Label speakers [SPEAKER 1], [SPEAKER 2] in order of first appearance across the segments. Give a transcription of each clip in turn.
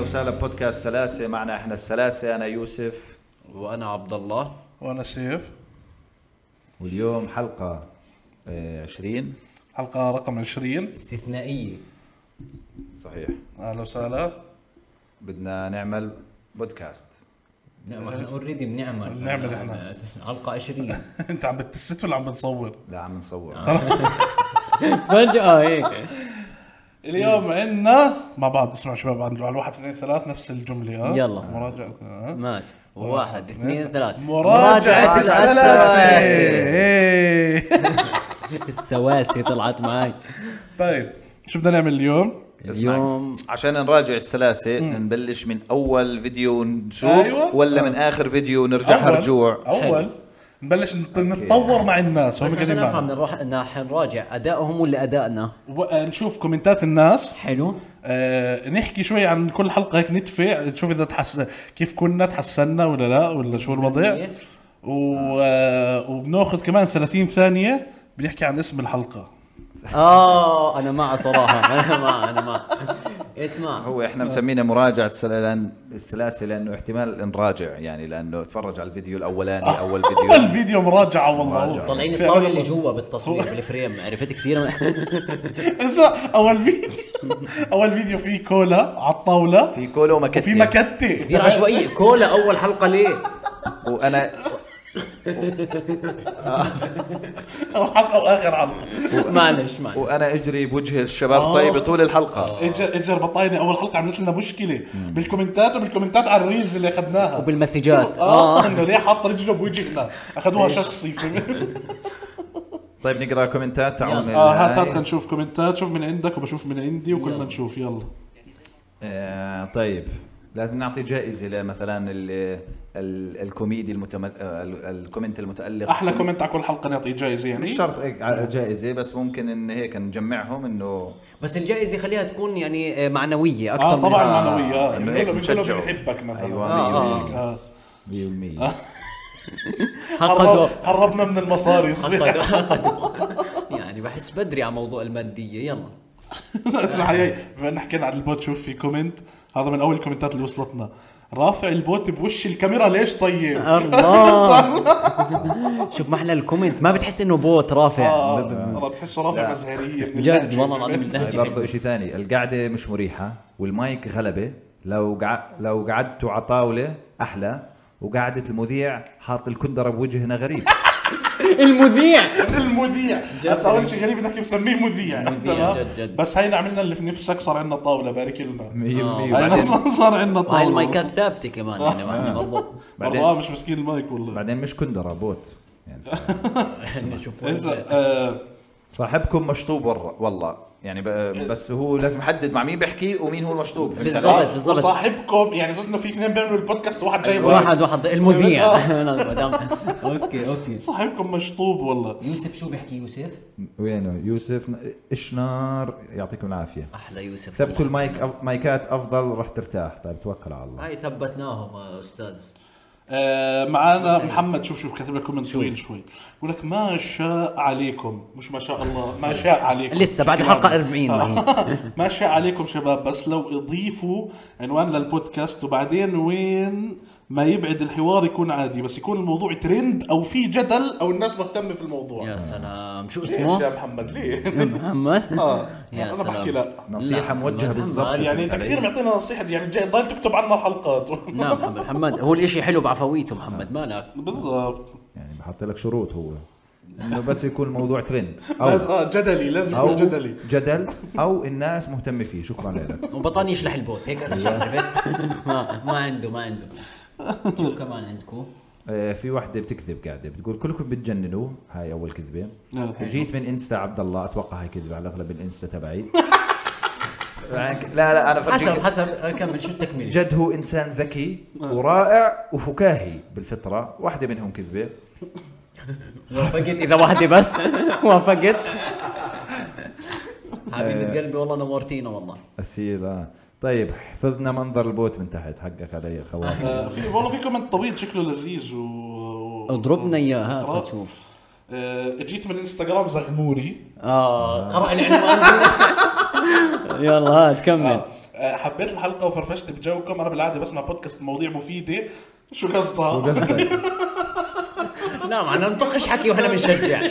[SPEAKER 1] وسهلا ببودكاست سلاسة معنا احنا السلاسة أنا يوسف
[SPEAKER 2] وانا عبد الله
[SPEAKER 3] وانا سيف
[SPEAKER 1] واليوم حلقة آه، 20
[SPEAKER 3] حلقة رقم 20
[SPEAKER 4] استثنائيه
[SPEAKER 1] صحيح
[SPEAKER 3] اهلا وسهلا
[SPEAKER 1] بدنا نعمل بودكاست
[SPEAKER 4] نعم احنا اوريدي بنعمل
[SPEAKER 3] بنعمل إحنا.
[SPEAKER 4] حلقه 20
[SPEAKER 3] انت عم بتست ولا عم بتصور؟
[SPEAKER 1] لا عم نصور
[SPEAKER 3] آه.
[SPEAKER 5] فجأة آه، إيه. هيك
[SPEAKER 3] اليوم عندنا مع بعض اسمع شباب عندنا على واحد اثنين ثلاث نفس الجملة ها
[SPEAKER 5] يلا.
[SPEAKER 3] مراجعة ها؟
[SPEAKER 5] ماشي
[SPEAKER 2] واحد
[SPEAKER 3] اثنين،
[SPEAKER 2] اثنين
[SPEAKER 5] ثلاث
[SPEAKER 3] مراجعة السلاسة إيه.
[SPEAKER 5] السواسي طلعت معي
[SPEAKER 3] طيب شو بدنا نعمل اليوم؟
[SPEAKER 1] اسمعي.
[SPEAKER 5] اليوم
[SPEAKER 1] عشان نراجع السلاسة نبلش من أول فيديو ونشوف
[SPEAKER 3] أيوة.
[SPEAKER 1] ولا من آخر فيديو نرجعها
[SPEAKER 3] أول-
[SPEAKER 1] رجوع
[SPEAKER 3] اول نبلش نت- نتطور مع الناس
[SPEAKER 5] بس
[SPEAKER 3] هم
[SPEAKER 5] عشان
[SPEAKER 3] قاعدين
[SPEAKER 5] نفهم
[SPEAKER 3] معنا
[SPEAKER 5] نروح نح- نراجع ادائهم ولا ادائنا
[SPEAKER 3] ونشوف آه، كومنتات الناس
[SPEAKER 5] حلو
[SPEAKER 3] آه نحكي شوي عن كل حلقة هيك ندفع نشوف اذا تحس كيف كنا تحسنا ولا لا ولا شو
[SPEAKER 5] إيه.
[SPEAKER 3] الوضع و... آه، وبناخذ كمان 30 ثانية بنحكي عن اسم الحلقة
[SPEAKER 5] اه انا مع صراحة انا مع انا مع اسمع
[SPEAKER 1] هو
[SPEAKER 3] آه.
[SPEAKER 1] احنا مسمينا مراجعة السلا- لأن السلاسة لأنه احتمال نراجع يعني لأنه تفرج على الفيديو الأولاني أول
[SPEAKER 3] آه. أول
[SPEAKER 1] فيديو
[SPEAKER 3] فيديو مراجعة والله
[SPEAKER 1] مراجعة.
[SPEAKER 5] طالعين
[SPEAKER 3] فعلاً
[SPEAKER 5] الطاولة اللي
[SPEAKER 3] والله.
[SPEAKER 5] جوا بالتصوير بالفريم عرفت كثير من
[SPEAKER 3] إذا أول فيديو أول فيديو فيه كولا على الطاولة
[SPEAKER 1] في كولو مكتب
[SPEAKER 3] وفي مكتة
[SPEAKER 5] كثير عشوائية كولا اول حلقة ليه؟
[SPEAKER 1] وأنا
[SPEAKER 3] أول حلقة وآخر حلقة
[SPEAKER 5] معلش معلش
[SPEAKER 1] وأنا أجري بوجه الشباب
[SPEAKER 3] آه.
[SPEAKER 1] طيب طول الحلقة
[SPEAKER 3] اجر اجر بطاينة أول حلقة عملت لنا مشكلة بالكومنتات وبالكومنتات على الريلز اللي أخذناها
[SPEAKER 5] وبالمسجات
[SPEAKER 3] آه
[SPEAKER 5] اه
[SPEAKER 3] إنه ليه حاط رجله بوجهنا أخذوها شخصي فهمت؟
[SPEAKER 1] طيب نقرا كومنتات تعال
[SPEAKER 3] آه هات هات خلينا نشوف كومنتات شوف من عندك وبشوف من عندي وكلنا نشوف يلا
[SPEAKER 1] آه طيب لازم نعطي جائزه لمثلا ال ال الكوميدي المتم... آه، ال- الكومنت المتالق
[SPEAKER 3] أحلى كومنت على كل حلقة نعطيه جايزة يعني
[SPEAKER 1] مش شرط هيك على جائزه بس ممكن ان هيك نجمعهم انه
[SPEAKER 5] بس الجائزة خليها تكون يعني آه، معنوية
[SPEAKER 3] اه
[SPEAKER 5] اكثر من
[SPEAKER 3] طبعا
[SPEAKER 1] آه،
[SPEAKER 3] معنوية آه.
[SPEAKER 1] إنه
[SPEAKER 3] بنقول
[SPEAKER 1] هيك
[SPEAKER 3] له- بنقول له
[SPEAKER 1] بنشجعه.
[SPEAKER 3] بنحبك مثلا
[SPEAKER 1] أيوة،
[SPEAKER 3] آه.
[SPEAKER 5] مية
[SPEAKER 3] آه.
[SPEAKER 1] 100%
[SPEAKER 5] حقه
[SPEAKER 3] هرب هربنا من المصاري صبح
[SPEAKER 5] حقه حقه. يعني بحس بدري على موضوع المادية يلا
[SPEAKER 3] اسمع هي بما ان حكينا عن البوت شوف في كومنت هذا من اول الكومنتات اللي وصلتنا رافع البوت بوش الكاميرا ليش طيب؟
[SPEAKER 5] آه. الله شوف ما احلى الكومنت ما بتحس انه بوت رافع
[SPEAKER 3] اه
[SPEAKER 5] ب- ب-
[SPEAKER 3] والله بتحسه رافع مزهرية من
[SPEAKER 5] بجد
[SPEAKER 3] اللهجة.
[SPEAKER 5] والله العظيم اللهجة
[SPEAKER 1] برضه شيء طيب، ثاني القعده مش مريحه والمايك غلبه لو قع... لو قعدتوا على طاوله احلى وقعدة المذيع حاط الكندرة بوجهنا غريب
[SPEAKER 5] المذيع
[SPEAKER 3] المذيع هسا اول شيء غريب انك مسميه مذيع تمام
[SPEAKER 5] جد، جد.
[SPEAKER 3] بس هينا عملنا اللي في نفسك صار عندنا طاولة بارك لنا
[SPEAKER 1] 100%
[SPEAKER 3] هينا
[SPEAKER 1] وبعدين
[SPEAKER 3] صار- صار عندنا
[SPEAKER 5] هاي
[SPEAKER 3] طاولة
[SPEAKER 5] المايكات ثابتة كمان يعني ما- برضه
[SPEAKER 3] والله آه، مش مسكين المايك والله
[SPEAKER 1] بعدين مش كندرة بوت يعني
[SPEAKER 5] نشوف وين.
[SPEAKER 3] إذا، آه،
[SPEAKER 1] صاحبكم مشطوب ور- والله يعني ب- بس هو لازم يحدد مع مين بحكي ومين هو المشطوب فهمت علي؟
[SPEAKER 5] بالضبط بالضبط
[SPEAKER 3] طيب، وصاحبكم يعني اساس انه في اثنين بيعملوا البودكاست وواحد جاي ضيف.
[SPEAKER 5] واحد واحد المذيع
[SPEAKER 3] آه.
[SPEAKER 5] اوكي اوكي
[SPEAKER 3] صاحبكم مشطوب والله
[SPEAKER 4] يوسف شو بيحكي يوسف؟
[SPEAKER 1] وينه يوسف ن- ايش نار يعطيكم العافيه
[SPEAKER 5] احلى يوسف
[SPEAKER 1] ثبتوا المايك أف... مايكات افضل راح ترتاح طيب توكل على الله
[SPEAKER 5] هاي ثبتناهم يا استاذ
[SPEAKER 3] آه
[SPEAKER 5] أيوة.
[SPEAKER 3] معانا محمد شوف شوف كاتب لك كومنت طويل شوي بقول لك ما شاء عليكم مش ما شاء الله ما شاء عليكم
[SPEAKER 5] أيوة. لسه بعد
[SPEAKER 3] شكراً. آه.
[SPEAKER 5] الحلقة 40 ما
[SPEAKER 3] ما شاء عليكم شباب بس لو اضيفوا عنوان للبودكاست وبعدين وين ما يبعد الحوار يكون عادي بس يكون الموضوع ترند او في جدل او الناس مهتمه في الموضوع
[SPEAKER 5] يا سلام شو
[SPEAKER 3] ليش
[SPEAKER 5] اسمه؟
[SPEAKER 3] يا محمد ليه؟
[SPEAKER 5] محمد
[SPEAKER 3] اه
[SPEAKER 5] يا
[SPEAKER 3] انا
[SPEAKER 5] سلام.
[SPEAKER 3] بحكي لا
[SPEAKER 1] نصيحه
[SPEAKER 5] لا،
[SPEAKER 1] موجهه
[SPEAKER 5] محمد،
[SPEAKER 1] بالضبط
[SPEAKER 3] يعني انت
[SPEAKER 1] فهمت
[SPEAKER 3] كثير
[SPEAKER 1] علي؟
[SPEAKER 3] معطينا نصيحه يعني جاي ضل تكتب عنا الحلقات
[SPEAKER 5] لا محمد نعم، محمد هو الاشي حلو بعفويته محمد مالك
[SPEAKER 3] بالضبط
[SPEAKER 1] يعني بحط لك شروط هو انه بس يكون الموضوع ترند او
[SPEAKER 3] لازم اه جدلي لازم
[SPEAKER 1] او
[SPEAKER 3] يكون جدلي
[SPEAKER 1] جدل او الناس مهتمه فيه شكرا لك
[SPEAKER 5] وبطاني يشلح البوت هيك اخر شيء عرفت ما ما عنده ما عنده
[SPEAKER 4] شو كمان عندكم؟
[SPEAKER 1] آه، في واحدة بتكذب قاعدة بتقول كلكم بتجننوا هاي أول كذبة
[SPEAKER 3] نعم.
[SPEAKER 1] وجيت من انستا عبد الله أتوقع هاي كذبة على أغلب الانستا تبعي لا لا أنا
[SPEAKER 5] حسب
[SPEAKER 1] فرجيك
[SPEAKER 5] حسب كمل شو التكمله
[SPEAKER 1] جد هو إنسان ذكي
[SPEAKER 3] آه.
[SPEAKER 1] ورائع وفكاهي بالفطرة واحدة منهم كذبة
[SPEAKER 5] وافقت اذا واحده بس وافقت حبيبة
[SPEAKER 3] آه.
[SPEAKER 5] قلبي والله نورتينا والله
[SPEAKER 1] أسيلة طيب حفظنا منظر البوت من تحت حقك علي يا خواتي
[SPEAKER 3] آه، في والله في كومنت طويل شكله لذيذ و و-
[SPEAKER 5] اضربنا
[SPEAKER 3] آه.
[SPEAKER 5] اياها تشوف
[SPEAKER 3] آه، اجيت من انستغرام زغموري
[SPEAKER 5] آه، اه قرا العنوان
[SPEAKER 3] آه،
[SPEAKER 5] يلا هات كمل
[SPEAKER 3] آه، حبيت الحلقه وفرفشت بجوكم انا بالعاده بسمع بودكاست مواضيع مفيده شو قصدها؟
[SPEAKER 1] شو قصدك؟
[SPEAKER 5] لا ما ننطقش نعم، حكي واحنا بنشجع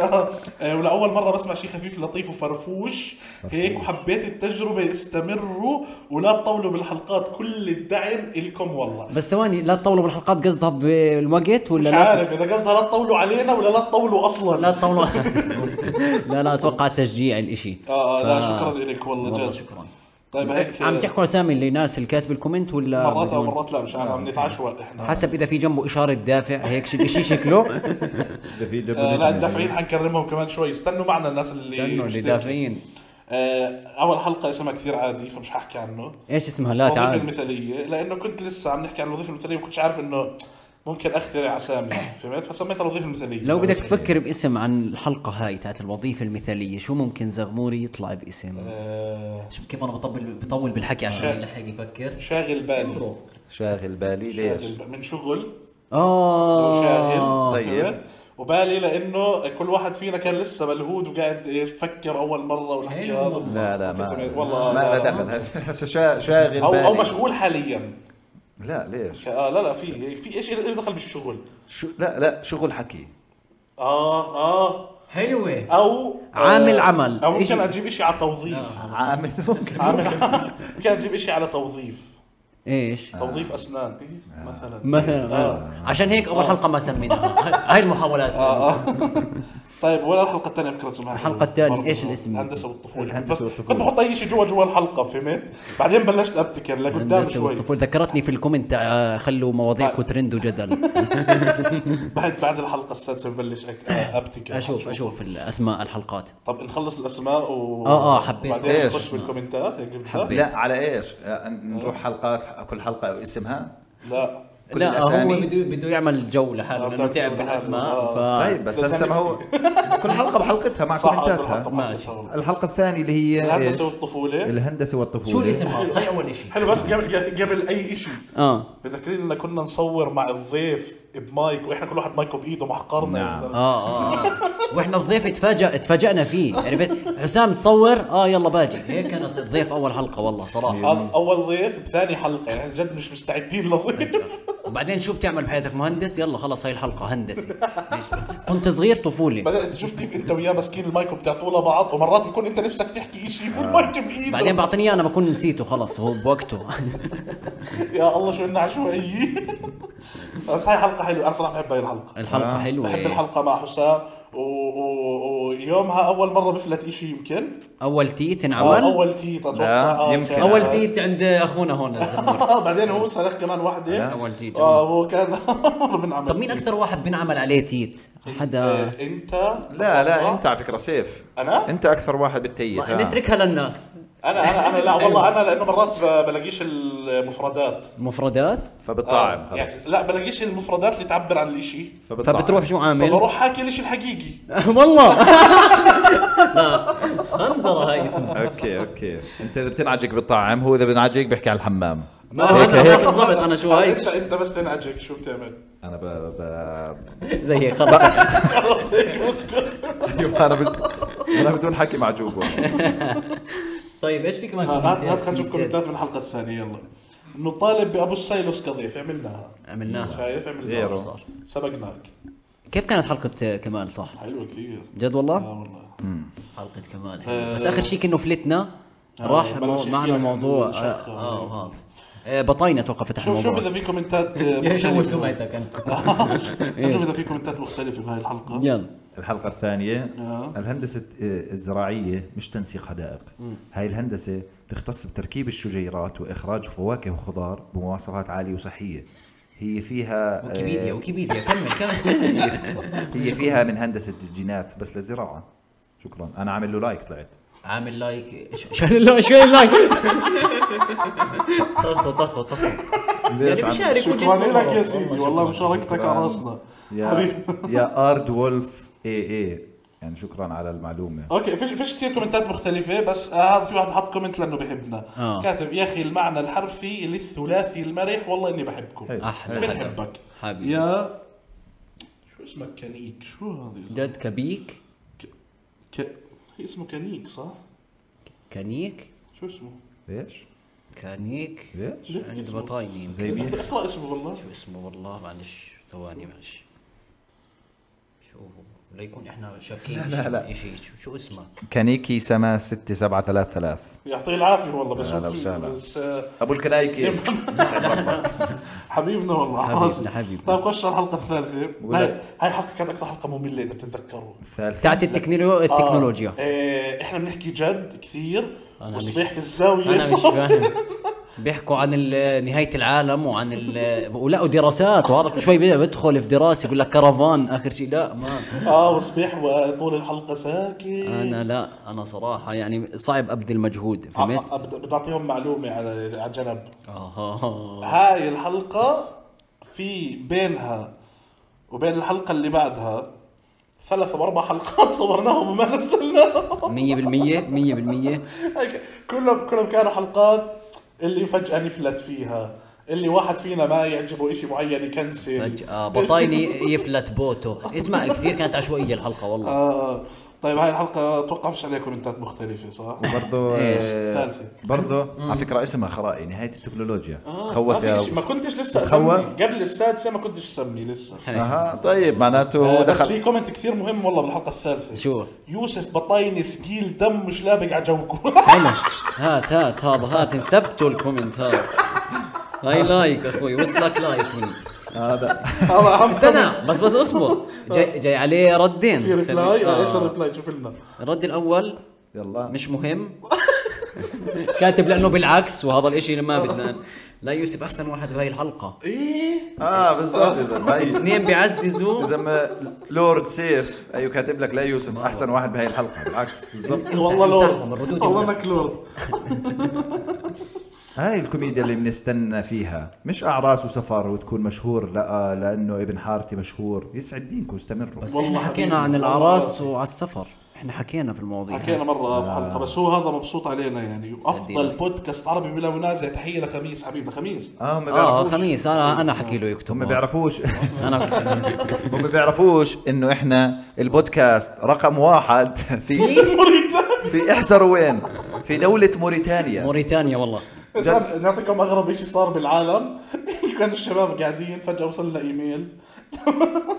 [SPEAKER 3] آه، ولاول مره بسمع شيء خفيف لطيف وفرفوش هيك وحبيت التجربه استمروا ولا تطولوا بالحلقات كل الدعم الكم والله
[SPEAKER 5] بس ثواني لا تطولوا بالحلقات قصدها بالوقت ولا
[SPEAKER 3] مش
[SPEAKER 5] لا
[SPEAKER 3] عارف اذا قصدها لا تطولوا علينا ولا لا تطولوا اصلا
[SPEAKER 5] لا تطولوا لا لا اتوقع تشجيع الاشي
[SPEAKER 3] اه لا
[SPEAKER 5] ف-
[SPEAKER 3] شكرا لك والله
[SPEAKER 4] والله
[SPEAKER 3] جد
[SPEAKER 4] شكرا
[SPEAKER 3] طيب هيك
[SPEAKER 5] عم تحكوا اسامي اللي ناس اللي كاتب الكومنت ولا
[SPEAKER 3] مرات او
[SPEAKER 5] بدون؟
[SPEAKER 3] مرات لا مش عارف عم نتعشوى احنا
[SPEAKER 5] حسب اذا في جنبه اشاره دافع هيك شيء شيء شكله
[SPEAKER 3] إيه،
[SPEAKER 1] إذا في جبل
[SPEAKER 3] آه، لا
[SPEAKER 1] نجم.
[SPEAKER 3] الدافعين حنكرمهم كمان شوي استنوا معنا الناس اللي
[SPEAKER 5] لانه اللي
[SPEAKER 3] مشتركين.
[SPEAKER 5] دافعين
[SPEAKER 3] آه، اول حلقه اسمها كثير عادي فمش حاحكي عنه
[SPEAKER 5] ايش اسمها لا
[SPEAKER 3] الوظيفه
[SPEAKER 5] تعال
[SPEAKER 3] المثاليه لانه كنت لسه عم نحكي عن الوظيفه المثاليه وما كنتش عارف انه ممكن اخترع اسامي فهمت فسميتها الوظيفه المثاليه
[SPEAKER 5] لو بدك تفكر باسم عن الحلقه هاي تاعت الوظيفه المثاليه شو ممكن زغموري يطلع باسم
[SPEAKER 3] آه،
[SPEAKER 4] شفت كيف انا بطبل بطول بالحكي
[SPEAKER 3] شا-
[SPEAKER 4] عشان الحق يفكر
[SPEAKER 3] شاغل بالي
[SPEAKER 4] برو.
[SPEAKER 1] شاغل بالي
[SPEAKER 3] شاغل
[SPEAKER 1] ليش؟
[SPEAKER 3] ب- من شغل
[SPEAKER 5] اه آه.
[SPEAKER 3] وشاغل
[SPEAKER 1] طيب.
[SPEAKER 3] فهمت؟ وبالي لانه كل واحد فينا كان لسه ملهود وقاعد يفكر اول مره والحكي
[SPEAKER 5] إيه.
[SPEAKER 4] حلو
[SPEAKER 3] هذا
[SPEAKER 4] والله.
[SPEAKER 1] لا لا ما
[SPEAKER 3] اسمه- والله
[SPEAKER 1] ما لا
[SPEAKER 3] لا.
[SPEAKER 1] دخل هسه شا- شاغل
[SPEAKER 3] او
[SPEAKER 1] بالي
[SPEAKER 3] او مشغول حاليا
[SPEAKER 1] لا ليش؟
[SPEAKER 3] آه لا لا في في ايش إله دخل بالشغل
[SPEAKER 1] شو لا لا شغل حكي
[SPEAKER 3] اه اه
[SPEAKER 4] حلوه
[SPEAKER 3] او
[SPEAKER 5] عامل
[SPEAKER 3] آه،
[SPEAKER 5] عمل.
[SPEAKER 3] او ممكن
[SPEAKER 5] إشي-
[SPEAKER 3] اجيب اشي على توظيف
[SPEAKER 4] آه.
[SPEAKER 1] عامل ممكن
[SPEAKER 3] عامل ممكن اجيب اشي على توظيف
[SPEAKER 5] ايش
[SPEAKER 3] توظيف اسنان
[SPEAKER 5] آه.
[SPEAKER 3] إيه، مثلا
[SPEAKER 5] مثلا
[SPEAKER 4] عشان هيك اول حلقه ما سميناها هاي المحاولات
[SPEAKER 3] آه، آه. طيب ولا الحلقه الثانيه فكره اسمها
[SPEAKER 5] الحلقة الثانية، إيش الاسم؟
[SPEAKER 3] الهندسه والطفوله
[SPEAKER 1] الهندسة
[SPEAKER 3] بس
[SPEAKER 1] والطفولة.
[SPEAKER 3] كنت بحط اي شيء جوا جوا الحلقه فهمت بعدين بلشت ابتكر لقدام
[SPEAKER 5] هندسه
[SPEAKER 3] شوي
[SPEAKER 5] والطفوله ذكرتني في الكومنت تاع آه، خلوا مواضيعكم ترند وجدل
[SPEAKER 3] بعد بعد الحلقه السادسه ببلش أك- ابتكر
[SPEAKER 5] اشوف اشوف الاسماء الحلقات
[SPEAKER 3] طب نخلص الاسماء و
[SPEAKER 5] آه، آه، حبيت.
[SPEAKER 3] بعدين
[SPEAKER 1] إيش؟
[SPEAKER 3] نخش بالكومنتات هيك بدك؟
[SPEAKER 5] حبيت.
[SPEAKER 1] لا على ايش؟ آه، نروح حلقات كل حلقه اسمها
[SPEAKER 3] لا
[SPEAKER 1] كل
[SPEAKER 5] لا هو
[SPEAKER 1] الأسامي؟
[SPEAKER 5] بده بده يعمل جو لحاله
[SPEAKER 3] آه،
[SPEAKER 5] لانه
[SPEAKER 3] بده
[SPEAKER 5] تعب
[SPEAKER 3] يعمل
[SPEAKER 5] بالاسماء
[SPEAKER 3] حاله.
[SPEAKER 5] ف
[SPEAKER 1] طيب بس هسه ما هو كل حلقه بحلقتها مع
[SPEAKER 3] صح آه،
[SPEAKER 1] كومنتاتها
[SPEAKER 3] طبعاً،
[SPEAKER 5] ماشي.
[SPEAKER 3] طبعاً.
[SPEAKER 1] الحلقه الثانيه اللي هي إيش؟
[SPEAKER 3] الهندسه والطفوله
[SPEAKER 1] الهندسه والطفوله
[SPEAKER 4] شو الاسم هذا هاي اول شيء
[SPEAKER 3] حلو بس قبل قبل اي شيء آه.
[SPEAKER 5] اه
[SPEAKER 3] بتذكرين لما كنا نصور مع الضيف بمايك واحنا كل واحد مايكه بايده محقرنا يا زلمة.
[SPEAKER 5] اه اه آه. واحنا الضيف اتفاجأ اتفاجأنا فيه عرفت حسام تصور اه يلا باجي هيك كانت الضيف اول حلقه والله صراحه
[SPEAKER 3] هذا اول ضيف بثاني حلقه يعني جد مش مستعدين لضيف
[SPEAKER 5] وبعدين شو بتعمل بحياتك مهندس يلا خلص هاي الحلقه هندسه ماشي. كنت صغير طفوله
[SPEAKER 3] بعدين انت شفت كيف انت وياه مسكين المايك وبتعطوه لبعض ومرات بكون انت نفسك تحكي شيء والمايك بايده
[SPEAKER 5] بعدين بعطيني إياه انا بكون نسيته خلص هو بوقته
[SPEAKER 3] يا الله شو انها عشوائيه بس هاي حلقه حلوه انا صراحه بحب هاي الحلقه
[SPEAKER 5] الحلقه حلوه
[SPEAKER 1] إيه.
[SPEAKER 3] بحب الحلقه مع حسام و- و- ويومها اول مره بفلت إشي يمكن
[SPEAKER 5] اول تي
[SPEAKER 3] آه،
[SPEAKER 5] تنعمل
[SPEAKER 3] اول تيت اتوقع
[SPEAKER 1] لا،
[SPEAKER 3] آه،
[SPEAKER 1] يمكن.
[SPEAKER 3] كان-
[SPEAKER 5] اول تيت عند اخونا هون الزبون.
[SPEAKER 3] آه، بعدين هو صرخ كمان واحده
[SPEAKER 5] أول تيت،
[SPEAKER 3] اه هو كان بنعمل
[SPEAKER 5] طب مين اكثر واحد بنعمل عليه تيت حدا
[SPEAKER 3] آه، انت
[SPEAKER 1] لا لا انت على فكره سيف
[SPEAKER 3] أنا؟
[SPEAKER 1] انت اكثر واحد بتتيت ها.
[SPEAKER 5] نتركها للناس
[SPEAKER 3] انا انا انا لا
[SPEAKER 1] أيوه.
[SPEAKER 3] والله انا لانه مرات ب- بلاقيش المفردات
[SPEAKER 5] مفردات
[SPEAKER 1] فبتطعم
[SPEAKER 3] آه، يعني
[SPEAKER 1] خلص
[SPEAKER 3] لا بلاقيش المفردات اللي تعبر عن الاشي
[SPEAKER 1] فبتطعم.
[SPEAKER 5] فبتروح شو عامل
[SPEAKER 3] فبروح حاكي الاشي الحقيقي
[SPEAKER 5] والله خنزره هاي اسمها
[SPEAKER 1] اوكي اوكي انت اذا بتنعجق بالطعم هو اذا بنعجق بيحكي عن الحمام
[SPEAKER 5] ما
[SPEAKER 1] هيك
[SPEAKER 5] انا
[SPEAKER 1] هيك
[SPEAKER 5] بالضبط انا شو
[SPEAKER 3] آه،
[SPEAKER 5] هاي
[SPEAKER 3] انت انت بس تنعجك شو بتعمل
[SPEAKER 1] انا ب... ب...
[SPEAKER 5] زي هيك خلص
[SPEAKER 3] خلص هيك اسكت
[SPEAKER 1] أيوة، انا بد... انا بدون حكي معجوب والله.
[SPEAKER 5] طيب ايش في كمان
[SPEAKER 3] هات هات آه، خلينا نشوف كومنتات من الحلقه الثانيه يلا نطالب بابو السيلوس كضيف عملناها
[SPEAKER 5] عملناها
[SPEAKER 3] شايف عمل
[SPEAKER 1] زيرو.
[SPEAKER 3] زيرو سبقناك
[SPEAKER 5] كيف كانت حلقه كمال صح
[SPEAKER 3] حلوه كثير
[SPEAKER 5] جد
[SPEAKER 3] اه
[SPEAKER 5] والله
[SPEAKER 3] والله
[SPEAKER 5] حلقه كمال حلوة. بس اخر شيء انه فلتنا راح
[SPEAKER 3] بلش
[SPEAKER 5] المو-
[SPEAKER 3] يحكي
[SPEAKER 5] معنا
[SPEAKER 3] عن
[SPEAKER 5] الموضوع
[SPEAKER 3] الشخص
[SPEAKER 5] اه
[SPEAKER 3] هذا.
[SPEAKER 5] آه، وهذا. آه، بطاينه اتوقع فتح
[SPEAKER 3] شوف شوف
[SPEAKER 5] الموضوع
[SPEAKER 3] اذا في كومنتات
[SPEAKER 4] ايش اول
[SPEAKER 3] مختلفه
[SPEAKER 4] سمعتك انت
[SPEAKER 3] شوف اذا في كومنتات مختلفه بهاي الحلقه
[SPEAKER 5] إيه. يلا
[SPEAKER 1] الحلقه الثانيه
[SPEAKER 3] آه.
[SPEAKER 1] الهندسه آه، الزراعيه مش تنسيق حدائق هاي الهندسه تختص بتركيب الشجيرات واخراج فواكه وخضار بمواصفات عاليه وصحيه هي فيها آه،
[SPEAKER 4] ويكيبيديا ويكيبيديا كمل كمل
[SPEAKER 1] هي فيها من هندسه الجينات بس للزراعه شكرا انا عامل له لايك طلعت
[SPEAKER 4] عامل لايك ش- ش-
[SPEAKER 5] شايل اللايك شايل اللايك طفوا طفوا طفوا
[SPEAKER 3] يعني
[SPEAKER 1] ليش عم-
[SPEAKER 5] مشارك
[SPEAKER 3] شكرا لك يا سيدي والله مشاركتك
[SPEAKER 1] شكراً.
[SPEAKER 3] على راسنا
[SPEAKER 1] يا
[SPEAKER 3] حبيبي
[SPEAKER 1] يا ارد وولف اي اي يعني شكرا على المعلومه
[SPEAKER 3] اوكي فيش فيش كثير كومنتات مختلفة بس آه، هذا في واحد حط كومنت لانه بحبنا
[SPEAKER 5] آه.
[SPEAKER 3] كاتب يا اخي المعنى الحرفي للثلاثي المرح والله اني بحبكم
[SPEAKER 1] حلو.
[SPEAKER 5] أحلى حدا.
[SPEAKER 3] بنحبك
[SPEAKER 5] حبيبي.
[SPEAKER 3] يا شو اسمك كنيك شو هذا
[SPEAKER 5] جد كبيك
[SPEAKER 3] ك... هي اسمه كنيك صح؟
[SPEAKER 5] كنيك
[SPEAKER 3] شو اسمه؟
[SPEAKER 1] ليش؟
[SPEAKER 5] كانيك
[SPEAKER 1] ليش؟
[SPEAKER 5] عند بطايني
[SPEAKER 1] زي مين؟
[SPEAKER 3] اقرا اسمه والله
[SPEAKER 5] شو اسمه والله معلش ثواني معلش
[SPEAKER 4] شوفوا لا يكون احنا شاكين
[SPEAKER 1] لا، لا.
[SPEAKER 4] شيء شو, شو اسمه
[SPEAKER 1] كانيكي سما 6733
[SPEAKER 3] يعطيه العافيه والله بس
[SPEAKER 1] أهلا
[SPEAKER 3] هو في-
[SPEAKER 1] وسهلا.
[SPEAKER 3] بس آه،
[SPEAKER 1] ابو الكنايكي يسعد ربك
[SPEAKER 3] حبيبنا والله
[SPEAKER 5] حبيبنا،
[SPEAKER 3] عاصم.
[SPEAKER 5] حبيبنا.
[SPEAKER 3] طيب خش على الحلقه الثالثه
[SPEAKER 1] ولا-
[SPEAKER 3] هاي هاي الحلقه كانت اكثر حلقه ممله اذا بتتذكروا
[SPEAKER 1] الثالثة
[SPEAKER 5] تاعت التكنولو... التكنولوجيا
[SPEAKER 3] آه. آه، احنا بنحكي جد كثير
[SPEAKER 5] أنا
[SPEAKER 3] وصبيح في الزاويه
[SPEAKER 5] انا مش
[SPEAKER 3] صار-
[SPEAKER 5] فاهم بيحكوا عن ال- نهايه العالم وعن ال... ولقوا دراسات وهذا كل شوي بدخل في دراسه يقول لك كرفان اخر شيء لا ما
[SPEAKER 3] اه وصبيح وطول الحلقه ساكت
[SPEAKER 5] انا لا انا صراحه يعني صعب ابذل مجهود
[SPEAKER 3] آه،
[SPEAKER 5] فهمت؟
[SPEAKER 3] آه، آه، بدي اعطيهم معلومه على على جنب
[SPEAKER 5] اها
[SPEAKER 3] هاي الحلقة في بينها وبين الحلقة اللي بعدها ثلاث أو أربع حلقات صورناهم وما نزلناهم
[SPEAKER 5] 100% 100%
[SPEAKER 3] هيك كلهم كلهم كانوا حلقات اللي فجأة نفلت فيها اللي واحد فينا ما يعجبه إشي معين يكنسل
[SPEAKER 5] فجاه بطايني يفلت بوته اسمع كثير كانت عشوائيه الحلقه والله
[SPEAKER 3] آه طيب هاي الحلقة توقفش عليها كومنتات مختلفة صح؟
[SPEAKER 1] برضه
[SPEAKER 3] الثالثة.
[SPEAKER 1] برضه آه، على فكرة اسمها خرائي نهاية التكنولوجيا
[SPEAKER 3] آه،
[SPEAKER 1] خوف
[SPEAKER 3] ما,
[SPEAKER 1] يا
[SPEAKER 3] في إشي، ما كنتش لسه أسمي
[SPEAKER 1] خوف.
[SPEAKER 3] قبل السادسة ما كنتش أسمي لسه
[SPEAKER 1] اها طيب معناته هو
[SPEAKER 3] آه، بس
[SPEAKER 1] دخل
[SPEAKER 3] في كومنت كثير مهم والله بالحلقة الثالثة
[SPEAKER 5] شو؟
[SPEAKER 3] يوسف بطايني ثقيل دم مش لابق على جوكم
[SPEAKER 5] حلو هات هات هذا هات انثبتوا الكومنت هذا هاي لايك اخوي وصلك لايك مني
[SPEAKER 1] هذا
[SPEAKER 3] هذا اهم كومنت.
[SPEAKER 5] استنى بس بس اصبر جاي جاي عليه ردين
[SPEAKER 3] في ريبلاي آه، ايش
[SPEAKER 5] آه.
[SPEAKER 3] الريبلاي شوف لنا
[SPEAKER 5] الرد الاول
[SPEAKER 1] يلا
[SPEAKER 5] مش مهم كاتب لانه بالعكس وهذا الاشي اللي ما بدنا لا يوسف احسن واحد بهاي الحلقه
[SPEAKER 3] ايه
[SPEAKER 1] اه بالضبط يا زلمة هي.
[SPEAKER 5] اثنين
[SPEAKER 1] يا
[SPEAKER 5] بيعززوا
[SPEAKER 1] زلمة لورد سيف ايوه كاتب لك لا يوسف احسن واحد بهاي الحلقة بالعكس بالضبط
[SPEAKER 3] والله
[SPEAKER 5] امسحهم،
[SPEAKER 3] لورد
[SPEAKER 5] الردود
[SPEAKER 3] والله
[SPEAKER 5] امسح.
[SPEAKER 3] انك لورد
[SPEAKER 1] هاي الكوميديا اللي بنستنى فيها مش اعراس وسفر وتكون مشهور لا لانه ابن حارتي مشهور يسعد دينكم استمروا
[SPEAKER 5] بس
[SPEAKER 3] والله
[SPEAKER 5] احنا
[SPEAKER 3] حبيبي،
[SPEAKER 5] حكينا عن
[SPEAKER 3] والله
[SPEAKER 5] الاعراس
[SPEAKER 3] راسي.
[SPEAKER 5] وعلى السفر احنا حكينا في المواضيع
[SPEAKER 3] حكينا مره في
[SPEAKER 5] آه.
[SPEAKER 3] حلقه بس هو هذا مبسوط علينا يعني وافضل
[SPEAKER 5] يسعدك.
[SPEAKER 3] بودكاست عربي بلا منازع تحيه لخميس حبيبنا خميس
[SPEAKER 1] اه هم
[SPEAKER 5] اه
[SPEAKER 1] بيعرفوش
[SPEAKER 5] خميس انا انا حكي له يكتب
[SPEAKER 1] هم
[SPEAKER 5] آه.
[SPEAKER 1] بيعرفوش
[SPEAKER 5] انا
[SPEAKER 1] هم بيعرفوش انه احنا البودكاست رقم واحد في
[SPEAKER 3] موريتانيا.
[SPEAKER 1] في احسروا وين في دولة موريتانيا
[SPEAKER 5] موريتانيا والله
[SPEAKER 1] جد.
[SPEAKER 3] نعطيكم اغرب شيء صار بالعالم كانوا الشباب قاعدين فجاه وصلنا ايميل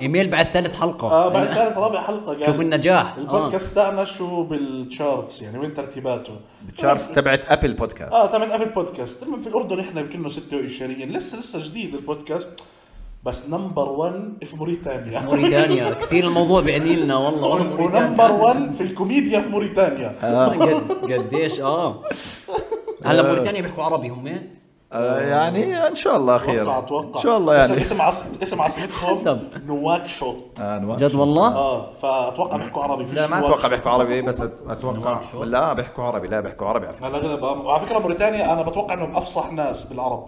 [SPEAKER 5] ايميل بعد ثالث حلقه
[SPEAKER 3] آه بعد ثالث رابع حلقه قاعد
[SPEAKER 5] أيوه. شوف النجاح آه.
[SPEAKER 3] البودكاست تاعنا شو بالتشارتس يعني وين ترتيباته
[SPEAKER 1] التشارتس تبعت ابل بودكاست
[SPEAKER 3] اه تابعت ابل بودكاست المهم في الاردن احنا يمكن له 26 لسه لسه جديد البودكاست بس نمبر 1 في موريتانيا
[SPEAKER 5] موريتانيا كثير الموضوع بيعني لنا والله والله
[SPEAKER 3] ونمبر 1 في الكوميديا في موريتانيا
[SPEAKER 5] آه، قد- قديش اه هلا
[SPEAKER 3] آه.
[SPEAKER 5] موريتانيا بيحكوا عربي هم إيه؟
[SPEAKER 1] آه يعني ان شاء الله خير
[SPEAKER 3] اتوقع اتوقع
[SPEAKER 1] ان شاء الله
[SPEAKER 3] اسم-
[SPEAKER 1] يعني
[SPEAKER 3] اسم عاصم اسم عاصمتهم
[SPEAKER 5] حسب.
[SPEAKER 3] نواكشوط
[SPEAKER 1] آه، نواكشوط.
[SPEAKER 5] جد والله
[SPEAKER 3] اه فاتوقع بيحكوا عربي فيش
[SPEAKER 1] لا ما
[SPEAKER 3] نواكشوط.
[SPEAKER 1] اتوقع بيحكوا عربي بس أت- اتوقع لا بيحكوا عربي لا بيحكوا عربي على فكره
[SPEAKER 3] على الاغلب آه. وعلى فكره موريتانيا انا بتوقع انهم افصح ناس بالعرب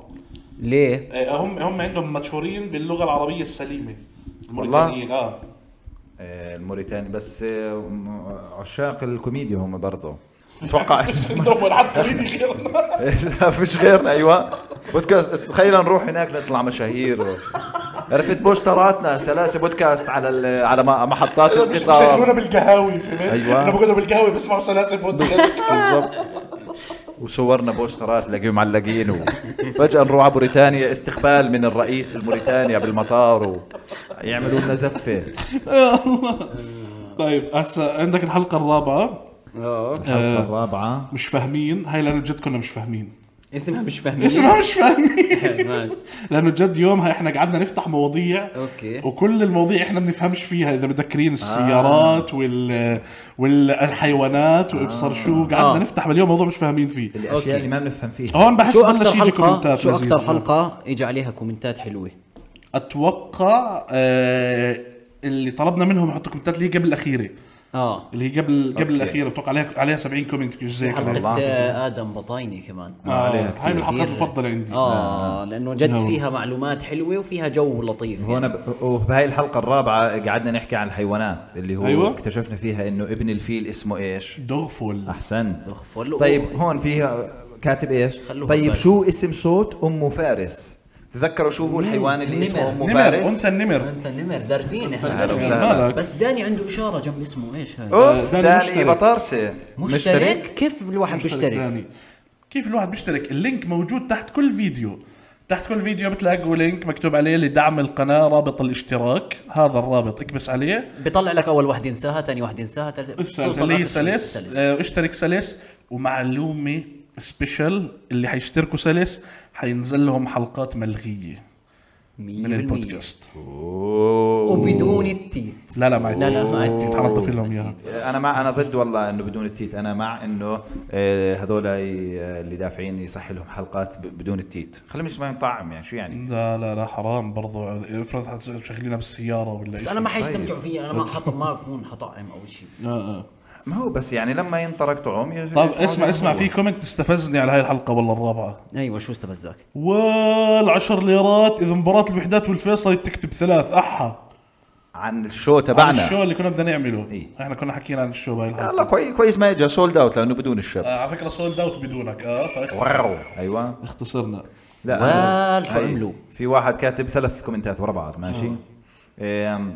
[SPEAKER 5] ليه
[SPEAKER 3] آه، هم هم عندهم مشهورين باللغه العربيه السليمه الموريتانيين اه
[SPEAKER 1] آه، الموريتاني بس آه، م- عشاق الكوميديا هم برضه اتوقع
[SPEAKER 3] عندهم ملعب كوميدي غيرنا
[SPEAKER 1] لا فيش غيرنا ايوه بودكاست تخيل نروح هناك نطلع مشاهير و... عرفت بوستراتنا سلاسل بودكاست على ال... على م- محطات
[SPEAKER 3] مش شايلونا
[SPEAKER 1] القطار
[SPEAKER 3] بالقهاوي فهمت؟
[SPEAKER 1] أيوة.
[SPEAKER 3] انا بقعدوا بالقهاوي بسمعوا سلاسل بودكاست
[SPEAKER 1] بالضبط وصورنا بوسترات تلاقيهم معلقين و... فجاه نروح على موريتانيا استقبال من الرئيس الموريتانيا بالمطار و... يعملوا لنا زفه
[SPEAKER 3] طيب هسا عندك الحلقه الرابعه
[SPEAKER 5] آه.
[SPEAKER 3] آه.
[SPEAKER 1] الحلقه الرابعه
[SPEAKER 3] مش فاهمين هاي لانه جد كنا مش فاهمين
[SPEAKER 5] اسمها مش فاهمين
[SPEAKER 3] اسمها مش فاهمين
[SPEAKER 5] ماشي.
[SPEAKER 3] لانه جد يومها احنا قعدنا نفتح مواضيع
[SPEAKER 5] أوكي. آه.
[SPEAKER 3] وكل المواضيع احنا بنفهمش فيها اذا متذكرين السيارات وال والحيوانات وابصر شو قعدنا
[SPEAKER 5] آه.
[SPEAKER 3] نفتح باليوم موضوع مش فاهمين فيه
[SPEAKER 1] الاشياء اللي ما بنفهم فيها
[SPEAKER 3] هون بحس
[SPEAKER 5] شو اكثر
[SPEAKER 3] بلش يجي
[SPEAKER 5] حلقه
[SPEAKER 3] كومنتات
[SPEAKER 5] شو
[SPEAKER 3] لذيذة.
[SPEAKER 5] اكثر حلقه اجى عليها كومنتات حلوه
[SPEAKER 3] اتوقع آه اللي طلبنا منهم يحطوا كومنتات اللي هي قبل الاخيره
[SPEAKER 5] اه
[SPEAKER 3] اللي هي قبل قبل
[SPEAKER 1] أوكي.
[SPEAKER 3] الاخيره بتوقع عليها عليها 70 كومنت زي كذا
[SPEAKER 1] الله.
[SPEAKER 5] حلقه آه، ادم بطايني كمان
[SPEAKER 1] ما عليها
[SPEAKER 3] آه، هاي من الحلقات
[SPEAKER 5] كثير.
[SPEAKER 3] المفضله عندي
[SPEAKER 5] اه لانه جد
[SPEAKER 3] نعم.
[SPEAKER 5] فيها معلومات حلوه وفيها جو لطيف
[SPEAKER 1] هون ب... وبهاي الحلقه الرابعه قعدنا نحكي عن الحيوانات اللي هو
[SPEAKER 3] أيوة.
[SPEAKER 1] أيوة. اكتشفنا فيها انه ابن الفيل اسمه ايش
[SPEAKER 3] دغفل
[SPEAKER 1] احسنت
[SPEAKER 5] أغفل.
[SPEAKER 1] طيب هون في كاتب ايش
[SPEAKER 5] خلوه
[SPEAKER 1] طيب
[SPEAKER 5] بالك.
[SPEAKER 1] شو اسم صوت امه فارس تذكروا شو هو الحيوان اللي اسمه امه
[SPEAKER 3] نمر انثى
[SPEAKER 1] فارس
[SPEAKER 3] النمر
[SPEAKER 5] انت نمر دارسين
[SPEAKER 1] أهلا
[SPEAKER 3] نعم.
[SPEAKER 5] احنا
[SPEAKER 1] وسهلا.
[SPEAKER 3] مالك؟
[SPEAKER 5] بس داني عنده اشاره جنب اسمه ايش هاي
[SPEAKER 1] اوف
[SPEAKER 3] داني
[SPEAKER 1] داني
[SPEAKER 3] آه، مشترك.
[SPEAKER 1] بطارسه
[SPEAKER 5] مشترك كيف الواحد
[SPEAKER 3] مشترك
[SPEAKER 5] بيشترك
[SPEAKER 3] داني. كيف الواحد بيشترك اللينك موجود تحت كل فيديو تحت كل فيديو بتلاقوا لينك مكتوب عليه لدعم القناه رابط الاشتراك هذا الرابط اكبس عليه
[SPEAKER 5] بيطلع لك اول واحدة انساها ثاني واحدة انساها ثالث
[SPEAKER 3] اللي هي سلس آه، اشترك سلس ومعلومه سبيشل اللي حيشتركوا سلس حينزل لهم حلقات ملغيه من البودكاست
[SPEAKER 4] وبدون التيت
[SPEAKER 3] لا لا ما
[SPEAKER 5] لا، لا، ما عندي.
[SPEAKER 3] حنطفي لهم اياها
[SPEAKER 1] انا مع انا ضد والله انه بدون التيت انا مع انه آه، هذول ي- آه، اللي دافعين يصح لهم حلقات ب- بدون التيت خليهم يسمعوا طعم يعني شو يعني
[SPEAKER 3] لا لا لا حرام برضو افرض حس- شغلينها بالسياره ولا
[SPEAKER 4] بس
[SPEAKER 3] إيش.
[SPEAKER 4] انا ما حيستمتعوا
[SPEAKER 5] طيب.
[SPEAKER 4] فيه انا ما حط ما اكون حطعم او شيء
[SPEAKER 3] آه، آه.
[SPEAKER 1] ما هو بس يعني لما ينطرق طعم ي-
[SPEAKER 3] طب
[SPEAKER 1] يسمعوا زي
[SPEAKER 3] اسمع
[SPEAKER 1] ما
[SPEAKER 3] اسمع
[SPEAKER 1] هو.
[SPEAKER 3] في كومنت استفزني على هاي الحلقه والله الرابعه
[SPEAKER 5] ايوه شو استفزك
[SPEAKER 3] والعشر ليرات اذا مباراه الوحدات والفيصل تكتب ثلاث احا
[SPEAKER 1] عن الشو
[SPEAKER 3] عن
[SPEAKER 1] تبعنا
[SPEAKER 3] الشو اللي كنا بدنا نعمله
[SPEAKER 1] إيه.
[SPEAKER 3] احنا كنا حكينا عن الشو بهاي الحلقه
[SPEAKER 1] يلا كويس كويس ما اجى سولد اوت لانه بدون الشب
[SPEAKER 3] آه على فكره سولد اوت بدونك اه فاختصرنا.
[SPEAKER 1] ايوه
[SPEAKER 3] اختصرنا
[SPEAKER 1] لا
[SPEAKER 5] وال-
[SPEAKER 1] أنا-
[SPEAKER 5] شو
[SPEAKER 1] أي.
[SPEAKER 5] عملوا؟
[SPEAKER 1] في واحد كاتب ثلاث كومنتات ورا بعض ماشي
[SPEAKER 4] آه.
[SPEAKER 1] أم،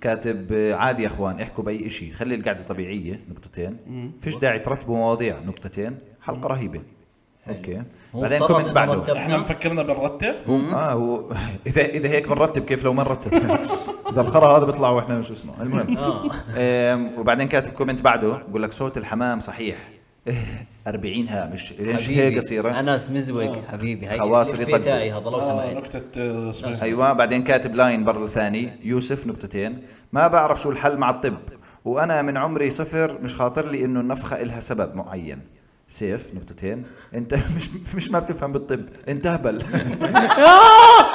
[SPEAKER 1] كاتب آه، عادي يا اخوان احكوا باي إشي خلي القعده طبيعيه نقطتين فيش داعي ترتبوا مواضيع نقطتين حلقه رهيبه اوكي
[SPEAKER 4] هو
[SPEAKER 1] بعدين
[SPEAKER 4] افترض
[SPEAKER 1] كومنت
[SPEAKER 4] إنه
[SPEAKER 1] بعده
[SPEAKER 4] مرتب.
[SPEAKER 3] احنا مفكرنا بنرتب
[SPEAKER 1] اه هو اذا اذا هيك بنرتب كيف لو ما نرتب اذا الخرا هذا بيطلع واحنا شو اسمه المهم
[SPEAKER 4] آه.
[SPEAKER 1] أم، وبعدين كاتب كومنت بعده بقول لك صوت الحمام صحيح إيه، 40 هامش ليش هيك قصيره
[SPEAKER 4] انس مزوق حبيبي هاي
[SPEAKER 1] خواص
[SPEAKER 4] الإفيه
[SPEAKER 1] ريطقوا.
[SPEAKER 4] تاعي هذا لو
[SPEAKER 3] آه
[SPEAKER 4] سمحت
[SPEAKER 3] نكته آه، اسمها
[SPEAKER 1] ايوه بعدين كاتب لاين برضو ثاني يوسف نقطتين ما بعرف شو الحل مع الطب وانا من عمري صفر مش خاطر لي انه النفخه إلها سبب معين سيف نقطتين انت مش مش ما بتفهم بالطب انت هبل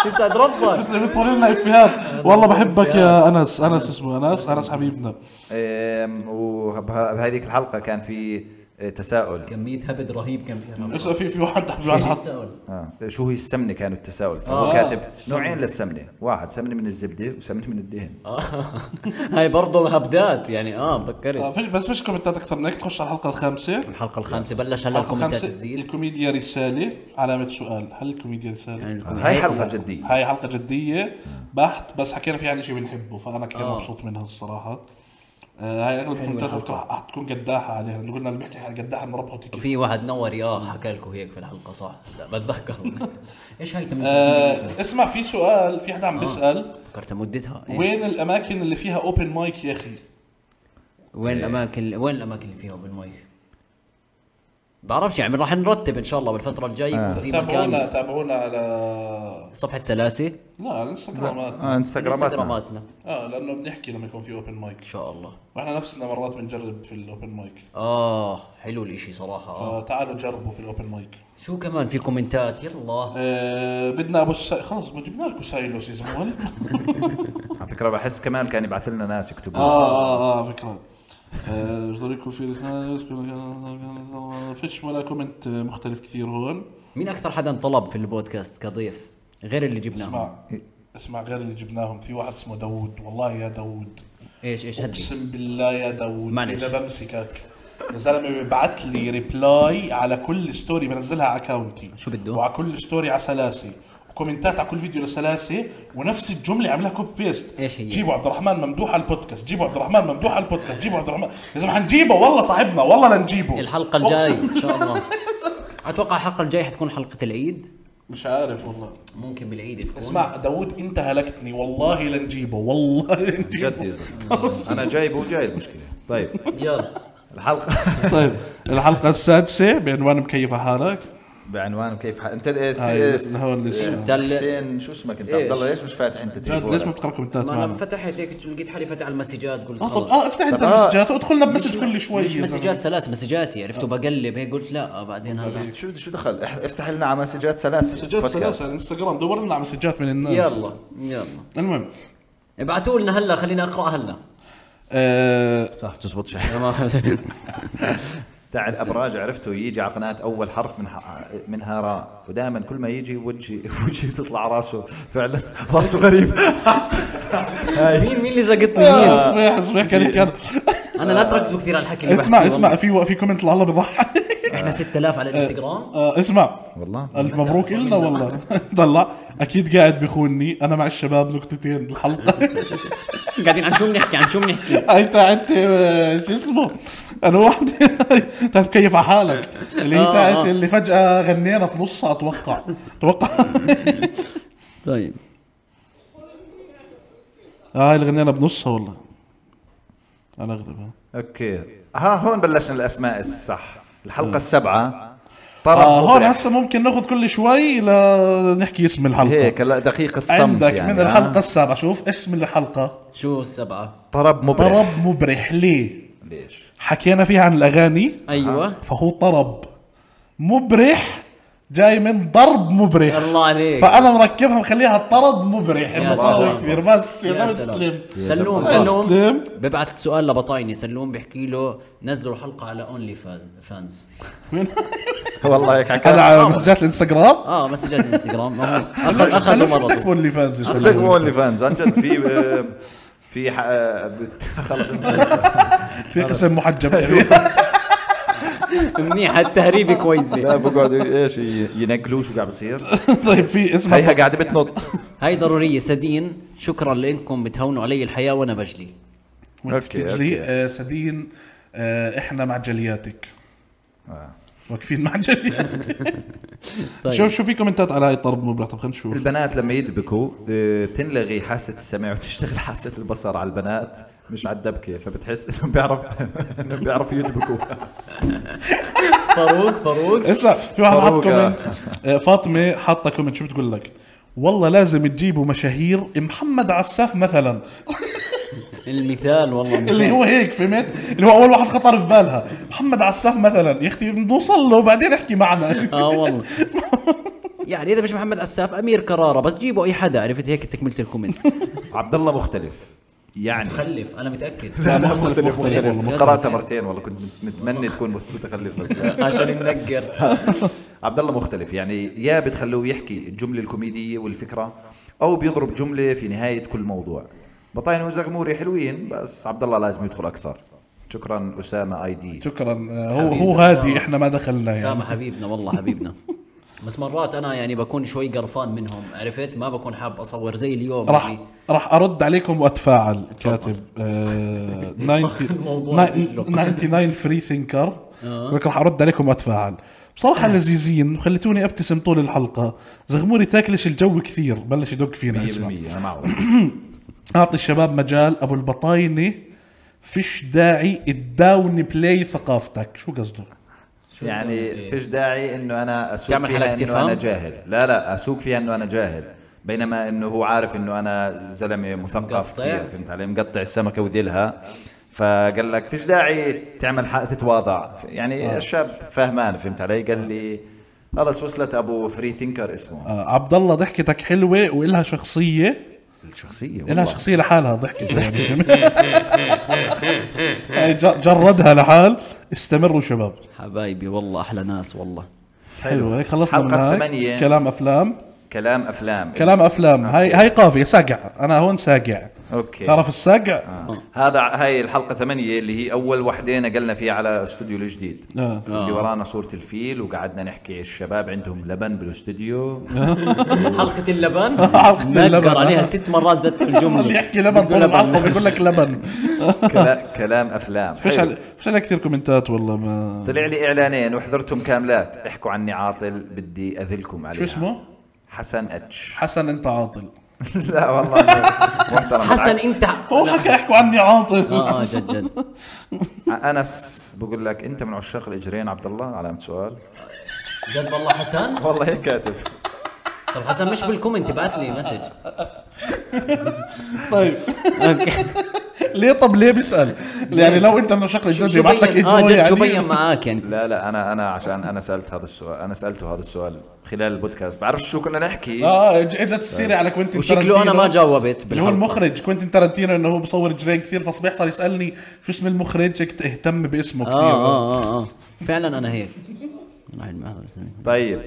[SPEAKER 5] يسعد ربك
[SPEAKER 3] بتقول لنا افيهات والله بحبك إيه؟ يا انس انس اسمه انس انس حبيبنا
[SPEAKER 1] أم، وبه- بهذيك الحلقه كان في أه، تساؤل
[SPEAKER 4] كميه هبد رهيب كان فيها
[SPEAKER 3] اسمع في في واحد حبيبي عن حط
[SPEAKER 4] تسأل
[SPEAKER 1] آه. شو هي السمنه كانوا التساؤل فهو
[SPEAKER 3] آه.
[SPEAKER 1] كاتب نوعين للسمنه واحد سمنه من الزبده وسمنه من الدهن
[SPEAKER 5] آه. هاي برضه هبدات يعني اه
[SPEAKER 3] آه،
[SPEAKER 5] فكرت
[SPEAKER 3] فيش بس فيش كومنتات اكثر من هيك تخش على الحلقه الخامسه
[SPEAKER 5] الحلقة الخامسة بلش هلا
[SPEAKER 3] الحلقه
[SPEAKER 5] الكومنتات
[SPEAKER 3] الخامسه
[SPEAKER 5] تزيد
[SPEAKER 3] الكوميديا رساله علامه سؤال هل الكوميديا
[SPEAKER 5] يعني
[SPEAKER 3] رساله؟
[SPEAKER 1] هاي حلقه جديه
[SPEAKER 3] هاي حلقه جديه بحت بس حكينا فيها عن شيء بنحبه فانا كثير
[SPEAKER 4] آه.
[SPEAKER 3] مبسوط منها الصراحه آه، هاي اغلب الكومنتات بكره حتكون قداحه عليها لأنه قلنا اللي بيحكي عن قداحه بنربحه تيكي
[SPEAKER 4] في واحد نوري اه حكى لكم هيك في الحلقه صح لا بتذكر ايش هاي
[SPEAKER 3] آه،
[SPEAKER 4] 38
[SPEAKER 3] اسمع في سؤال في حدا عم بيسال
[SPEAKER 5] فكرتها مدتها آه. إيه.
[SPEAKER 3] وين الاماكن اللي فيها اوبن مايك يا اخي؟
[SPEAKER 5] وين
[SPEAKER 3] إيه.
[SPEAKER 5] الاماكن وين الاماكن اللي فيها بالمايك؟ بعرفش يعني راح نرتب ان شاء الله بالفترة الجاية
[SPEAKER 3] آه.
[SPEAKER 5] يكون في
[SPEAKER 3] تابعونا
[SPEAKER 5] مكان
[SPEAKER 3] تابعونا على
[SPEAKER 5] صفحة سلاسة
[SPEAKER 3] لا على الانستغرامات
[SPEAKER 1] آه انستغراماتنا
[SPEAKER 5] انستغراماتنا ان
[SPEAKER 3] اه لانه بنحكي لما يكون في اوبن مايك
[SPEAKER 5] شاء الله
[SPEAKER 3] واحنا نفسنا مرات بنجرب في الاوبن مايك
[SPEAKER 5] اه حلو الاشي صراحة آه.
[SPEAKER 3] فتعالوا جربوا في الاوبن مايك
[SPEAKER 5] شو كمان في كومنتات يلا
[SPEAKER 3] آه بدنا ابو السا... خلص ما جبنا لكم سايلوس يا زلمه
[SPEAKER 1] على فكره بحس كمان كان يبعث لنا ناس
[SPEAKER 3] اه
[SPEAKER 1] يكتبوا
[SPEAKER 3] اه اه فكره آه، بضل يكون في رسالة، كل- فيش ولا كومنت مختلف كثير هون
[SPEAKER 5] مين اكثر حدا انطلب في البودكاست كضيف غير اللي جبناه
[SPEAKER 3] اسمع اسمع غير اللي جبناهم في واحد اسمه داوود والله يا داوود
[SPEAKER 5] ايش ايش هدي
[SPEAKER 3] اقسم بالله يا داوود
[SPEAKER 5] معلش.
[SPEAKER 3] اذا بمسكك يا زلمه بيبعت لي ريبلاي على كل ستوري بنزلها على اكاونتي
[SPEAKER 5] شو بده؟
[SPEAKER 3] وعلى كل ستوري على سلاسي وكومنتات على كل فيديو لسلاسه ونفس الجمله عاملها كوب بيست
[SPEAKER 5] إيش هي؟
[SPEAKER 3] جيبوا عبد الرحمن ممدوح على البودكاست جيبوا عبد الرحمن ممدوح على البودكاست جيبوا عبد الرحمن يا زلمه حنجيبه والله صاحبنا والله لنجيبه
[SPEAKER 5] الحلقة الجاية ان شاء الله اتوقع الحلقة الجاية حتكون حلقة العيد
[SPEAKER 3] مش عارف والله
[SPEAKER 4] ممكن بالعيد تكون
[SPEAKER 3] اسمع داوود انت هلكتني والله لنجيبه والله لنجيبه
[SPEAKER 1] جد يا زلمة. انا جايبه وجاي المشكله طيب
[SPEAKER 4] يلا
[SPEAKER 1] الحلقه
[SPEAKER 3] طيب الحلقه السادسه بعنوان مكيفه حالك
[SPEAKER 1] بعنوان كيف ح... انت الاس
[SPEAKER 3] هاي،
[SPEAKER 1] اس
[SPEAKER 3] هون لسه.
[SPEAKER 1] انت ال- حسين شو اسمك انت عبد الله ليش مش فاتح انت
[SPEAKER 3] جد ليش ما
[SPEAKER 1] تليفونك
[SPEAKER 3] بتقرا كومنتات
[SPEAKER 5] ما
[SPEAKER 3] معنا
[SPEAKER 5] انا فتحت هيك لقيت حالي فاتح على المسجات قلت
[SPEAKER 3] اه طب
[SPEAKER 5] خلص
[SPEAKER 3] اه افتح انت
[SPEAKER 1] طب آه.
[SPEAKER 3] المسجات وادخل لنا بمسج كل شوي
[SPEAKER 5] مش
[SPEAKER 3] يا زلمة.
[SPEAKER 5] مسجات سلاس مسجاتي عرفت
[SPEAKER 3] آه.
[SPEAKER 5] وبقلب هيك قلت لا آه، بعدين هذا
[SPEAKER 1] شو شو دخل اح- افتح لنا على مسجات سلاسل
[SPEAKER 3] مسجات
[SPEAKER 1] بودكاست.
[SPEAKER 3] سلاسل انستغرام دور لنا على مسجات من الناس
[SPEAKER 5] يلا يلا
[SPEAKER 3] المهم
[SPEAKER 5] ابعتوا لنا هلا خلينا اقرا هلا
[SPEAKER 3] آه
[SPEAKER 1] صح بتزبط شيء تاع الابراج عرفته يجي على قناه اول حرف من ح... منها راء ودائما كل ما يجي وجهي وجهي بتطلع راسه فعلا راسه غريب
[SPEAKER 5] مين مين اللي زقطني مين؟
[SPEAKER 3] آه، صبيح صبيح كان كان
[SPEAKER 5] انا لا تركزوا كثير على الحكي اللي
[SPEAKER 3] اسمع
[SPEAKER 5] بحكيه
[SPEAKER 3] اسمع في في كومنت لله بضحك
[SPEAKER 5] والله. احنا 6000 على الانستغرام
[SPEAKER 3] آه اسمع
[SPEAKER 1] والله
[SPEAKER 3] الف مبروك لنا والله طلع اكيد قاعد بيخونني انا مع الشباب نكتتين الحلقه
[SPEAKER 5] قاعدين عن شو بنحكي عن شو بنحكي
[SPEAKER 3] هاي تاعت آه، شو اسمه انا واحد طيب كيف على حالك اللي هي
[SPEAKER 5] آه،
[SPEAKER 3] تاعت
[SPEAKER 5] آه.
[SPEAKER 3] اللي فجاه غنينا في نصها اتوقع اتوقع
[SPEAKER 5] طيب
[SPEAKER 3] اه اللي غنينا بنصها والله يعني. انا اغلبها
[SPEAKER 1] اوكي ها هون بلشنا الاسماء الصح الحلقه السبعه طرب
[SPEAKER 3] آه هون
[SPEAKER 1] مبرح.
[SPEAKER 3] هسه ممكن ناخذ كل شوي لنحكي اسم الحلقه
[SPEAKER 1] هيك هلا دقيقه صمت
[SPEAKER 3] عندك
[SPEAKER 1] يعني
[SPEAKER 3] من
[SPEAKER 1] آه.
[SPEAKER 3] الحلقه السابعه شوف اسم الحلقه
[SPEAKER 4] شو السبعه
[SPEAKER 1] طرب مبرح
[SPEAKER 3] طرب مبرح ليه
[SPEAKER 1] ليش
[SPEAKER 3] حكينا فيها عن الاغاني
[SPEAKER 5] ايوه
[SPEAKER 3] فهو طرب مبرح جاي من ضرب مبرح
[SPEAKER 5] الله عليك.
[SPEAKER 3] فانا مركبها مخليها الطرب مبرح انه
[SPEAKER 5] سلام.
[SPEAKER 3] صار كثير بس يا زلمه
[SPEAKER 4] سلام.
[SPEAKER 3] تسلم
[SPEAKER 4] سلوم
[SPEAKER 3] سلام.
[SPEAKER 4] سلوم
[SPEAKER 3] سلام.
[SPEAKER 4] ببعث سؤال لبطايني سلوم بيحكي له نزلوا الحلقه على اونلي فانز
[SPEAKER 1] والله هيك
[SPEAKER 3] هذا
[SPEAKER 1] حكى
[SPEAKER 3] على مسجات الانستغرام
[SPEAKER 4] اه مسجات الانستغرام اخذ
[SPEAKER 3] سلم
[SPEAKER 4] اخذوا
[SPEAKER 3] شو
[SPEAKER 4] مرض
[SPEAKER 3] بدك فول فانز
[SPEAKER 1] صدق
[SPEAKER 3] يسلم
[SPEAKER 1] اونلي فانز عن جد في آه، في ح- آه، بت- خلص انسى
[SPEAKER 3] في قسم محجب
[SPEAKER 5] منيح التهريبه كويسه
[SPEAKER 1] لا بقعدوا ايش ي- ينقلوا شو قاعد بصير
[SPEAKER 3] طيب في اسمه
[SPEAKER 1] هيها قاعده بتنط
[SPEAKER 4] هاي ضروريه سدين شكرا لانكم بتهونوا علي الحياه وانا بجلي
[SPEAKER 3] وانت
[SPEAKER 1] أوكي،
[SPEAKER 3] بتجري آه، سدين آه، احنا مع جلياتك
[SPEAKER 1] آه.
[SPEAKER 3] واقفين مع جلياتك
[SPEAKER 5] طيب.
[SPEAKER 3] شوف شو في كومنتات على هاي الطرب مبرح طب خلينا نشوف
[SPEAKER 1] البنات لما يدبكوا آه، بتنلغي حاسه السمع وتشتغل حاسه البصر على البنات مش على الدبكه فبتحس انهم بيعرف انهم بيعرفوا يدبكوا
[SPEAKER 4] فاروق فاروق
[SPEAKER 3] اسمع في واحد حط
[SPEAKER 1] فاروق، آه.
[SPEAKER 3] كومنت آه، فاطمه حاطه كومنت شو بتقول لك والله لازم تجيبوا مشاهير محمد عساف مثلا
[SPEAKER 4] المثال والله
[SPEAKER 3] اللي هو هيك فهمت اللي هو اول واحد خطر في بالها محمد عساف مثلا يا اختي بنوصل له بعدين احكي معنا
[SPEAKER 4] اه والله يعني اذا مش محمد عساف امير كراره بس جيبوا اي حدا عرفت هيك تكمله الكومنت
[SPEAKER 1] عبد الله مختلف يعني
[SPEAKER 4] خلف انا متاكد
[SPEAKER 1] لا مختلف
[SPEAKER 3] مختلف
[SPEAKER 1] مختلف
[SPEAKER 3] والله.
[SPEAKER 1] قراتها مرتين والله كنت متمنى تكون متخلف بس لا.
[SPEAKER 4] عشان ننقر
[SPEAKER 3] آه،
[SPEAKER 1] عبد الله مختلف يعني يا بتخلوه يحكي الجمله الكوميديه والفكره او بيضرب جمله في نهايه كل موضوع بطاين وزغموري حلوين بس عبد الله لازم يدخل اكثر شكرا اسامه اي دي
[SPEAKER 3] شكرا آه، هو هو هادي احنا ما دخلنا يعني
[SPEAKER 4] سامة حبيبنا والله حبيبنا بس مرات انا يعني بكون شوي قرفان منهم عرفت ما بكون حاب اصور زي اليوم
[SPEAKER 3] راح
[SPEAKER 4] يعني
[SPEAKER 3] راح ارد عليكم واتفاعل كاتب آه، 90 99 فري ثينكر لك راح ارد عليكم واتفاعل بصراحة لذيذين وخلتوني ابتسم طول الحلقة زغموري تاكلش الجو كثير بلش يدق فينا
[SPEAKER 1] 100%
[SPEAKER 3] اسمع
[SPEAKER 1] انا معه
[SPEAKER 3] اعطي الشباب مجال ابو البطاينة فيش داعي تداون بلاي ثقافتك شو قصدك؟
[SPEAKER 1] يعني فيش داعي انه انا اسوق
[SPEAKER 4] تعمل
[SPEAKER 1] فيها
[SPEAKER 4] حلقة
[SPEAKER 1] انه
[SPEAKER 4] تفهم؟
[SPEAKER 1] انا جاهل لا لا اسوق فيها انه انا جاهل بينما انه هو عارف انه انا زلمه مثقف
[SPEAKER 4] مقطع.
[SPEAKER 1] كثير فهمت علي مقطع السمكه وذيلها فقال لك فيش داعي تعمل حق تتواضع
[SPEAKER 4] آه.
[SPEAKER 1] يعني الشاب فهمان فهمت علي قال لي خلص وصلت ابو فري ثينكر اسمه
[SPEAKER 3] آه، عبد الله ضحكتك حلوة والها شخصية
[SPEAKER 1] الشخصيه
[SPEAKER 3] لها
[SPEAKER 1] والله
[SPEAKER 3] شخصيه لحالها ضحكت يعني. هاي ج- جردها لحال استمروا شباب
[SPEAKER 4] حبايبي والله احلى ناس والله
[SPEAKER 3] حلو هيك خلصنا من
[SPEAKER 1] حلقة
[SPEAKER 3] هاي.
[SPEAKER 1] ثمانية.
[SPEAKER 3] كلام افلام
[SPEAKER 1] كلام افلام
[SPEAKER 3] كلام افلام هاي هاي قافيه ساقع انا هون ساقع
[SPEAKER 1] أوكي.
[SPEAKER 3] تعرف الساقع
[SPEAKER 1] آه. هذا هاي الحلقة ثمانية اللي هي أول وحدة نقلنا فيها على استوديو الجديد
[SPEAKER 3] آه.
[SPEAKER 1] اللي ورانا صورة الفيل وقعدنا نحكي الشباب عندهم لبن بالاستوديو
[SPEAKER 3] آه.
[SPEAKER 4] حلقه اللبن
[SPEAKER 3] حلقة اللبن.
[SPEAKER 4] نقر عليها ست مرات زدت
[SPEAKER 3] اللي
[SPEAKER 4] الجمله
[SPEAKER 3] يحكي لبن طول الحلقه بيقول لك لبن
[SPEAKER 1] كلا كلام أفلام
[SPEAKER 3] فيش
[SPEAKER 1] حلو.
[SPEAKER 3] علي فيش علي كثير كومنتات والله ما
[SPEAKER 1] طلع لي إعلانين وحضرتهم كاملات احكوا عني عاطل بدي أذلكم عليها
[SPEAKER 3] شو اسمه؟
[SPEAKER 1] حسن أتش
[SPEAKER 3] حسن انت عاطل
[SPEAKER 1] لا والله محترم
[SPEAKER 4] حسن
[SPEAKER 1] بالعكس.
[SPEAKER 4] انت
[SPEAKER 3] هو حكى احكوا عني عاطل
[SPEAKER 4] اه آه، جد جد
[SPEAKER 1] أنس بقول لك أنت من عشاق الإجرين عبد الله علامة سؤال
[SPEAKER 4] جد والله حسن
[SPEAKER 1] والله هيك كاتب
[SPEAKER 4] طب حسن مش بالكومنت بعت لي مسج
[SPEAKER 3] طيب ليه طب ليه بيسال؟ يعني لو انت من شكل
[SPEAKER 4] شو
[SPEAKER 3] الجد
[SPEAKER 4] شو
[SPEAKER 3] يبعث لك
[SPEAKER 4] بين اه
[SPEAKER 3] إجابة
[SPEAKER 4] جد شو
[SPEAKER 3] يعني.
[SPEAKER 4] بين معاك يعني
[SPEAKER 1] لا لا أنا أنا عشان أنا سألت هذا السؤال أنا سألته هذا السؤال خلال البودكاست بعرفش شو كنا نحكي
[SPEAKER 3] اه اج- اجت السيره على كوينتين
[SPEAKER 4] وشكله انا ما جاوبت
[SPEAKER 3] اللي هو
[SPEAKER 4] بالحلقه
[SPEAKER 3] المخرج كوينتين تارنتينو انه هو بصور جرين كثير فصبيح صار يسالني شو اسم المخرج هيك اهتم
[SPEAKER 1] آه،
[SPEAKER 3] باسمه كثير
[SPEAKER 4] اه اه اه اه فعلا انا هيك مع المعذرة.
[SPEAKER 1] طيب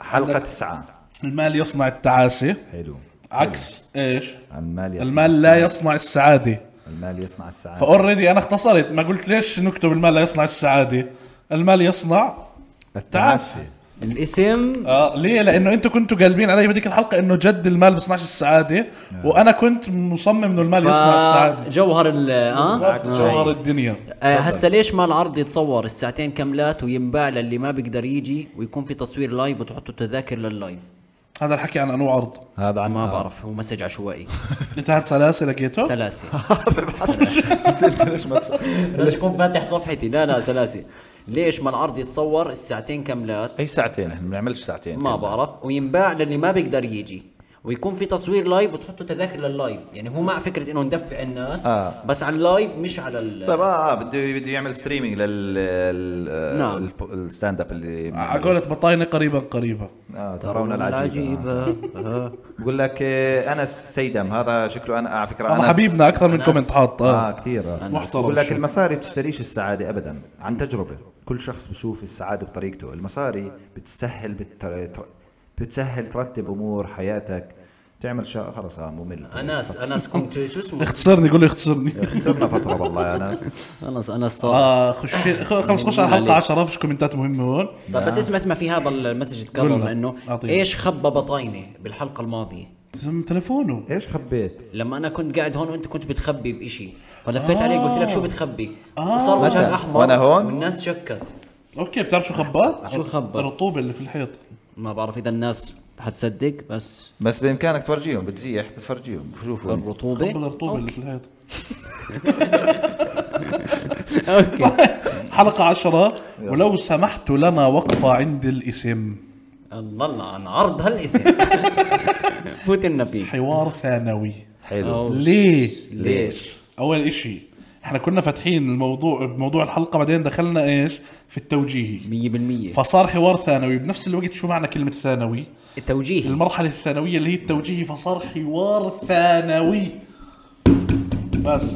[SPEAKER 1] حلقة تسعة
[SPEAKER 3] المال يصنع التعاسه
[SPEAKER 1] حلو
[SPEAKER 3] عكس ايش؟
[SPEAKER 1] المال يصنع
[SPEAKER 3] المال لا
[SPEAKER 1] السعادة.
[SPEAKER 3] يصنع السعاده
[SPEAKER 1] المال يصنع السعادة
[SPEAKER 3] فاوريدي انا اختصرت ما قلت ليش نكتب المال لا يصنع السعاده المال يصنع التعاسه
[SPEAKER 5] الاسم
[SPEAKER 3] اه ليه؟ لانه انتوا كنتوا قالبين علي بهذيك الحلقه انه جد المال بيصنعش السعاده
[SPEAKER 1] آه.
[SPEAKER 3] وانا كنت مصمم انه المال يصنع السعاده
[SPEAKER 5] جوهر ال
[SPEAKER 4] آه؟
[SPEAKER 5] اه
[SPEAKER 3] صور الدنيا
[SPEAKER 5] آه، هسا ليش ما العرض يتصور الساعتين كاملات وينباع للي ما بيقدر يجي ويكون في تصوير لايف وتحطوا تذاكر لللايف
[SPEAKER 3] هذا الحكي عن انواع عرض
[SPEAKER 1] هذا عن
[SPEAKER 5] ما بعرف هو مسج عشوائي
[SPEAKER 3] انت هاد سلاسل لقيته؟
[SPEAKER 5] سلاسي
[SPEAKER 1] ليش ما تس-
[SPEAKER 5] ليش اكون فاتح صفحتي لا لا سلاسي ليش ما العرض يتصور الساعتين كاملات
[SPEAKER 1] اي ساعتين احنا ما بنعملش ساعتين
[SPEAKER 5] ما بعرف وينباع للي ما بيقدر يجي ويكون في تصوير لايف وتحطوا تذاكر لللايف يعني هو مع فكره انه ندفع الناس
[SPEAKER 1] آه.
[SPEAKER 5] آه. بس على اللايف مش على ال...
[SPEAKER 1] طيب اه آه، بده بده يعمل ستريمينج لل ال-
[SPEAKER 5] نعم.
[SPEAKER 1] الب- الستاند اب اللي
[SPEAKER 3] على قولة بطاينه قريبا قريبا
[SPEAKER 1] اه ترون العجيبه بقول لك آه، انس سيدم هذا شكله انا على فكره
[SPEAKER 3] هذا
[SPEAKER 1] انس
[SPEAKER 3] حبيبنا اكثر من
[SPEAKER 5] أنس.
[SPEAKER 3] كومنت حاط
[SPEAKER 1] اه
[SPEAKER 3] آه.
[SPEAKER 1] كثير آه.
[SPEAKER 3] محترم.
[SPEAKER 1] بقول لك المصاري بتشتريش السعاده ابدا عن تجربه كل شخص بشوف السعاده بطريقته المصاري بتسهل بتر... تر- بتسهل ترتب امور حياتك تعمل شيء خلص آه، ممل
[SPEAKER 5] انس انس كنت شو اسمه
[SPEAKER 3] اختصرني قول لي اختصرني
[SPEAKER 1] خسرنا فتره والله يا ناس
[SPEAKER 5] انس انس صار
[SPEAKER 3] اه خش خ- خلص خش على الحلقه 10 فيش كومنتات مهمه هون
[SPEAKER 5] طيب بس اسمع اسمع في هذا المسج تكرر
[SPEAKER 3] قلنا.
[SPEAKER 5] لانه
[SPEAKER 3] أعطيني.
[SPEAKER 5] ايش خبى بطاينه بالحلقه الماضيه
[SPEAKER 3] من تلفونه
[SPEAKER 1] ايش خبيت؟
[SPEAKER 5] لما انا كنت قاعد هون وانت كنت بتخبي بإشي فلفيت
[SPEAKER 3] آه.
[SPEAKER 5] عليك قلت لك شو بتخبي
[SPEAKER 3] آه.
[SPEAKER 5] وصار وجهك
[SPEAKER 1] متى؟
[SPEAKER 5] احمر
[SPEAKER 1] وأنا هون؟
[SPEAKER 5] والناس شكت
[SPEAKER 3] اوكي بتعرف شو خباه؟
[SPEAKER 5] شو خبى؟
[SPEAKER 3] الرطوبه اللي في الحيط
[SPEAKER 5] ما بعرف اذا الناس حتصدق بس
[SPEAKER 1] بس بامكانك تورجيهم بتزيح بتفرجيهم شوفوا
[SPEAKER 3] خبى
[SPEAKER 5] الرطوبه
[SPEAKER 3] الرطوبه اللي في الحيط
[SPEAKER 5] اوكي
[SPEAKER 3] حلقه 10 ولو سمحت لنا وقفه عند الاسم
[SPEAKER 5] الله الله عن عرض هالاسم فوت لنا فيه
[SPEAKER 3] حوار ثانوي
[SPEAKER 1] حلو
[SPEAKER 3] ليه؟
[SPEAKER 1] ليش؟
[SPEAKER 3] اول اشي احنا كنا فاتحين الموضوع بموضوع الحلقه بعدين دخلنا ايش؟ في التوجيهي
[SPEAKER 5] 100%
[SPEAKER 3] فصار حوار ثانوي بنفس الوقت شو معنى كلمه ثانوي؟
[SPEAKER 5] التوجيه
[SPEAKER 3] المرحله الثانويه اللي هي التوجيهي فصار حوار ثانوي بس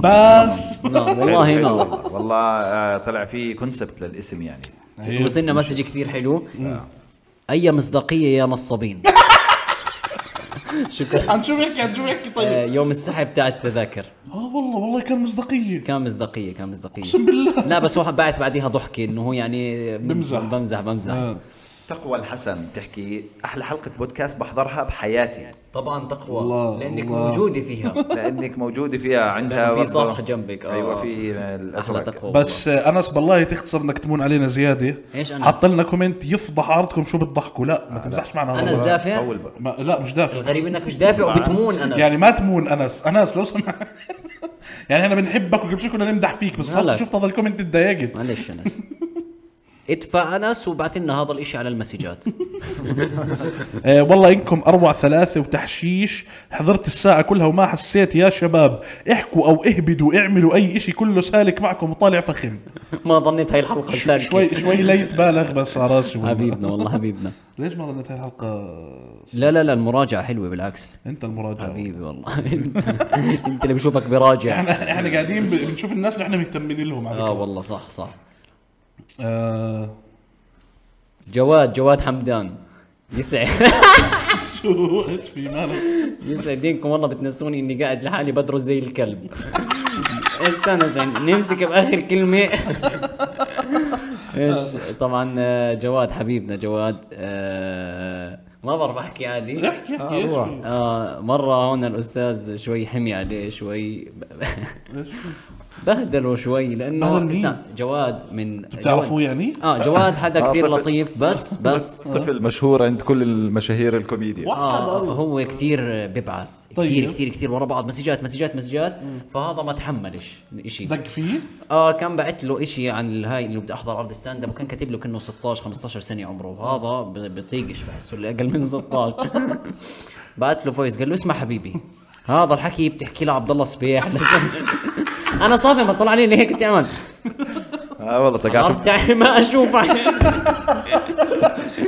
[SPEAKER 3] بس
[SPEAKER 5] نعم والله
[SPEAKER 1] حلو
[SPEAKER 5] نعم
[SPEAKER 1] والله. والله آه، طلع في كونسبت للاسم يعني
[SPEAKER 5] وصلنا مسج كثير حلو اي مصداقيه يا نصابين شكرا
[SPEAKER 3] عن شو بيحكي عن شو بيحكي طيب؟
[SPEAKER 5] آه، يوم السحب تاع التذاكر
[SPEAKER 3] اه والله والله كان مصداقيه
[SPEAKER 5] كان مصداقيه كان مصداقيه
[SPEAKER 3] اقسم بالله
[SPEAKER 5] لا بس هو بعت بعديها ضحكه انه هو يعني
[SPEAKER 3] بمزح. آه.
[SPEAKER 5] بمزح بمزح
[SPEAKER 1] تقوى الحسن بتحكي احلى حلقه بودكاست بحضرها بحياتي
[SPEAKER 5] طبعا تقوى
[SPEAKER 3] الله،
[SPEAKER 5] لانك
[SPEAKER 3] الله.
[SPEAKER 5] موجوده فيها
[SPEAKER 1] لانك موجوده فيها عندها
[SPEAKER 5] في
[SPEAKER 1] برضه-
[SPEAKER 5] صاح جنبك آه.
[SPEAKER 1] ايوه في
[SPEAKER 5] احلى
[SPEAKER 1] الازرق
[SPEAKER 5] تقوى والله.
[SPEAKER 3] بس آه، انس بالله تختصر انك تمون علينا زياده
[SPEAKER 5] إيش أنس؟
[SPEAKER 3] حط لنا كومنت يفضح عرضكم شو بتضحكوا لا ما تمزحش معنا
[SPEAKER 5] انس
[SPEAKER 3] والله.
[SPEAKER 5] دافع
[SPEAKER 1] طول بقى
[SPEAKER 3] ما لا مش دافع
[SPEAKER 5] الغريب انك مش دافع وبتمون انس
[SPEAKER 3] يعني ما تمون انس انس لو سمحت يعني احنا بنحبك وقبل شوي كنا نمدح فيك بس هسه
[SPEAKER 5] مالك؟
[SPEAKER 3] شفت هذا الكومنت تضايقت
[SPEAKER 5] معلش انس ادفع انس وبعث لنا هذا الاشي على المسجات
[SPEAKER 3] آه والله انكم اروع ثلاثه وتحشيش حضرت الساعه كلها وما حسيت يا شباب احكوا او اهبدوا اعملوا اي اشي كله سالك معكم وطالع فخم
[SPEAKER 5] ما ظنيت هاي الحلقه سالكه
[SPEAKER 3] شوي شوي ليث بالغ بس على راسي والله.
[SPEAKER 5] حبيبنا والله حبيبنا
[SPEAKER 3] ليش ما ظنيت هاي الحلقه
[SPEAKER 5] لا لا لا المراجعه حلوه بالعكس
[SPEAKER 3] انت المراجعه
[SPEAKER 5] حبيبي والله انت اللي بشوفك براجع
[SPEAKER 3] احنا احنا قاعدين ب- بنشوف الناس اللي احنا مهتمين لهم على
[SPEAKER 5] اه
[SPEAKER 3] فكره
[SPEAKER 5] والله صح صح
[SPEAKER 3] آه
[SPEAKER 5] جواد جواد حمدان يسعد
[SPEAKER 3] شو ايش في مالك
[SPEAKER 5] يسعد دينكم والله بتنسوني اني قاعد لحالي بدرس زي الكلب استنى عشان نمسك باخر كلمه ايش طبعا آه، جواد حبيبنا جواد آه، ما بعرف احكي عادي
[SPEAKER 3] احكي احكي إيش في؟
[SPEAKER 5] آه مرة هون الأستاذ شوي حمي عليه شوي بهدله شوي
[SPEAKER 3] هذا
[SPEAKER 5] لأنه
[SPEAKER 3] مين؟
[SPEAKER 5] اسمع، جواد من
[SPEAKER 3] بتعرفوه
[SPEAKER 5] جواد-
[SPEAKER 3] يعني؟
[SPEAKER 5] اه جواد حدا
[SPEAKER 1] آه،
[SPEAKER 5] كثير
[SPEAKER 1] طفل.
[SPEAKER 5] لطيف بس بس
[SPEAKER 1] طفل مشهور عند كل المشاهير الكوميديا
[SPEAKER 5] اه هو كثير ببعث
[SPEAKER 3] آه، طيب.
[SPEAKER 5] كثير كثير كثير ورا بعض مسجات مسجات مسجات فهذا ما تحملش شيء
[SPEAKER 3] دق فيه
[SPEAKER 5] اه كان بعت له شيء عن الهاي انه بدي احضر عرض ستاند اب وكان كاتب له كانه 16 15 سنه عمره وهذا ب- بطيقش بحسه اللي اقل من 16 بعت له فويس قال له اسمع حبيبي هذا الحكي بتحكي له عبد الله صبيح انا صافي ما طلع علي ليه هيك تعمل
[SPEAKER 1] اه والله
[SPEAKER 5] عرفت
[SPEAKER 1] تقعت
[SPEAKER 5] يعني ما اشوفك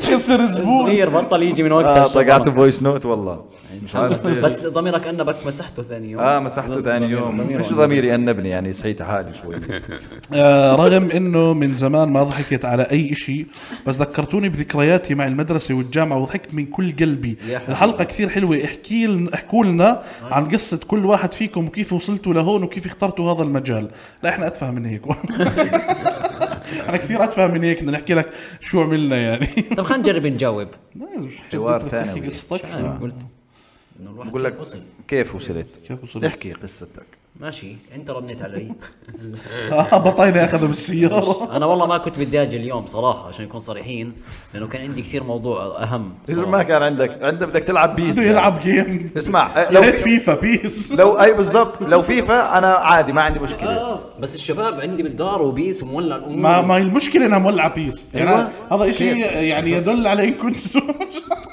[SPEAKER 3] خسر زبون
[SPEAKER 5] صغير بطل يجي من
[SPEAKER 1] اه
[SPEAKER 5] وقتها
[SPEAKER 1] طقعت فويس نوت والله مش عارف ليه.
[SPEAKER 5] بس ضميرك انبك مسحته ثاني يوم
[SPEAKER 1] اه مسحته ثاني يوم
[SPEAKER 5] ضميره
[SPEAKER 1] مش ضميري انبني يعني صحيت حالي شوي
[SPEAKER 3] آه، رغم انه من زمان ما ضحكت على اي شيء بس ذكرتوني بذكرياتي مع المدرسه والجامعه وضحكت من كل قلبي الحلقه كثير حلوه احكي لنا احكوا لنا عن قصه كل واحد فيكم وكيف وصلتوا لهون وكيف اخترتوا هذا المجال لا احنا اتفهم من هيك انا كثير اتفه من هيك بدنا نحكي لك شو عملنا يعني
[SPEAKER 6] طب خلينا نجرب نجاوب
[SPEAKER 1] حوار
[SPEAKER 3] تحكي
[SPEAKER 1] ثانوي.
[SPEAKER 3] قصتك
[SPEAKER 6] قلت
[SPEAKER 5] انه الواحد
[SPEAKER 1] بقول لك
[SPEAKER 5] فصل
[SPEAKER 1] كيف وصلت؟
[SPEAKER 3] كيف وصلت؟
[SPEAKER 1] احكي قصتك
[SPEAKER 5] ماشي انت رنيت علي
[SPEAKER 3] آه، بطينه اخذها بالسياره
[SPEAKER 5] انا والله ما كنت بدي اجي اليوم صراحه عشان نكون صريحين لانه كان عندي كثير موضوع اهم
[SPEAKER 1] اذا ما كان عندك عندك بدك تلعب بيس
[SPEAKER 3] بده
[SPEAKER 1] يعني.
[SPEAKER 3] يلعب جيم
[SPEAKER 1] اسمع آه،
[SPEAKER 3] لو
[SPEAKER 1] لو في
[SPEAKER 3] فيفا بيس
[SPEAKER 1] لو اي بالضبط لو فيفا انا عادي ما عندي
[SPEAKER 5] آه،
[SPEAKER 1] مشكله
[SPEAKER 5] بس الشباب عندي بالدار وبيس ومولع الامور
[SPEAKER 3] ما ما البشكله انها مولعه بيس يعني
[SPEAKER 1] أيوة.
[SPEAKER 3] هذا شيء
[SPEAKER 1] كيف؟
[SPEAKER 3] يعني يدل على ان كنت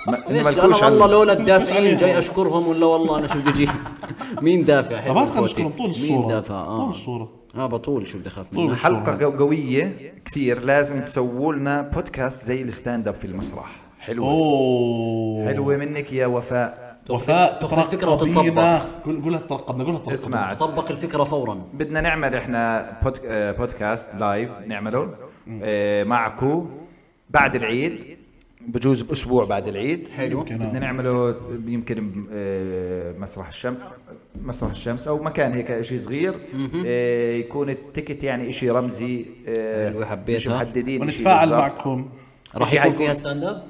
[SPEAKER 1] ما إني
[SPEAKER 5] ليش
[SPEAKER 1] ملكوش
[SPEAKER 5] انا والله
[SPEAKER 1] عندي.
[SPEAKER 5] لولا الدافعين جاي اشكرهم ولا والله انا شو بدي اجيب مين دافع
[SPEAKER 3] طب
[SPEAKER 5] حلو
[SPEAKER 3] هات خلينا
[SPEAKER 5] أخوتي؟
[SPEAKER 3] نشكرهم طول
[SPEAKER 5] مين
[SPEAKER 3] الصوره
[SPEAKER 5] دافع
[SPEAKER 3] طول
[SPEAKER 5] اه
[SPEAKER 3] الصوره
[SPEAKER 5] اه بطول شو بدي اخاف
[SPEAKER 3] طول
[SPEAKER 5] منه
[SPEAKER 1] حلقه قو- قويه كثير لازم تسووا لنا بودكاست زي الستاند اب في المسرح حلوه
[SPEAKER 3] اوه
[SPEAKER 1] حلوه منك يا وفاء
[SPEAKER 3] وفاء
[SPEAKER 5] تأخذ فكرة وتطبق.
[SPEAKER 3] ترقبينا قول قولها ترقبنا قولها ترقبنا
[SPEAKER 1] اسمع
[SPEAKER 5] طبق الفكره فورا
[SPEAKER 1] بدنا نعمل احنا بود... آه، بودكاست لايف نعمله آه، معكو بعد العيد بجوز باسبوع بعد العيد
[SPEAKER 5] حلو
[SPEAKER 1] بدنا نعمله يمكن آه، مسرح الشمس مسرح الشمس او مكان هيك شيء صغير آه، يكون التيكت يعني شيء رمزي آه،
[SPEAKER 5] حلو، حبيتها.
[SPEAKER 1] مش محددين إشي
[SPEAKER 3] ونتفاعل
[SPEAKER 1] بالضبط.
[SPEAKER 3] معكم
[SPEAKER 5] راح
[SPEAKER 1] إشي
[SPEAKER 5] يكون
[SPEAKER 1] حيكون-
[SPEAKER 5] فيها ستاند اب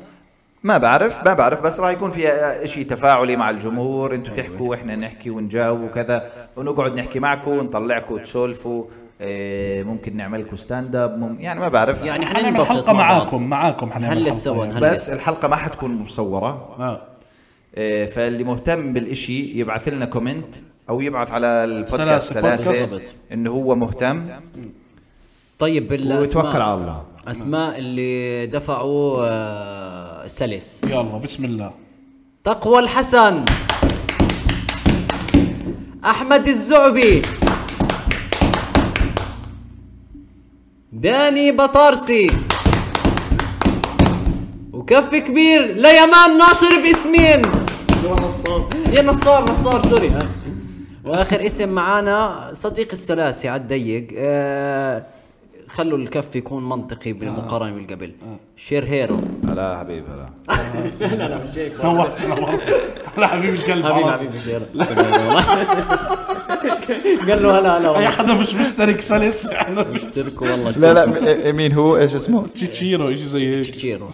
[SPEAKER 1] ما بعرف ما بعرف بس راح يكون في شيء تفاعلي مع الجمهور انتم
[SPEAKER 3] أيوة.
[SPEAKER 1] تحكوا واحنا نحكي ونجاوب وكذا ونقعد نحكي معكم نطلعكم تسولفوا آه، ممكن نعمل لكم ستاند اب مم... يعني ما بعرف
[SPEAKER 5] يعني
[SPEAKER 3] حنعمل
[SPEAKER 5] حننبسط
[SPEAKER 3] حلقه
[SPEAKER 5] مع بعض.
[SPEAKER 3] معاكم معاكم حنعمل
[SPEAKER 5] هنلس
[SPEAKER 3] حلقة
[SPEAKER 5] سوا،
[SPEAKER 3] يعني.
[SPEAKER 5] هنلس.
[SPEAKER 1] بس الحلقه ما حتكون مصوره
[SPEAKER 3] آه.
[SPEAKER 1] آه، فاللي مهتم بالإشي يبعث لنا كومنت او يبعث على البودكاست
[SPEAKER 3] سلاسة،
[SPEAKER 1] سلاسه
[SPEAKER 5] بالضبط.
[SPEAKER 1] انه هو مهتم
[SPEAKER 5] طيب بالاسماء
[SPEAKER 1] ويتوكل على الله
[SPEAKER 5] اسماء اللي دفعوا آه، سلس
[SPEAKER 3] يلا بسم الله
[SPEAKER 5] تقوى الحسن احمد الزعبي داني بطارسي وكف كبير ليمان ناصر باسمين هو نصار يا نصار نصار سوري واخر اسم معانا صديق السلاسي على الضيق آه خلوا الكف يكون منطقي بالمقارنه بالقبل شير هيرو
[SPEAKER 1] هلا حبيبي هلا
[SPEAKER 3] نور نور هلا حبيب القلب
[SPEAKER 5] حبيبي
[SPEAKER 3] خلاص.
[SPEAKER 5] حبيبي شير قال له هلا هلا
[SPEAKER 3] اي
[SPEAKER 5] والله
[SPEAKER 3] حدا مش مشترك سلس احنا في
[SPEAKER 5] تركه والله
[SPEAKER 1] لا إيه، مين هو ايش اسمه
[SPEAKER 3] تشيتشيرو شيء زي هيك
[SPEAKER 5] تشيرو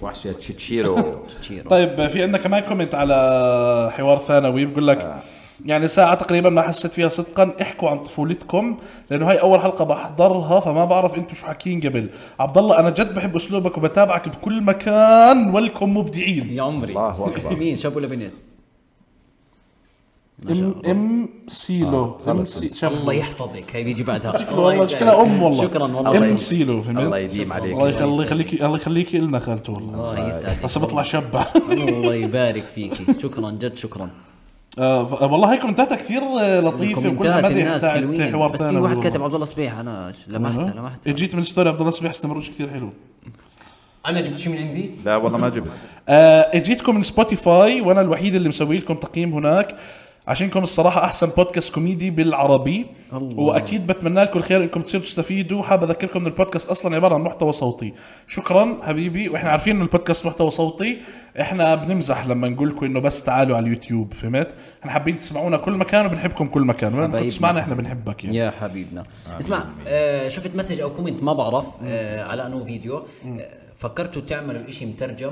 [SPEAKER 1] وحش يا تشيتشيرو
[SPEAKER 5] تشيرو
[SPEAKER 3] طيب في عندنا كمان كومنت على حوار ثانوي بقول
[SPEAKER 1] آه.
[SPEAKER 3] لك يعني ساعة تقريبا ما حسيت فيها صدقا احكوا عن طفولتكم لانه هاي اول حلقة بحضرها فما بعرف انتم شو حاكيين قبل عبد الله انا جد بحب اسلوبك وبتابعك بكل مكان ولكم مبدعين
[SPEAKER 5] يا عمري
[SPEAKER 1] الله اكبر
[SPEAKER 5] مين شاب ولا بنت؟
[SPEAKER 3] ام ام سيلو ام
[SPEAKER 1] آه، خلص.
[SPEAKER 3] سي- شاب.
[SPEAKER 5] الله يحفظك هي بيجي بعدها
[SPEAKER 3] والله شكلها ام والله
[SPEAKER 5] شكرا
[SPEAKER 1] الله
[SPEAKER 5] والله
[SPEAKER 3] ام
[SPEAKER 1] يسعدك.
[SPEAKER 3] سيلو فهمت
[SPEAKER 1] الله يديم
[SPEAKER 3] الله
[SPEAKER 1] عليك
[SPEAKER 3] يخلي- الله يخليك الله يخليك لنا خالته والله
[SPEAKER 5] الله
[SPEAKER 3] بس
[SPEAKER 5] يسعدك
[SPEAKER 3] بطلع شبع
[SPEAKER 5] الله يبارك فيك شكرا جد شكرا
[SPEAKER 3] آه، ف- والله هاي كومنتاتها كثير آه، لطيفه وكلها
[SPEAKER 5] كومنتات
[SPEAKER 3] مدح
[SPEAKER 5] الناس
[SPEAKER 3] بتاعت
[SPEAKER 5] حلوين
[SPEAKER 3] حوار
[SPEAKER 5] بس في
[SPEAKER 3] ثانوي
[SPEAKER 5] واحد
[SPEAKER 3] والله.
[SPEAKER 5] كاتب عبد الله صبيح انا ش- لمحته لمحته
[SPEAKER 3] اجيت من ستوري عبد الله صبيح استمروش كثير حلو
[SPEAKER 5] انا جبت شيء من عندي
[SPEAKER 1] لا والله ما جبت
[SPEAKER 3] آه، اجيتكم من سبوتيفاي وانا الوحيد اللي مسوي لكم تقييم هناك عشانكم الصراحة أحسن بودكاست كوميدي بالعربي الله. وأكيد بتمنى لكم الخير إنكم تصيروا تستفيدوا حاب أذكركم إن البودكاست أصلا عبارة عن محتوى صوتي شكرا حبيبي وإحنا عارفين إن البودكاست محتوى صوتي إحنا بنمزح لما نقول لكم إنه بس تعالوا على اليوتيوب فهمت إحنا حابين تسمعونا كل مكان وبنحبكم كل مكان وين ما كنتوا
[SPEAKER 5] حبايبنا.
[SPEAKER 3] تسمعنا إحنا بنحبك يعني
[SPEAKER 5] يا حبيبنا اسمع آه شفت مسج او كومنت ما بعرف آه على انه فيديو آه فكرتوا تعملوا الاشي مترجم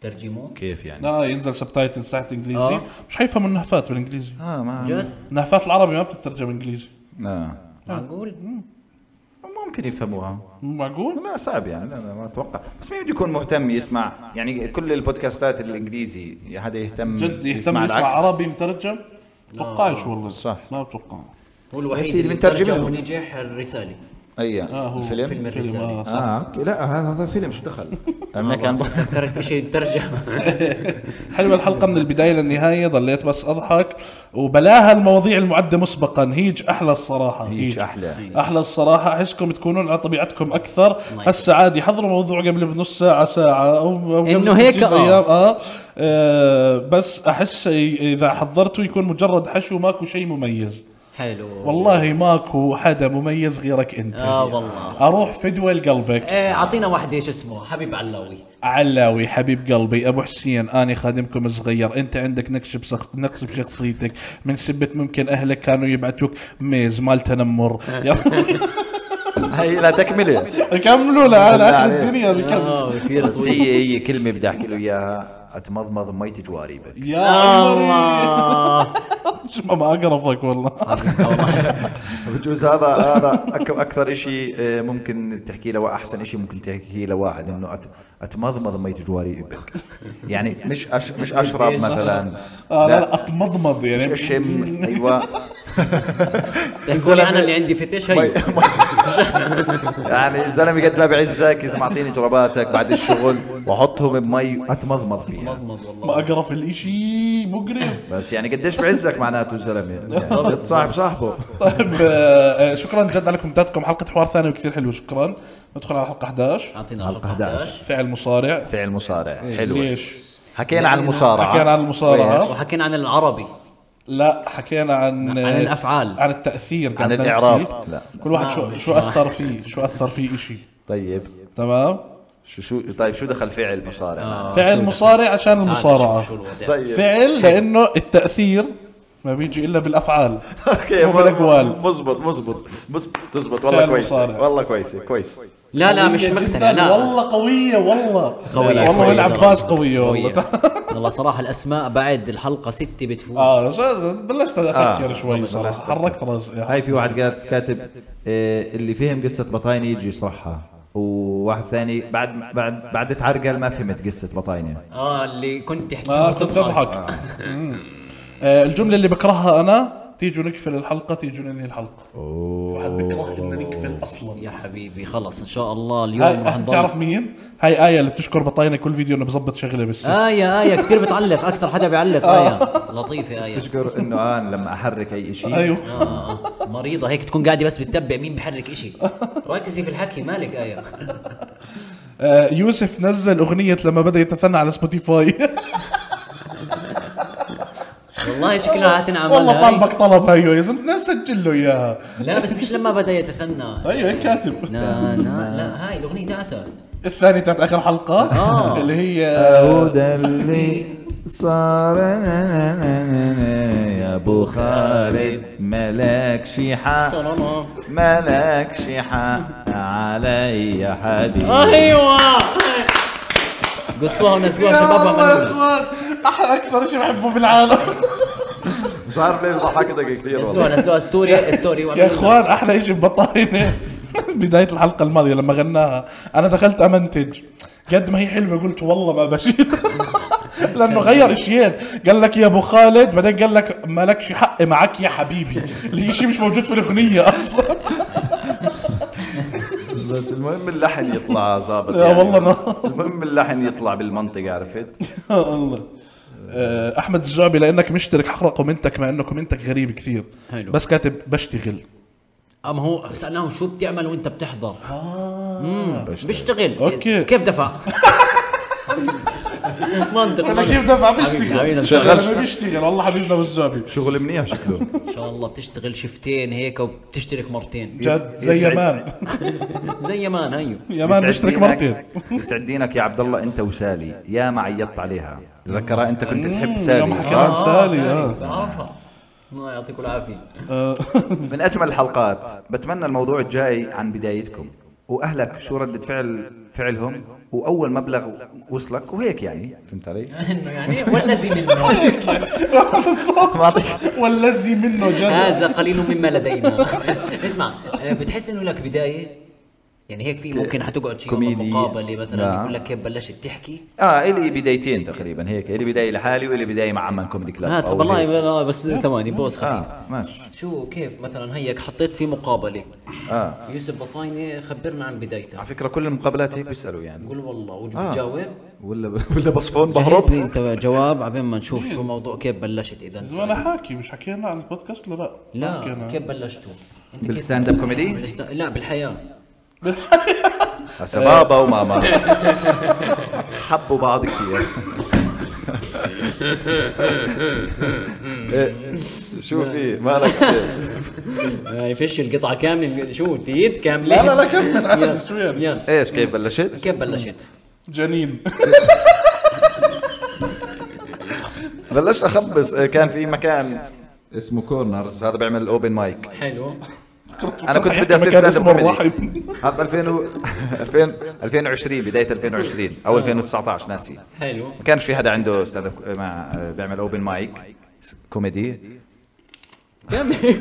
[SPEAKER 5] ترجموه
[SPEAKER 1] كيف يعني
[SPEAKER 3] لا آه، ينزل سبتايتلز تحت إنجليزي
[SPEAKER 5] آه.
[SPEAKER 3] مش حيفهموا النهفات بالإنجليزي
[SPEAKER 1] اه ما
[SPEAKER 5] جد
[SPEAKER 3] نهفات العربي ما بتترجم إنجليزي
[SPEAKER 1] آه.
[SPEAKER 5] معقول
[SPEAKER 1] ممكن يفهموها
[SPEAKER 3] معقول؟
[SPEAKER 1] لا صعب يعني لا لا ما اتوقع بس مين بده يكون مهتم يسمع يعني كل البودكاستات الانجليزي حدا يهتم
[SPEAKER 3] جد يهتم يسمع
[SPEAKER 1] العكس؟
[SPEAKER 3] عربي مترجم بتوقعش والله
[SPEAKER 1] صح.
[SPEAKER 3] ما بتوقع
[SPEAKER 5] هو
[SPEAKER 1] بس
[SPEAKER 5] الوحيد
[SPEAKER 1] اللي
[SPEAKER 5] اللي
[SPEAKER 1] بنترجم
[SPEAKER 5] ترجم
[SPEAKER 1] له.
[SPEAKER 5] ونجح الرسالة
[SPEAKER 1] اي
[SPEAKER 3] اه هو
[SPEAKER 1] الفيلم
[SPEAKER 5] فيلم الرسالة.
[SPEAKER 3] آه.
[SPEAKER 1] اه اوكي لا هذا هذا فيلم شو دخل؟ انا كان
[SPEAKER 5] تركت اشي مترجم
[SPEAKER 3] حلوه الحلقه من البدايه للنهايه ضليت بس اضحك وبلاها المواضيع المعده مسبقا هيج احلى الصراحه
[SPEAKER 1] هيج أحلى.
[SPEAKER 3] احلى الصراحه احسكم تكونون على طبيعتكم اكثر هسه عادي حضروا موضوع قبل بنص ساعه ساعه او أو قبل
[SPEAKER 6] إنه هيك،
[SPEAKER 3] بتجيب
[SPEAKER 6] آه.
[SPEAKER 3] أيام، آه. اه بس احس اذا حضرته يكون مجرد حشو ماكو شيء مميز
[SPEAKER 5] حلو
[SPEAKER 3] والله ماكو حدا مميز غيرك انت
[SPEAKER 5] آه والله.
[SPEAKER 3] اروح فدوى لقلبك
[SPEAKER 5] ايه اعطينا واحدة ايش اسمه حبيب علاوي
[SPEAKER 3] علاوي حبيب قلبي ابو حسين اني خادمكم صغير انت عندك نقش بسخ... نقص بشخصيتك من سبت ممكن اهلك كانوا يبعتوك ميز مال تنمر يا-
[SPEAKER 1] هي لا تكمله
[SPEAKER 3] كملوا لآخر
[SPEAKER 1] بالله عليك. آه،
[SPEAKER 3] الدنيا بكمل
[SPEAKER 4] اه كثير
[SPEAKER 1] بس هي هي كلمه بدي احكي له اياها اتمضمض ميت جواريبك
[SPEAKER 3] يا شو ما اقرفك والله
[SPEAKER 1] بجوز هذا هذا أك- اكثر شيء ممكن تحكي له احسن شيء ممكن تحكي لواحد انه أت- اتمضمض ميت جواريبك يعني مش أش مش اشرب مثلا
[SPEAKER 3] آه لا
[SPEAKER 1] لا
[SPEAKER 3] لا اتمضمض
[SPEAKER 1] مش
[SPEAKER 3] يعني
[SPEAKER 1] اشم ايوه
[SPEAKER 5] تحكوا لي انا اللي عندي فتش هي
[SPEAKER 1] يعني الزلمه قد ما بعزك اذا معطيني جرباتك بعد الشغل بحطهم بمي اتمضمض فيها
[SPEAKER 3] ما اقرف الاشي مقرف
[SPEAKER 1] بس يعني قديش بعزك معناته الزلمه يعني صاحب صاحبه
[SPEAKER 3] طيب آه، آه، شكرا جد على كومنتاتكم حلقه حوار ثانيه وكثير حلوه شكرا ندخل على حلقه 11
[SPEAKER 5] اعطينا
[SPEAKER 1] حلقة
[SPEAKER 5] حلقه
[SPEAKER 1] 11.
[SPEAKER 5] 11
[SPEAKER 3] فعل مصارع
[SPEAKER 1] فعل مصارع حلو
[SPEAKER 3] إيه، ليش
[SPEAKER 1] حكينا عن المصارعه
[SPEAKER 3] حكينا عن المصارعه
[SPEAKER 5] وحكينا عن العربي
[SPEAKER 3] لا حكينا عن آه،
[SPEAKER 5] عن الأفعال. نعم.
[SPEAKER 3] عن التاثير قاعد نحكي.
[SPEAKER 1] الإعراب. لا.
[SPEAKER 3] كل واحد شو شو اثر فيه شو اثر فيه إشي
[SPEAKER 1] طيب
[SPEAKER 3] تمام
[SPEAKER 1] شو شو طيب شو دخل فعل مصارع
[SPEAKER 3] فعل مصارع عشان
[SPEAKER 5] تعال
[SPEAKER 3] المصارعه
[SPEAKER 5] شوف آه، شو الوضع
[SPEAKER 1] طيب
[SPEAKER 3] فعل لانه التاثير ما بيجي الا بالافعال
[SPEAKER 1] اوكي
[SPEAKER 3] مو بالأقوال.
[SPEAKER 1] مزبط مزبط مزبط تزبط والله
[SPEAKER 3] فعل
[SPEAKER 1] كويسه
[SPEAKER 3] مصارع.
[SPEAKER 1] والله كويسه كويس
[SPEAKER 5] لا لا مش
[SPEAKER 3] قوية
[SPEAKER 5] مقتنع
[SPEAKER 3] جداً،
[SPEAKER 5] لا
[SPEAKER 3] والله قويه والله
[SPEAKER 5] قوية
[SPEAKER 3] والله
[SPEAKER 5] كويسة.
[SPEAKER 3] والعباس قويه والله
[SPEAKER 5] والله صراحه الاسماء بعد الحلقه ستة بتفوز
[SPEAKER 3] اه ش- بلشت افكر
[SPEAKER 1] آه،
[SPEAKER 3] شوي
[SPEAKER 1] صراحة.
[SPEAKER 3] صراحه حركت راسي
[SPEAKER 1] هاي في واحد قالت كاتب إيه اللي فهم قصه بطاينه يجي يشرحها وواحد ثاني بعد بعد بعد تعرقل ما فهمت قصه بطاينه
[SPEAKER 5] اه اللي كنت تحكي
[SPEAKER 3] ما كنت آه، تضحك آه، الجمله اللي بكرهها انا تيجوا نقفل الحلقه تيجوا ننهي الحلقه اوه واحد بكره ان نقفل اصلا
[SPEAKER 5] يا حبيبي خلص ان شاء الله اليوم رح
[SPEAKER 3] هاي بتعرف
[SPEAKER 5] نضل
[SPEAKER 3] مين؟ هاي آية اللي بتشكر بطاينة كل فيديو انه بظبط شغله بس
[SPEAKER 5] آية آية كثير بتعلق أكثر حدا بيعلق آية
[SPEAKER 3] آه.
[SPEAKER 5] لطيفة آية آه،
[SPEAKER 1] تشكر انه انا لما احرك اي شيء
[SPEAKER 3] ايوه
[SPEAKER 5] مريضة هيك تكون قاعدة بس بتتبع مين بحرك إشي ركزي في الحكي مالك آية
[SPEAKER 3] آه، يوسف نزل اغنية لما بدا يتثنى على سبوتيفاي
[SPEAKER 5] والله شكلها هتنعمل
[SPEAKER 3] والله
[SPEAKER 5] لها.
[SPEAKER 3] طلبك طلب هيو يا زلمه نسجل له اياها
[SPEAKER 5] لا بس مش لما بدأ يتثنى
[SPEAKER 3] ايوه هيك كاتب
[SPEAKER 5] لا لا لا هاي الأغنية تاعتها
[SPEAKER 3] الثانية تاعت اخر حلقة اللي هي
[SPEAKER 1] هدى اللي صار نا- نا- نا- نا- نا يا ابو خالد ملكش حق ملكش حق علي يا
[SPEAKER 3] آه،
[SPEAKER 1] حبيبي
[SPEAKER 5] أيوة قصوها ونزلوها شبابها
[SPEAKER 3] الله
[SPEAKER 5] منونا.
[SPEAKER 3] اخوان احلى اكثر شيء بحبه بالعالم
[SPEAKER 1] مش عارف ليش ضحكتك كثير والله
[SPEAKER 5] نزلوها نزلوها ستوري ستوري
[SPEAKER 3] يا اخوان احلى شيء ببطاينه بدايه الحلقه الماضيه لما غناها انا دخلت امنتج قد ما هي حلوه قلت والله ما بشيل لانه غير اشيين قال لك يا ابو خالد بعدين قال لك مالكش حق معك يا حبيبي اللي شيء مش موجود في الاغنيه اصلا
[SPEAKER 1] بس المهم اللحن يطلع ظابط يعني.
[SPEAKER 3] يا والله ما-
[SPEAKER 1] المهم اللحن يطلع بالمنطق عرفت
[SPEAKER 3] الله آه، احمد الزعبي لانك مشترك حقرا كومنتك مع انه كومنتك غريب كثير
[SPEAKER 5] حلو.
[SPEAKER 3] بس كاتب بشتغل
[SPEAKER 5] اما هو سالناه شو بتعمل وانت بتحضر اه بشتغل
[SPEAKER 3] آه. أوكي.
[SPEAKER 5] كيف دفع منطق
[SPEAKER 3] انا
[SPEAKER 5] منطق.
[SPEAKER 3] كيف دفع
[SPEAKER 5] حبيبي، حبيبي،
[SPEAKER 3] بشتغل
[SPEAKER 5] شغال.
[SPEAKER 3] شغال بيشتغل والله حبيبنا ابو الزعبي
[SPEAKER 1] شغل منيح شكله
[SPEAKER 5] ان شاء الله بتشتغل شفتين هيك وبتشترك مرتين
[SPEAKER 3] جد زي
[SPEAKER 1] يسعد-
[SPEAKER 3] يمان
[SPEAKER 5] زي أيوه. يمان هيو
[SPEAKER 3] يمان
[SPEAKER 1] يسعد
[SPEAKER 3] مشترك
[SPEAKER 1] دينك-
[SPEAKER 3] مرتين
[SPEAKER 1] يسعد دينك يا عبد الله انت وسالي يا ما عيطت عليها تذكرها انت كنت تحب
[SPEAKER 3] يوم
[SPEAKER 1] سالي
[SPEAKER 3] حكينا عن سالي آه.
[SPEAKER 5] بعرفها الله يعطيكم العافيه
[SPEAKER 1] من اجمل الحلقات بتمنى الموضوع الجاي عن بدايتكم واهلك شو رده فعل فعلهم واول مبلغ وصلك وهيك يعني فهمت علي؟
[SPEAKER 5] انه يعني والذي منه
[SPEAKER 3] بالظبط
[SPEAKER 1] بعطيك
[SPEAKER 3] والذي منه جد
[SPEAKER 5] هذا قليل مما لدينا اسمع آه، بتحس انه لك بدايه يعني هيك في ممكن حتقعد شيء والله
[SPEAKER 1] كوميدي.
[SPEAKER 5] مقابله مثلا
[SPEAKER 1] نعم.
[SPEAKER 5] يقول لك كيف بلشت تحكي
[SPEAKER 1] اه الي بدايتين تقريبا هيك الي بدايه لحالي والي بدايه مع عمان كوميدي كلاب
[SPEAKER 5] هات
[SPEAKER 1] أو هيك.
[SPEAKER 5] والله بس ثواني بوس
[SPEAKER 3] آه.
[SPEAKER 5] خفيف
[SPEAKER 1] اه ماشي
[SPEAKER 5] شو كيف مثلا هيك حطيت في مقابله
[SPEAKER 1] اه
[SPEAKER 3] آه.
[SPEAKER 5] يوسف بطاينه خبرنا عن بدايته
[SPEAKER 1] على فكره كل المقابلات هيك بيسالوا يعني
[SPEAKER 5] قول والله وجو
[SPEAKER 1] آه.
[SPEAKER 5] بتجاوب
[SPEAKER 1] ولا ولا بصفون
[SPEAKER 5] جهز
[SPEAKER 1] بهرب
[SPEAKER 5] لي انت جواب عبين ما نشوف شو موضوع كيف بلشت اذا
[SPEAKER 3] وانا
[SPEAKER 5] نسأل.
[SPEAKER 3] حاكي مش حكينا عن البودكاست ولا لا؟
[SPEAKER 5] لا
[SPEAKER 3] حكينا.
[SPEAKER 5] كيف بلشتوا انت كيف-
[SPEAKER 1] بالستاند اب كوميدي
[SPEAKER 5] بالست- لا بالحياه
[SPEAKER 1] هسا بابا وماما حبوا بعض كثير إيه، شو في مالك سيف
[SPEAKER 5] هاي فيش القطعه كامله شو تيت كامله
[SPEAKER 3] لا لا لا كمل عادي، شو يعني
[SPEAKER 5] يلا
[SPEAKER 1] ايش كيف بلشت؟
[SPEAKER 5] كيف بلشت؟
[SPEAKER 3] جنين
[SPEAKER 1] بلشت إيه، اخبص آه، كان في مكان اسمه كورنرز هذا بيعمل اوبن مايك
[SPEAKER 5] حلو
[SPEAKER 1] انا كنت بدي اصير
[SPEAKER 3] مكان
[SPEAKER 1] ستاند
[SPEAKER 3] اسمه
[SPEAKER 1] اب
[SPEAKER 3] الرحم
[SPEAKER 1] كوميدي هذا 2000 و- 2000 2020 بدايه 2020 او 2019 ناسي
[SPEAKER 5] حلو
[SPEAKER 1] ما كانش في حدا عنده ستاند اب مع بيعمل اوبن مايك كوميدي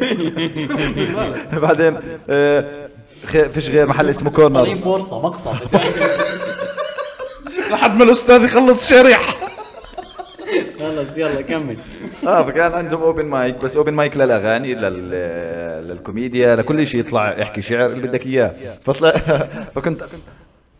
[SPEAKER 1] بعدين آه، خ- فيش غير محل اسمه
[SPEAKER 5] طيب.
[SPEAKER 1] كورنرز
[SPEAKER 5] فرصه مقصد
[SPEAKER 3] لحد ما الاستاذ يخلص شريح
[SPEAKER 5] خلص يلا كمل
[SPEAKER 1] اه فكان عندهم اوبن مايك بس اوبن مايك للاغاني لل... للكوميديا لكل شيء يطلع يحكي شعر اللي بدك اياه فطلع فكنت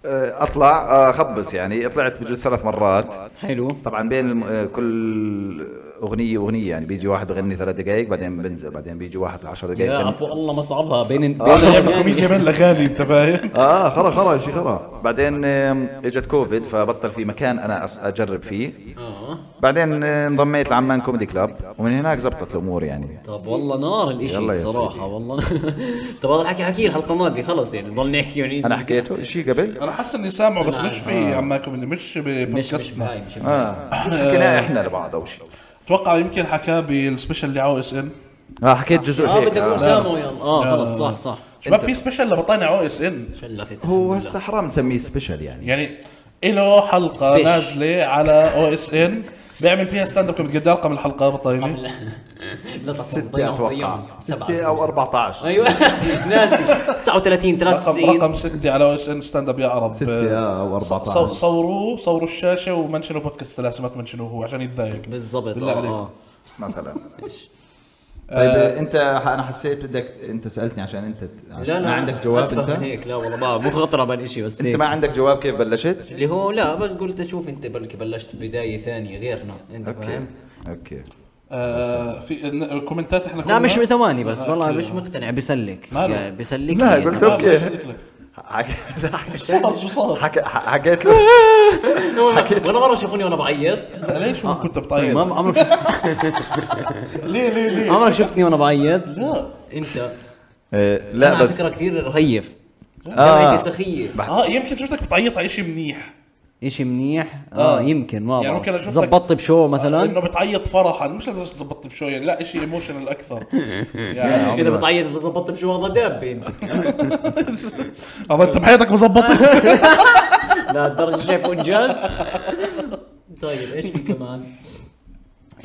[SPEAKER 1] آه، اطلع آه، اخبص يعني طلعت بجوز ثلاث مرات
[SPEAKER 5] حلو
[SPEAKER 1] طبعا بين الم... آه، كل اغنيه واغنيه يعني بيجي واحد بغني ثلاث دقائق بعدين بنزل بعدين بيجي واحد 10 دقائق
[SPEAKER 5] يا
[SPEAKER 3] طيب.
[SPEAKER 1] بغني.
[SPEAKER 5] عفو الله ما صعبها بين
[SPEAKER 3] آه.
[SPEAKER 5] بين يعني.
[SPEAKER 3] كوميديا من الاغاني انت فاهم
[SPEAKER 1] اه خرا خرا شيء خرا بعدين آم، اجت كوفيد فبطل في مكان انا أس- اجرب فيه بعدين آه، انضميت لعمان كوميدي كلاب ومن هناك زبطت الامور يعني
[SPEAKER 5] طب والله نار
[SPEAKER 1] يلا يا
[SPEAKER 5] الاشي صراحه والله طب هذا الحكي حكيه الحلقه الماضيه خلص يعني نضل نحكي يعني
[SPEAKER 1] انا حكيته شيء قبل
[SPEAKER 3] انا حاسس اني سامعه بس مش في عما كوميدي
[SPEAKER 5] مش
[SPEAKER 3] مش
[SPEAKER 5] مش
[SPEAKER 3] ببودكاستنا
[SPEAKER 5] هاي مش
[SPEAKER 1] اه شو حكيناه احنا لبعض او شيء
[SPEAKER 3] اتوقع يمكن حكاه بالسبيشل اللي عو اس ان
[SPEAKER 1] اه حكيت جزء
[SPEAKER 5] اه بدك
[SPEAKER 1] هيك آه.
[SPEAKER 5] تقول سامو يلا اه خلص صح صح
[SPEAKER 3] شباب في سبيشل لبطاينة عو اس ان
[SPEAKER 5] شلفت
[SPEAKER 1] هو هسه حرام نسميه سبيشل يعني
[SPEAKER 3] يعني له حلقه
[SPEAKER 5] Special.
[SPEAKER 3] نازله على او اس ان بيعمل فيها ستاند اب كوميدي قد إيه رقم الحلقه بطاينه
[SPEAKER 5] لا
[SPEAKER 1] ستة اتوقع ستة
[SPEAKER 5] سبعه
[SPEAKER 1] او 14
[SPEAKER 5] ايوه ناسي 39
[SPEAKER 3] رقم
[SPEAKER 5] 93
[SPEAKER 3] رقم 6 على او اس ان ستاند اب يا عرب
[SPEAKER 1] ستة آه، او
[SPEAKER 3] صو-
[SPEAKER 1] 14
[SPEAKER 3] صوروه صوروا الشاشه ومنشنوا بودكاست ثلاثه ما تمنشنوه هو عشان يتضايق
[SPEAKER 5] بالضبط
[SPEAKER 3] بالله عليك.
[SPEAKER 5] اه
[SPEAKER 1] مثلا طيب انت انا حسيت بدك انت سالتني عشان انت ت-
[SPEAKER 5] آه.
[SPEAKER 1] عشان ما عندك جواب
[SPEAKER 5] أسفه من
[SPEAKER 1] انت
[SPEAKER 5] هيك لا والله ما مو خطره بالشيء بس
[SPEAKER 1] انت
[SPEAKER 5] هيك.
[SPEAKER 1] ما عندك جواب كيف بلشت
[SPEAKER 5] اللي هو لا بس قلت اشوف انت بلكي بلشت بدايه ثانيه غيرنا انت
[SPEAKER 1] اوكي
[SPEAKER 5] فاهم
[SPEAKER 1] اوكي
[SPEAKER 3] آه، في إن- كومنتات احنا
[SPEAKER 5] لا
[SPEAKER 3] كنا-
[SPEAKER 5] مش ثواني بس والله مش مقتنع بسلك
[SPEAKER 3] ماله؟
[SPEAKER 5] يعني بسلك
[SPEAKER 1] لا
[SPEAKER 5] يعني.
[SPEAKER 1] قلت
[SPEAKER 3] آه،
[SPEAKER 1] اوكي
[SPEAKER 3] بقول لك.
[SPEAKER 1] حكيت
[SPEAKER 3] صار شو صار؟
[SPEAKER 1] حكي- حكيت له
[SPEAKER 5] ولا مره شافوني وانا بعيط
[SPEAKER 3] ليش ما كنت بتعيط؟
[SPEAKER 5] آه. ما آه. عمرك شفت-
[SPEAKER 3] ليه ليه ليه؟
[SPEAKER 5] عمرك شفتني وانا بعيط
[SPEAKER 3] لا
[SPEAKER 5] انت
[SPEAKER 1] إيه،
[SPEAKER 5] لا
[SPEAKER 1] لا
[SPEAKER 5] على
[SPEAKER 1] بس
[SPEAKER 5] فكره كثير رهيف
[SPEAKER 1] آه.
[SPEAKER 5] آه. سخيه
[SPEAKER 3] اه يمكن شفتك بتعيط على شيء منيح
[SPEAKER 5] اشي منيح اه يمكن ما
[SPEAKER 3] يعني ممكن آه،
[SPEAKER 5] بعرف
[SPEAKER 3] أشوفك-
[SPEAKER 5] زبطت بشو مثلا
[SPEAKER 3] انه بتعيط فرحا مش لدرجه تظبط بشويه لا شيء ايموشنال اكثر يعني
[SPEAKER 5] اذا بتعيط اذا زبطت بشو هذا دب انت
[SPEAKER 3] هذا انت بحياتك مظبطك
[SPEAKER 5] لا الدرجه شايف انجاز طيب ايش في كمان؟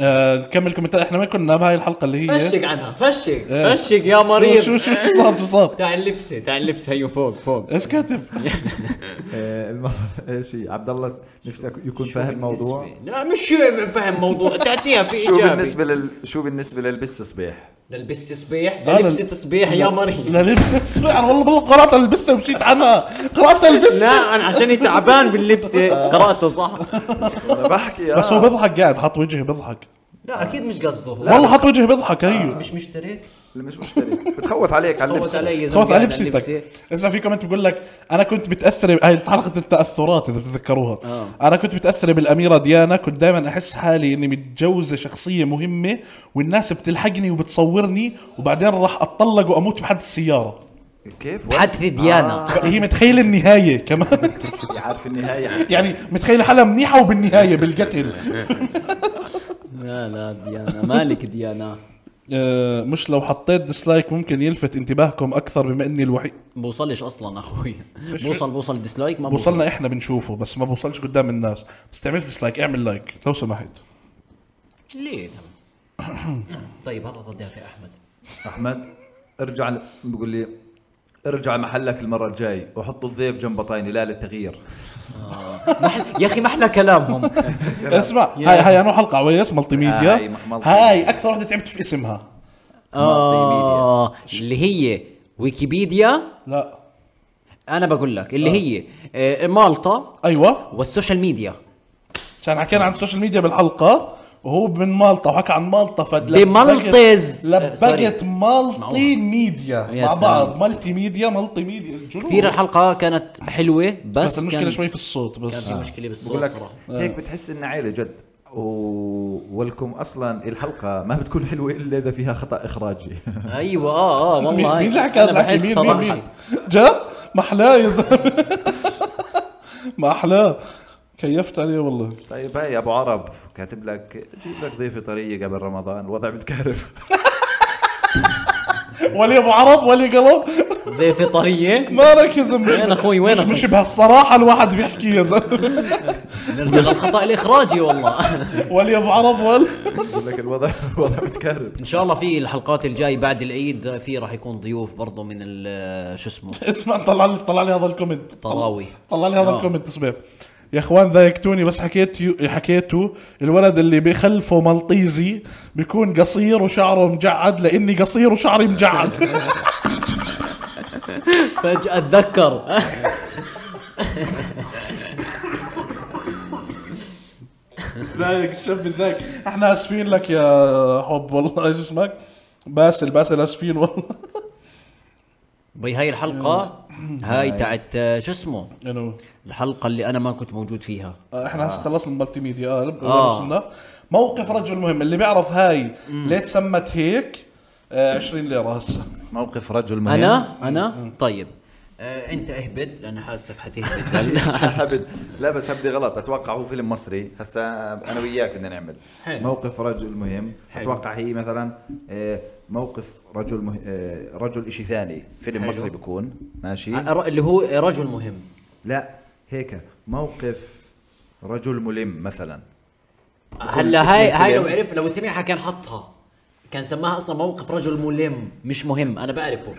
[SPEAKER 3] آه، نكمل كومنتات احنا ما كنا بهاي الحلقه اللي هي
[SPEAKER 5] فشق عنها فشق فشق يا مريض
[SPEAKER 3] إيه. شو شو شو صار شو صار؟
[SPEAKER 5] تاع اللبسه تاع اللبسه هيو أيوه، فوق فوق
[SPEAKER 3] ايش كاتب؟
[SPEAKER 1] إيه، المره ايش هي؟ عبد الله نفسك يكون فاهم الموضوع
[SPEAKER 5] لا مش فاهم موضوع تعطيها في
[SPEAKER 1] شو
[SPEAKER 5] ايجابي
[SPEAKER 1] بالنسبه لل شو بالنسبه للبس صبيح
[SPEAKER 5] للبس صبيح
[SPEAKER 3] لا، لا.
[SPEAKER 5] للبسة صبيح يا مريم
[SPEAKER 3] لا لبست سبع والله بالله قرات البسه ومشيت عنها قرات البسه
[SPEAKER 5] لا انا عشان تعبان باللبسه قراته صح
[SPEAKER 1] انا بحكي آه،
[SPEAKER 3] بس هو بيضحك قاعد حط وجهه بيضحك
[SPEAKER 5] لا آه، اكيد مش قصده
[SPEAKER 3] والله حط وجهه بيضحك أيوه. هيو
[SPEAKER 5] مش مشترك
[SPEAKER 1] اللي مش مشتري بتخوت عليك على
[SPEAKER 5] فوت
[SPEAKER 1] اللبس
[SPEAKER 5] علي يا
[SPEAKER 3] صوت على
[SPEAKER 5] زلمة قاعد
[SPEAKER 3] لبستك اسمع في كومنت بقول لك انا كنت متاثر هاي حلقه التاثرات اذا بتتذكروها آه. انا كنت متاثر بالاميره ديانا كنت دائما احس حالي اني متجوزه شخصيه مهمه والناس بتلحقني وبتصورني وبعدين راح اتطلق واموت بحد السياره
[SPEAKER 1] كيف؟
[SPEAKER 5] حد في ديانا
[SPEAKER 3] هي متخيله النهايه كمان
[SPEAKER 1] آه، عارف النهايه
[SPEAKER 3] يعني متخيله حالها منيحه وبالنهايه بالقتل
[SPEAKER 5] لا لا ديانا مالك ديانا
[SPEAKER 3] آه، مش لو حطيت ديسلايك ممكن يلفت انتباهكم اكثر بما اني الوحيد
[SPEAKER 5] بوصلش اصلا اخوي بوصل بوصل ديسلايك ما بوصل
[SPEAKER 3] وصلنا احنا بنشوفه بس ما بوصلش قدام الناس بس تعمل ديسلايك اعمل لايك لو سمحت
[SPEAKER 5] ليه طيب هذا رديك يا احمد
[SPEAKER 1] احمد ارجع ل- بقول لي ارجع محلك المره الجاي وحط الضيف جنب بطايني لا للتغيير
[SPEAKER 5] محل... يا اخي ما احلى كلامهم
[SPEAKER 3] اسمع هاي هاي انو حلقه عويس ملتي
[SPEAKER 1] هاي
[SPEAKER 3] ميديا
[SPEAKER 1] م- ملتي
[SPEAKER 3] هاي
[SPEAKER 1] ميديا.
[SPEAKER 3] اكثر وحده تعبت في اسمها
[SPEAKER 5] اه آه، اللي هي ويكيبيديا
[SPEAKER 3] لا
[SPEAKER 5] انا بقول لك اللي هي آه، مالطا
[SPEAKER 3] ايوه
[SPEAKER 5] والسوشيال ميديا
[SPEAKER 3] عشان حكينا عن السوشيال ميديا بالحلقه وهو من مالطا وحكى عن مالطا فدلبقت
[SPEAKER 5] بمالطز. آه، سوري.
[SPEAKER 3] لبقت مالتي ميديا
[SPEAKER 5] يا
[SPEAKER 3] مع
[SPEAKER 5] سلام.
[SPEAKER 3] بعض مالتي ميديا مالتي ميديا الجنون.
[SPEAKER 5] كثير الحلقه كانت حلوه بس,
[SPEAKER 3] بس المشكله
[SPEAKER 5] كان...
[SPEAKER 3] شوي في الصوت بس
[SPEAKER 5] كان في مشكله بالصوت
[SPEAKER 1] بقول لك
[SPEAKER 5] صراحه
[SPEAKER 1] هيك بتحس ان عيله جد و... ولكم اصلا الحلقه ما بتكون حلوه الا اذا فيها خطا اخراجي
[SPEAKER 5] ايوه اه اه والله
[SPEAKER 3] مين
[SPEAKER 5] هاي.
[SPEAKER 3] مين اللي حكى
[SPEAKER 5] أنا
[SPEAKER 3] هذا الحكي؟
[SPEAKER 5] بحس
[SPEAKER 3] مين مين
[SPEAKER 5] صراحة.
[SPEAKER 3] مين جد ما احلاه يا زلمه ما احلاه كيفت عليه والله
[SPEAKER 1] طيب هاي ابو عرب كاتب لك جيب لك ضيفه طريه قبل رمضان الوضع متكهرب
[SPEAKER 3] ولي ابو عرب ولي قلب
[SPEAKER 5] ضيفي طريه
[SPEAKER 3] ما لك يا زلمه
[SPEAKER 5] وين أخوي، وين
[SPEAKER 3] مش
[SPEAKER 5] أخوي؟
[SPEAKER 3] مش بهالصراحه الواحد بيحكي يا زلمه
[SPEAKER 5] نرجع للخطا الاخراجي والله
[SPEAKER 3] ولي ابو عرب ول
[SPEAKER 1] بقول لك الوضع الوضع متكهرب
[SPEAKER 5] ان شاء الله في الحلقات الجاي بعد العيد في راح يكون ضيوف برضه من ال- شو اسمه
[SPEAKER 3] اسمع طلع لي طلع لي هذا الكومنت
[SPEAKER 5] طراوي.
[SPEAKER 3] طلع لي هذا
[SPEAKER 5] آه.
[SPEAKER 3] الكومنت اسمع يا اخوان ضايقتوني بس حكيت حكيتوا الولد اللي بخلفه ملطيزي بيكون قصير وشعره مجعد لاني قصير وشعري مجعد
[SPEAKER 5] فجاه اتذكر
[SPEAKER 3] ضايق الشاب الذاك احنا اسفين لك يا حب والله شو اسمك باسل باسل اسفين والله
[SPEAKER 5] بي هاي الحلقه هاي تاعت آه، شو اسمه
[SPEAKER 3] يعني
[SPEAKER 5] الحلقه اللي انا ما كنت موجود فيها
[SPEAKER 3] احنا هسه خلصنا المالتي ميديا آه.
[SPEAKER 5] آه.
[SPEAKER 3] وصلنا. موقف رجل مهم اللي بيعرف هاي ليه تسمت هيك آه 20 ليره هسه
[SPEAKER 1] موقف رجل مهم
[SPEAKER 5] انا انا طيب آه، انت اهبد لان حاسك حتهبد هلا.
[SPEAKER 1] حبد لا بس هبدي غلط اتوقع هو فيلم مصري هسا انا وياك بدنا نعمل
[SPEAKER 5] حلو.
[SPEAKER 1] موقف رجل مهم
[SPEAKER 5] حلو.
[SPEAKER 1] اتوقع هي مثلا آه، موقف رجل مه... آه، رجل شيء ثاني فيلم
[SPEAKER 5] حلو.
[SPEAKER 1] مصري بكون ماشي
[SPEAKER 5] ر- اللي هو رجل مهم
[SPEAKER 1] لا هيك موقف رجل ملم مثلا
[SPEAKER 5] هلا هاي
[SPEAKER 1] اسم
[SPEAKER 5] هاي لو
[SPEAKER 1] الفيلم.
[SPEAKER 5] عرف لو سمعها كان حطها كان سماها اصلا موقف رجل ملم مش مهم انا بعرفه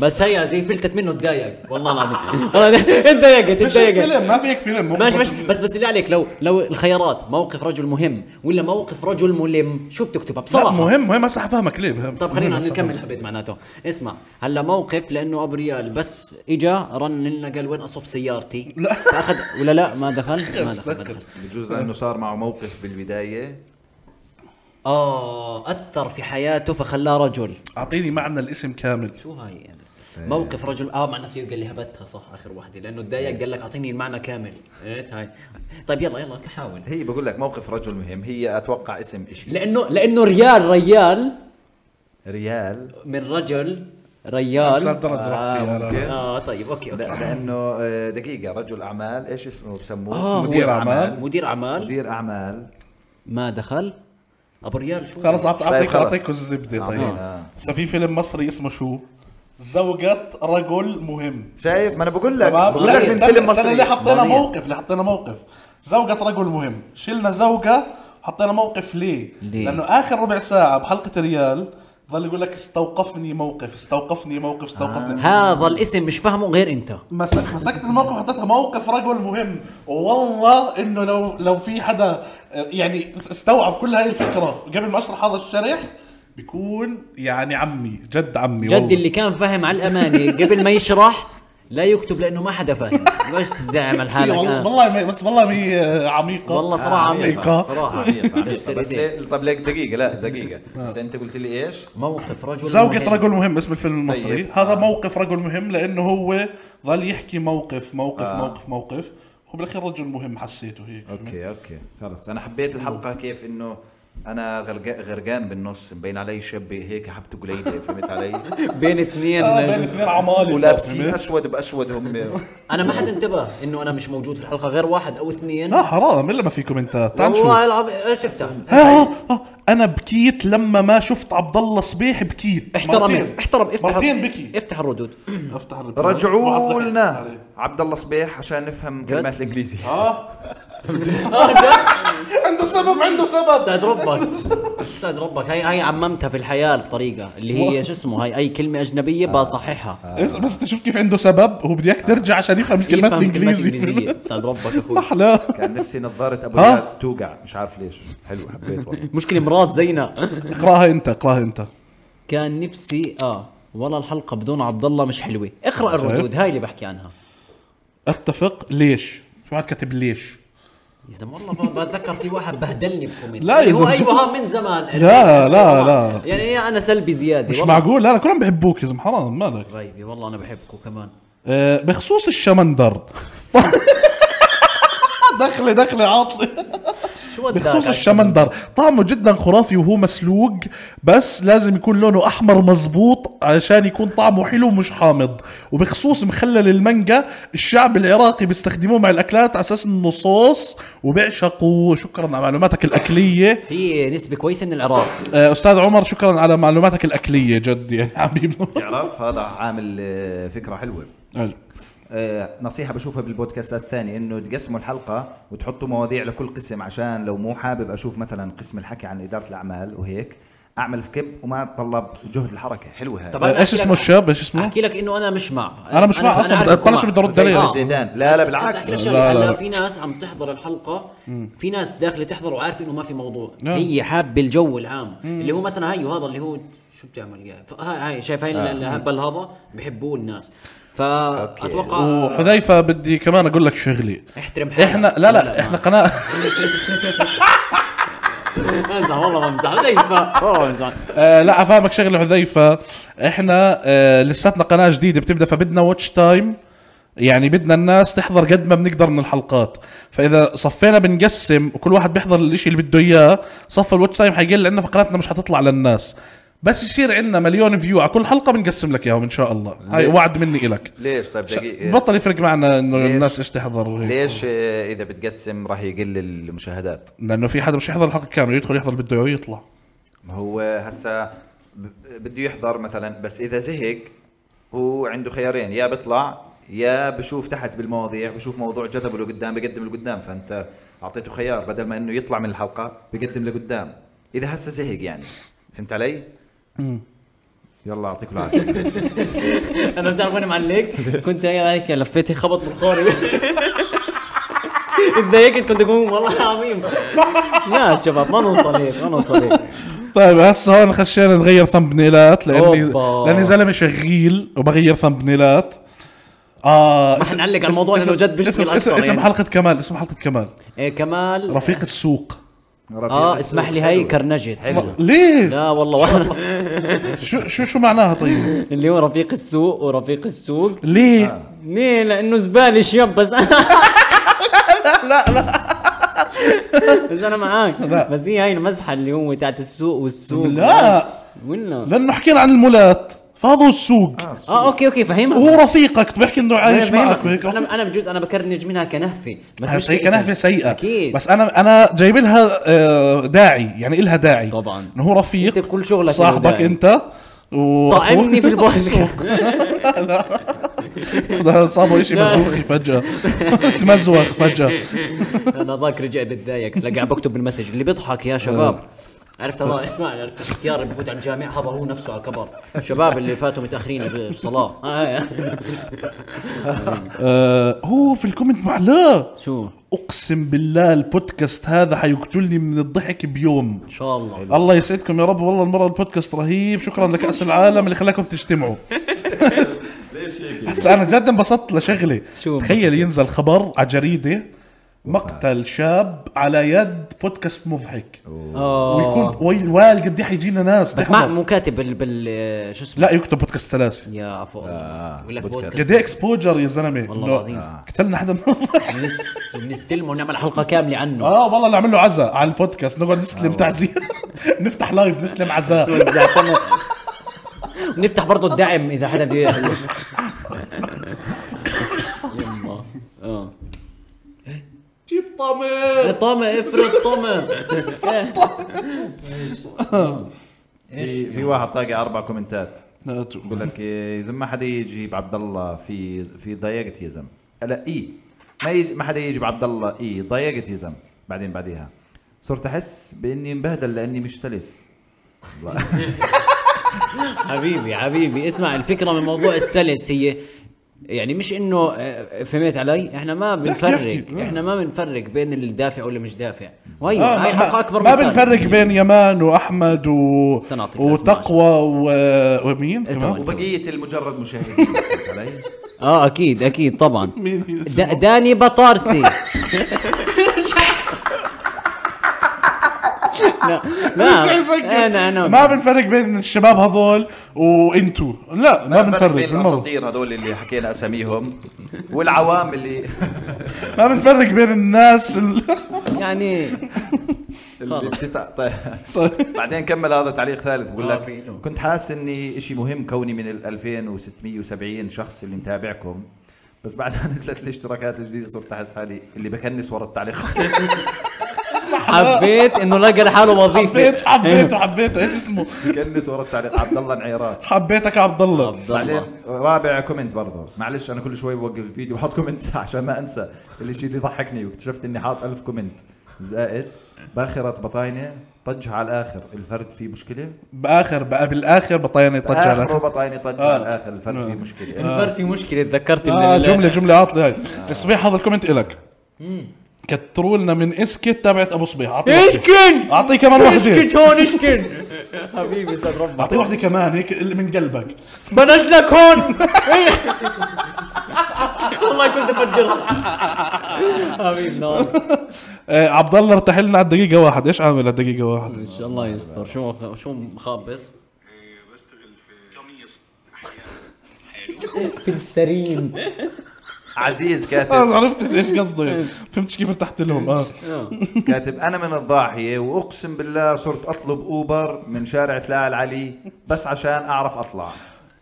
[SPEAKER 5] بس هي زي فلتت منه تضايق والله العظيم انضايقت
[SPEAKER 3] مش هيك فيلم ما فيك فيلم موقف
[SPEAKER 5] ماشي ماشي
[SPEAKER 3] رجل-
[SPEAKER 5] بس بس اللي عليك لو لو الخيارات موقف رجل مهم ولا موقف رجل ملم شو بتكتبها
[SPEAKER 3] لا
[SPEAKER 5] بصراحه
[SPEAKER 3] مهم مهم هسه حفهمك ليه
[SPEAKER 5] طب خلينا نكمل حبيت معناته اسمع هلا موقف لانه ابو ريال بس اجا رن لنا قال وين اصب سيارتي لا فاخذ ولا لا ما دخل ما دخل ما دخل
[SPEAKER 1] بجوز لانه صار معه موقف بالبدايه
[SPEAKER 5] اه اثر في حياته فخلاه رجل
[SPEAKER 3] اعطيني معنى الاسم كامل
[SPEAKER 5] شو هاي يعني موقف رجل اه معناته قال لي هبتها صح اخر واحده لانه تضايق قال لك اعطيني المعنى كامل عرفت هاي طيب يلا يلا حاول
[SPEAKER 1] هي بقول لك موقف رجل مهم هي اتوقع اسم شيء
[SPEAKER 5] لانه لانه ريال ريال
[SPEAKER 1] ريال
[SPEAKER 5] من رجل
[SPEAKER 3] مش
[SPEAKER 5] ريال
[SPEAKER 3] لهالدرجة رحت فيها، لا، لا.
[SPEAKER 5] اه طيب اوكي
[SPEAKER 1] لا
[SPEAKER 5] اوكي
[SPEAKER 1] لانه آه، دقيقه رجل اعمال ايش اسمه بسموه
[SPEAKER 5] آه،
[SPEAKER 3] مدير أعمال.
[SPEAKER 5] مدير اعمال
[SPEAKER 1] مدير اعمال
[SPEAKER 5] ما دخل ابو ريال شو
[SPEAKER 3] خلص أعط-
[SPEAKER 1] طيب،
[SPEAKER 3] اعطيك
[SPEAKER 1] خلص.
[SPEAKER 3] اعطيك الزبده طيب
[SPEAKER 5] نعم.
[SPEAKER 1] أعطينا.
[SPEAKER 3] هسه في فيلم مصري اسمه شو زوجة رجل مهم
[SPEAKER 1] شايف ما انا بقول لك
[SPEAKER 3] تمام طيب،
[SPEAKER 1] بقول لك من
[SPEAKER 3] استنى-
[SPEAKER 1] فيلم
[SPEAKER 3] استنى،
[SPEAKER 1] مصري
[SPEAKER 3] ليه حطينا
[SPEAKER 5] مريض.
[SPEAKER 3] موقف ليه حطينا موقف زوجة رجل مهم شلنا زوجة حطينا موقف ليه؟
[SPEAKER 5] ليه؟
[SPEAKER 3] لانه اخر ربع ساعة بحلقة ريال ظل يقول لك استوقفني موقف استوقفني موقف استوقفني آه.
[SPEAKER 5] هذا الاسم مش فاهمه غير انت
[SPEAKER 3] مسك مسكت الموقف حطيتها موقف رجل مهم والله انه لو لو في حدا آه، يعني استوعب كل هاي الفكرة قبل ما اشرح هذا الشرح بيكون يعني عمي جد عمي
[SPEAKER 5] جد
[SPEAKER 3] والله.
[SPEAKER 5] اللي كان فاهم على الامانه قبل ما يشرح لا يكتب لانه ما حدا فاهم بس تزعم
[SPEAKER 3] في
[SPEAKER 5] حالك
[SPEAKER 3] والله
[SPEAKER 5] آه.
[SPEAKER 3] والله ما- بس والله ما هي آه، عميقة
[SPEAKER 5] والله صراحه
[SPEAKER 3] عميقة.
[SPEAKER 5] عميقه
[SPEAKER 3] آه،
[SPEAKER 5] صراحه
[SPEAKER 1] بس
[SPEAKER 5] كسر إيديك.
[SPEAKER 1] ليه طب ليك دقيقه لا دقيقه بس انت قلت لي ايش
[SPEAKER 5] موقف رجل
[SPEAKER 3] زوجة
[SPEAKER 5] مهم.
[SPEAKER 3] رجل مهم اسم الفيلم المصري
[SPEAKER 1] طيب.
[SPEAKER 3] هذا موقف رجل مهم لانه هو ظل يحكي موقف موقف موقف موقف هو بالاخير رجل مهم حسيته هيك
[SPEAKER 1] اوكي اوكي خلص انا حبيت الحلقه كيف انه انا غرق- غرقان بالنص مبين علي شاب هيك حبته قليله فهمت علي
[SPEAKER 5] بين اثنين
[SPEAKER 3] آه بين اثنين عمالقه
[SPEAKER 1] ولابسين
[SPEAKER 3] فهمت؟
[SPEAKER 1] اسود باسود هم
[SPEAKER 5] انا ما حد انتبه انه انا مش موجود في الحلقه غير واحد او اثنين
[SPEAKER 3] لا حرام الا ما في كومنتات تعال نشوف
[SPEAKER 5] والله العظيم شفتها
[SPEAKER 3] آه آه انا بكيت لما ما شفت عبد الله صبيح بكيت
[SPEAKER 5] احترم
[SPEAKER 3] مرتين.
[SPEAKER 5] احترم افتح
[SPEAKER 3] مرتين بكي
[SPEAKER 5] افتح الردود
[SPEAKER 3] افتح الريبورت. واحد
[SPEAKER 1] رجعوا
[SPEAKER 3] ضحك
[SPEAKER 1] لنا
[SPEAKER 3] عليه.
[SPEAKER 1] عبد الله صبيح عشان نفهم كلمات الانجليزي
[SPEAKER 3] عنده سبب عنده سبب
[SPEAKER 5] سعد ربك سعد ربك هاي هاي عممتها في الحياه الطريقه اللي هي شو اسمه هاي اي كلمه اجنبيه بصححها
[SPEAKER 3] إيه، بس انت شوف كيف عنده سبب هو بده اياك ترجع عشان يفهم الكلمات
[SPEAKER 5] يفهم كلمات
[SPEAKER 3] الانجليزي
[SPEAKER 5] انجليزيه سعد ربك اخوي
[SPEAKER 3] احلى
[SPEAKER 1] كان نفسي نظاره ابو
[SPEAKER 3] ها؟
[SPEAKER 1] ريال توقع مش عارف ليش حلو حبيت والله
[SPEAKER 5] مشكله مراد زينا
[SPEAKER 3] اقراها انت اقراها انت
[SPEAKER 5] كان نفسي اه والله الحلقه بدون عبد الله مش حلوه اقرا الردود هاي اللي بحكي عنها
[SPEAKER 3] اتفق ليش في واحد كاتب ليش
[SPEAKER 5] يا زلمه والله ب- بتذكر في واحد بهدلني بكومنت
[SPEAKER 3] لا يا
[SPEAKER 5] يعني هو
[SPEAKER 3] زلمة.
[SPEAKER 5] ايوه ها من زمان
[SPEAKER 3] لا،
[SPEAKER 5] بس
[SPEAKER 3] لا،
[SPEAKER 5] والله.
[SPEAKER 3] لا.
[SPEAKER 5] يعني انا سلبي زياده
[SPEAKER 3] مش
[SPEAKER 5] والله
[SPEAKER 3] معقول لا لا كلهم بحبوك يا زلمه حرام مالك
[SPEAKER 5] غيبي والله انا بحبكم كمان
[SPEAKER 3] أه بخصوص الشمندر دخلة دخلة عاطلة
[SPEAKER 5] شو وداك
[SPEAKER 3] بخصوص
[SPEAKER 5] أكل؟
[SPEAKER 3] الشمندر طعمه جدا خرافي وهو مسلوق بس لازم يكون لونه احمر مزبوط عشان يكون طعمه حلو ومش حامض وبخصوص مخلل المانجا الشعب العراقي بيستخدموه مع الاكلات على اساس انه صوص وبيعشقوه شكرا على معلوماتك الاكليه
[SPEAKER 5] في نسبة كويسة من العراق
[SPEAKER 3] آه، استاذ عمر شكرا على معلوماتك الاكليه جد يعني حبيبنا
[SPEAKER 1] بتعرف هذا عامل آه، فكره حلوه
[SPEAKER 3] حلو.
[SPEAKER 1] آه، نصيحة بشوفها بالبودكاستات الثانية انه تقسموا الحلقة وتحطوا مواضيع لكل قسم عشان لو مو حابب اشوف مثلا قسم الحكي عن ادارة الاعمال وهيك اعمل سكيب وما اتطلب جهد الحركة حلوة هاي
[SPEAKER 5] طب أنا
[SPEAKER 3] آه، ايش
[SPEAKER 5] أحكي لك-
[SPEAKER 3] اسمه الشاب ايش اسمه
[SPEAKER 5] احكي لك انه انا مش مع
[SPEAKER 3] أنا مش مع أصلاً،
[SPEAKER 5] عارف
[SPEAKER 3] بطلش
[SPEAKER 5] مع.
[SPEAKER 3] بدي أرد
[SPEAKER 1] زي
[SPEAKER 3] عليه.
[SPEAKER 1] فارس زيدان لا لا
[SPEAKER 5] بس
[SPEAKER 1] بالعكس
[SPEAKER 5] أحكي لك
[SPEAKER 3] لا،
[SPEAKER 5] شغلة،
[SPEAKER 3] لا.
[SPEAKER 5] هلا في ناس عم تحضر الحلقه في ناس داخله تحضر وعارفه انه ما في موضوع
[SPEAKER 3] نعم.
[SPEAKER 5] هي حابه الجو العام اللي هو مثلا هيو هذا اللي هو شو بتعمل يا ف- هاي هاي شايف هاي
[SPEAKER 1] آه.
[SPEAKER 5] الهبل هذا بحبوه الناس فاتوقع
[SPEAKER 3] وحذيفه بدي كمان اقول لك شغلي
[SPEAKER 5] احترم حالك
[SPEAKER 3] احنا لا لا احنا قناه
[SPEAKER 5] امزح والله ما امزح حذيفه والله ما امزح
[SPEAKER 3] آه لا افهمك شغله حذيفه احنا آه لساتنا قناه جديده بتبدا فبدنا واتش تايم يعني بدنا الناس تحضر قد ما بنقدر من الحلقات فاذا صفينا بنقسم وكل واحد بيحضر الاشي اللي بده اياه صف الواتش تايم حيقل عندنا فقراتنا مش حتطلع للناس بس يصير عندنا مليون فيو على كل حلقه بنقسم لك اياهم ان شاء الله هاي وعد مني الك
[SPEAKER 1] ليش طيب دقيقة
[SPEAKER 3] بطل يفرق معنا انه
[SPEAKER 1] ليش؟
[SPEAKER 3] الناس ايش تحضر وهيك.
[SPEAKER 1] ليش آه، اذا بتقسم راح يقل المشاهدات
[SPEAKER 3] لانه في حدا مش يحضر الحلقه كامله يدخل يحضر بده اياه ويطلع
[SPEAKER 1] ما هو هسا ب- بده يحضر مثلا بس اذا زهق هو عنده خيارين يا بيطلع يا بشوف تحت بالمواضيع بشوف موضوع جذبه لقدام بقدم لقدام فانت اعطيته خيار بدل ما انه يطلع من الحلقه بقدم لقدام اذا هسا زهق يعني فهمت علي؟ يلا يعطيكم العافيه
[SPEAKER 5] انا بتعرف وين معلق كنت هي هيك لفيتي خبط بالخارج اتضايقت كنت اقول والله العظيم لا يا شباب ما نوصل هيك ما نوصل هيك
[SPEAKER 3] طيب هسه هون خشينا نغير ثمبنيلات لاني
[SPEAKER 5] أوبا.
[SPEAKER 3] لاني زلمه شغيل وبغير ثمبنيلات اه
[SPEAKER 5] ما
[SPEAKER 3] اسم-
[SPEAKER 5] حنعلق على الموضوع
[SPEAKER 3] اسم-
[SPEAKER 5] لأنه جد بشغل
[SPEAKER 3] اسم, اسم,
[SPEAKER 5] أكثر
[SPEAKER 3] اسم
[SPEAKER 5] يعني.
[SPEAKER 3] حلقه كمال اسم حلقه كمال
[SPEAKER 5] إيه، كمال
[SPEAKER 3] رفيق السوق
[SPEAKER 5] اه اسمح لي هاي كرنجت
[SPEAKER 1] حلو
[SPEAKER 3] ليه
[SPEAKER 5] لا والله واحد
[SPEAKER 3] شو شو شو معناها طيب
[SPEAKER 5] اللي هو رفيق السوق ورفيق السوق
[SPEAKER 3] ليه
[SPEAKER 1] آه.
[SPEAKER 5] ليه لانه زباله شياب بس لا لا لا بس انا معاك
[SPEAKER 3] لا.
[SPEAKER 5] بس هي هاي المزحه اللي هو تاعت السوق والسوق
[SPEAKER 3] لا
[SPEAKER 5] ولا
[SPEAKER 3] لانه حكينا عن المولات فهذا هو السوق
[SPEAKER 1] آه،
[SPEAKER 5] اه اوكي اوكي فهمها
[SPEAKER 3] هو رفيقك بحكي انه عايش
[SPEAKER 5] فاهمك.
[SPEAKER 3] معك
[SPEAKER 5] بس
[SPEAKER 3] وهيك
[SPEAKER 5] انا انا بجوز انا بكرنج منها كنهفه بس
[SPEAKER 3] هاي
[SPEAKER 5] مش
[SPEAKER 3] سيئة
[SPEAKER 5] كاسم.
[SPEAKER 3] كنهفة سيئة
[SPEAKER 5] اكيد
[SPEAKER 3] بس انا انا جايب لها آه، داعي يعني إلها داعي
[SPEAKER 5] طبعاً.
[SPEAKER 3] انه هو رفيق
[SPEAKER 5] أنت كل شغلك له
[SPEAKER 3] صاحبك
[SPEAKER 5] داعي.
[SPEAKER 3] انت و
[SPEAKER 5] طعمني في البودكاست.
[SPEAKER 3] لا صابوا شيء مزوخي فجأة تمزوخ فجأة
[SPEAKER 5] انا ذاك رجع بتضايق هلا قاعد بكتب بالمسج اللي بيضحك يا شباب عرفت هذا اسمع عرفت اختيار بفوت على الجامع هذا هو نفسه على كبر شباب اللي فاتوا متاخرين ب- بصلاه آه،
[SPEAKER 3] آه، هو في الكومنت معلاه
[SPEAKER 5] شو
[SPEAKER 3] اقسم بالله البودكاست هذا حيقتلني من الضحك بيوم
[SPEAKER 5] ان شاء الله
[SPEAKER 3] الله يسعدكم يا رب والله المره البودكاست رهيب شكرا لكاس العالم اللي خلاكم تجتمعوا بس انا جد انبسطت لشغله
[SPEAKER 5] شو
[SPEAKER 3] تخيل ينزل خبر على جريده مقتل شاب على يد بودكاست مضحك ويكون ويل ويل قد ايه حيجينا ناس
[SPEAKER 5] بس ما
[SPEAKER 3] تحضر.
[SPEAKER 5] مو كاتب بال, بال... شو اسمه
[SPEAKER 3] لا يكتب بودكاست سلاسل
[SPEAKER 5] يا عفو يقول لك
[SPEAKER 1] بودكاست.
[SPEAKER 5] بودكاست
[SPEAKER 3] قد ايه اكسبوجر يا زلمه
[SPEAKER 5] والله
[SPEAKER 3] إنه
[SPEAKER 5] العظيم.
[SPEAKER 3] قتلنا حدا مضحك
[SPEAKER 5] بنستلمه ونعمل حلقه كامله عنه
[SPEAKER 3] اه والله نعمل له عزاء على البودكاست نقعد
[SPEAKER 5] آه.
[SPEAKER 3] نسلم تعزيه نفتح لايف نسلم عزاء
[SPEAKER 5] وزعتنا نفتح برضه الدعم اذا حدا بده يما اه
[SPEAKER 3] جيب طعمه
[SPEAKER 5] طمع إيه، افرض طمع
[SPEAKER 1] في في واحد طاقع اربع كومنتات
[SPEAKER 3] يعني؟ لا تقول.
[SPEAKER 1] بقول لك إيه، اذا ما حدا يجي بعبد الله في في ضايقت يا زلمه لا اي ما يجي ما حدا يجي بعبد الله اي ضايقت يا زلمه بعدين بعديها صرت احس باني مبهدل لاني مش سلس والله.
[SPEAKER 5] حبيبي حبيبي اسمع الفكره من موضوع السلس هي يعني مش انه آه، فهمت علي احنا ما بنفرق
[SPEAKER 3] احكي.
[SPEAKER 5] احنا ما بنفرق بين اللي دافع واللي مش دافع وهي هاي
[SPEAKER 3] آه، ما-
[SPEAKER 5] الحلقه اكبر
[SPEAKER 3] ما
[SPEAKER 5] مثال.
[SPEAKER 3] بنفرق بين يمان واحمد و...
[SPEAKER 5] استنى أعطيك الأسماء
[SPEAKER 3] وتقوى و... ومين
[SPEAKER 5] إيه
[SPEAKER 3] تمام
[SPEAKER 5] طبعاً.
[SPEAKER 1] وبقيه المجرد مشاهدين فهمت علي؟
[SPEAKER 5] اه اكيد اكيد طبعا
[SPEAKER 3] مين
[SPEAKER 5] د- داني بطارسي لا
[SPEAKER 3] مش عايز أكتب.
[SPEAKER 5] لا انا انا
[SPEAKER 3] إيه، ما بنفرق بين الشباب هذول وانتو لا ما
[SPEAKER 1] فرق
[SPEAKER 3] بنفرق
[SPEAKER 1] بين
[SPEAKER 3] بالمره
[SPEAKER 1] الاساطير هذول اللي حكينا اساميهم والعوام اللي
[SPEAKER 3] ما بنفرق بين الناس ال-
[SPEAKER 5] يعني
[SPEAKER 1] اللي بتتع... طيب. بعدين كمل هذا تعليق ثالث بقول
[SPEAKER 5] آه،
[SPEAKER 1] لك
[SPEAKER 5] في إله.
[SPEAKER 1] كنت حاسس اني شيء مهم كوني من ال 2670 شخص اللي متابعكم بس بعد ما نزلت الاشتراكات الجديده صرت احس حالي اللي بكنس ورا التعليقات
[SPEAKER 5] حبيت انه لقى لحاله إيه. وظيفه
[SPEAKER 3] حبيت حبيته حبيته ايش اسمه
[SPEAKER 1] بكنس ورا التعليق عبد الله نعيرات
[SPEAKER 3] حبيتك يا عبد الله
[SPEAKER 5] عبد
[SPEAKER 1] بعدين
[SPEAKER 5] الله
[SPEAKER 1] رابع كومنت برضه معلش انا كل شوي بوقف الفيديو بحط كومنت عشان ما انسى الشيء اللي ضحكني واكتشفت اني حاط ألف كومنت زائد باخره بطاينه طجها على الاخر الفرد فيه مشكله
[SPEAKER 3] باخر بقى بالاخر بطيني طج على
[SPEAKER 1] اخر بطاينه طجها
[SPEAKER 3] آه.
[SPEAKER 1] على الاخر الفرد فيه يعني مشكله
[SPEAKER 4] الفرد في مشكله تذكرت
[SPEAKER 3] آه
[SPEAKER 4] ال-
[SPEAKER 3] جمله جمله عاطله هاي صبيح هذا الكومنت الك كتروا لنا من اسكت تبعت ابو صبيح اعطيه وحدة.
[SPEAKER 4] اشكن
[SPEAKER 5] آه،
[SPEAKER 3] اعطيه كمان واحده
[SPEAKER 4] اسكت هون اسكن حبيبي سد ربك
[SPEAKER 3] اعطيه واحده كمان هيك اللي من قلبك
[SPEAKER 4] بلاش لك هون والله كنت افجرها حبيبي
[SPEAKER 5] نعم.
[SPEAKER 4] نار
[SPEAKER 3] آه عبد الله ارتاح لنا على الدقيقه واحد ايش عامل على الدقيقه واحد
[SPEAKER 5] ان شاء الله يستر شو شو مخبص
[SPEAKER 7] بشتغل في قميص احيانا
[SPEAKER 4] في السرير
[SPEAKER 1] عزيز
[SPEAKER 3] اه
[SPEAKER 1] كاتب
[SPEAKER 3] ما عرفتش ايش قصدي فهمتش إيه. كيف ارتحت لهم اه
[SPEAKER 1] إيه. كاتب انا من الضاحيه واقسم بالله صرت اطلب اوبر من شارع تلاعة العلي بس عشان اعرف اطلع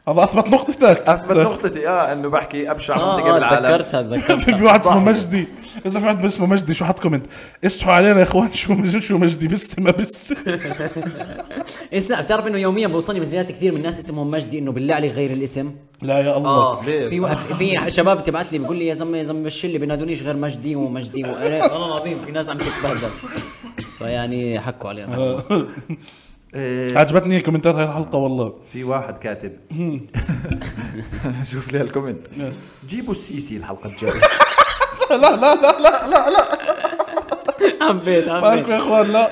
[SPEAKER 3] هذا اثبت نقطتك
[SPEAKER 1] اثبت نقطتي اه انه بحكي ابشع منطقه
[SPEAKER 5] اه آه،
[SPEAKER 1] بالعالم
[SPEAKER 5] تذكرتها تذكرتها
[SPEAKER 3] في في واحد اسمه
[SPEAKER 1] صحيح.
[SPEAKER 3] مجدي اذا في واحد اسمه مجدي شو حط كومنت اصحوا علينا يا اخوان شو شو مجدي بس ما بس
[SPEAKER 5] إيه، اسمع بتعرف انه يوميا بوصلني مسجات كثير من ناس اسمهم مجدي انه بالله عليك غير الاسم
[SPEAKER 3] لا يا الله
[SPEAKER 5] اه
[SPEAKER 1] ليه؟
[SPEAKER 5] في وقت في شباب تبعت لي بيقول لي يا زلمه يا زلمه بالشله بينادونيش غير مجدي ومجدي وانا والله العظيم في ناس عم تتبهدل فيعني حكوا علينا
[SPEAKER 1] آه،
[SPEAKER 3] عجبتني كومنتات هاي الحلقه والله
[SPEAKER 1] في واحد كاتب شوف لي الكومنت جيبوا السيسي الحلقه الجايه
[SPEAKER 4] حبيت حبيت
[SPEAKER 3] مالكم يا اخوان لا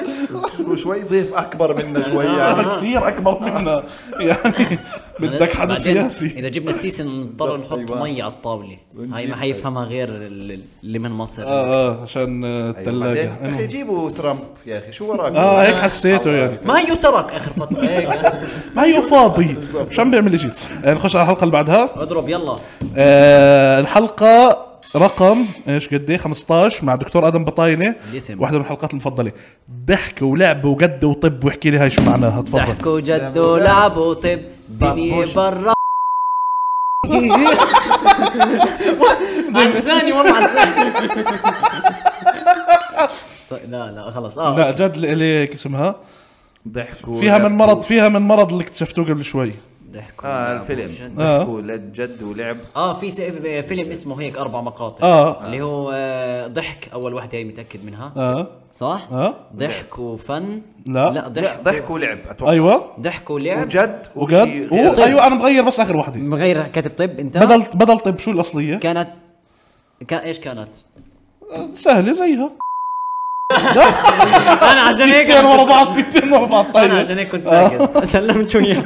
[SPEAKER 1] وشوي ضيف اكبر منا شوي يعني
[SPEAKER 3] هذا كثير اكبر منا يعني بدك حدا
[SPEAKER 5] بعدين
[SPEAKER 3] سياسي
[SPEAKER 5] اذا جبنا السيسي نضطر نحط
[SPEAKER 1] أيوة.
[SPEAKER 5] مي على الطاوله هاي ما حيفهمها غير ال- اللي من مصر
[SPEAKER 3] اه اه عشان آه،
[SPEAKER 1] أيوة، بعدين،
[SPEAKER 3] الثلاجه
[SPEAKER 1] يا اخي جيبوا ترامب يا اخي شو وراك
[SPEAKER 3] اه هيك حسيته يعني
[SPEAKER 5] ما هيو ترك اخر فتره هيك
[SPEAKER 3] ما هي فاضي مش عم بيعمل شيء نخش على الحلقه اللي بعدها
[SPEAKER 5] اضرب يلا
[SPEAKER 3] آه الحلقة رقم ايش قد ايه 15 مع دكتور ادم بطاينه
[SPEAKER 5] الاسم.
[SPEAKER 3] واحدة من الحلقات المفضلة ضحك ولعب وقد وطب واحكي لي هاي شو معناها تفضل
[SPEAKER 5] ضحكوا جدوا لعبوا طب دنيا
[SPEAKER 1] بابوش.
[SPEAKER 5] برا عزاني والله عزاني لا لا خلص اه
[SPEAKER 3] لا جد لك اسمها
[SPEAKER 1] ضحك
[SPEAKER 3] فيها من مرض فيها من مرض اللي اكتشفتوه قبل شوي
[SPEAKER 5] ضحكوا
[SPEAKER 1] اه
[SPEAKER 5] لعبوا
[SPEAKER 1] الفيلم
[SPEAKER 5] جد.
[SPEAKER 3] آه.
[SPEAKER 1] ضحكوا للجد ولعب
[SPEAKER 5] اه في س- فيلم اسمه هيك اربع مقاطع
[SPEAKER 3] آه.
[SPEAKER 5] اللي هو آه، ضحك اول واحدة هي متاكد منها
[SPEAKER 3] اه
[SPEAKER 5] صح؟
[SPEAKER 3] آه.
[SPEAKER 5] ضحك وفن
[SPEAKER 3] لا.
[SPEAKER 5] لا
[SPEAKER 1] لا
[SPEAKER 5] ضحك
[SPEAKER 1] ضحك ولعب اتوقع
[SPEAKER 3] ايوه
[SPEAKER 5] ضحك ولعب
[SPEAKER 1] وجد
[SPEAKER 3] وقد
[SPEAKER 1] وشيء غير.
[SPEAKER 3] و- ايوه انا مغير بس اخر واحدة
[SPEAKER 5] مغير كاتب طب انت
[SPEAKER 3] بدل بدل طب شو الاصلية
[SPEAKER 5] كانت كا ايش كانت؟
[SPEAKER 3] سهلة زيها
[SPEAKER 5] انا عشان هيك
[SPEAKER 3] دقيقتين ورا بعض دقيقتين ورا بعض
[SPEAKER 5] انا
[SPEAKER 3] طيب
[SPEAKER 5] عشان هيك كنت مركز سلمت وياه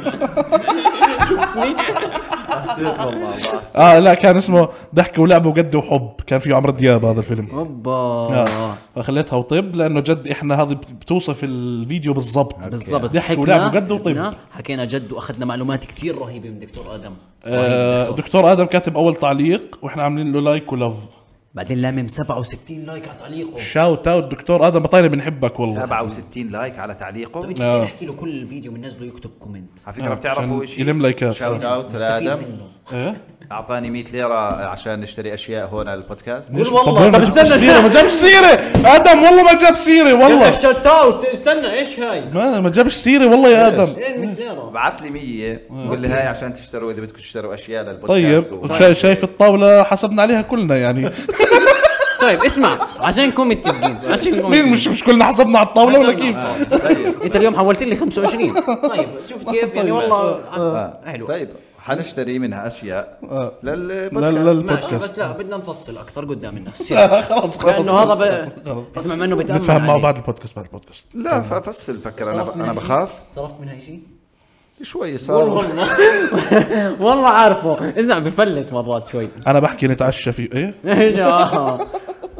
[SPEAKER 1] حسيت والله الله حسيت.
[SPEAKER 3] اه لا كان اسمه ضحك ولعب وقد وحب كان فيه عمرو دياب هذا الفيلم
[SPEAKER 5] اوبا
[SPEAKER 3] آه. فخليتها وطب لانه جد احنا هذه بت- بتوصف الفيديو بالضبط
[SPEAKER 5] بالضبط
[SPEAKER 3] ضحك
[SPEAKER 5] ضحكنا
[SPEAKER 3] ولعب وجد وطب
[SPEAKER 5] ضحكنا، حكينا جد واخذنا معلومات كثير رهيبه من دكتور ادم
[SPEAKER 3] آه
[SPEAKER 5] رهيب دكتور.
[SPEAKER 3] دكتور ادم كاتب اول تعليق واحنا عاملين له لايك ولاف
[SPEAKER 5] بعدين لامم 67 لايك على تعليقه
[SPEAKER 3] شاوت اوت دكتور ادم بطينه بنحبك والله
[SPEAKER 1] 67 لايك على تعليقه
[SPEAKER 3] طيب.
[SPEAKER 5] بدي كثير احكي له كل فيديو بننزله يكتب كومنت
[SPEAKER 1] على فكره بتعرفوا
[SPEAKER 3] آه. عشان
[SPEAKER 1] شيء
[SPEAKER 3] يلم لايكات.
[SPEAKER 1] شاوت اوت
[SPEAKER 5] نستفيد
[SPEAKER 1] لادم
[SPEAKER 5] منه
[SPEAKER 3] ايه
[SPEAKER 1] اعطاني 100 ليره عشان نشتري اشياء هون على البودكاست
[SPEAKER 3] ليش؟
[SPEAKER 4] والله،
[SPEAKER 3] وين
[SPEAKER 4] طب
[SPEAKER 3] ما جاب
[SPEAKER 4] استنى.
[SPEAKER 3] سيره ما جابش سيره ادم والله ما جاب سيره والله
[SPEAKER 4] شت اوت استنى ايش هاي؟
[SPEAKER 3] ما ما جابش سيره والله يا ادم
[SPEAKER 4] ايه المجيرة
[SPEAKER 1] بعت لي 100 قول لي هاي عشان تشتروا اذا بدكم تشتروا اشياء للبودكاست
[SPEAKER 3] آه، طيب
[SPEAKER 1] و-
[SPEAKER 3] شا- شايف الطاوله حسبنا عليها كلنا يعني
[SPEAKER 5] طيب اسمع عشان نكون متفقين عشان نكون
[SPEAKER 3] مين
[SPEAKER 5] متفقين.
[SPEAKER 3] مش مش كلنا حسبنا على الطاوله ولا كيف
[SPEAKER 1] طيب
[SPEAKER 5] انت اليوم حولت لي 25 آه، طيب آه. شفت كيف يعني والله حلو
[SPEAKER 1] طيب حنشتري منها اشياء
[SPEAKER 3] لا
[SPEAKER 1] للبودكاست
[SPEAKER 3] آه. لا
[SPEAKER 5] ماشي
[SPEAKER 3] البودكاست
[SPEAKER 5] بس لا بدنا نفصل اكثر قدام الناس
[SPEAKER 3] لا، آه، خلاص خلاص
[SPEAKER 5] لانه هذا
[SPEAKER 3] خلاص.
[SPEAKER 5] ب... اسمع منه بتامن
[SPEAKER 3] نتفاهم معه
[SPEAKER 5] عليه.
[SPEAKER 3] بعد البودكاست بعد البودكاست
[SPEAKER 1] لا ففصل فكر انا ب...
[SPEAKER 5] صرفت منها
[SPEAKER 1] انا
[SPEAKER 5] شيء؟
[SPEAKER 1] بخاف
[SPEAKER 5] صرفت منها شيء؟
[SPEAKER 1] شوي صار
[SPEAKER 5] والله عارفه اسمع بفلت مرات شوي
[SPEAKER 3] انا بحكي نتعشى فيه ايه
[SPEAKER 5] آه.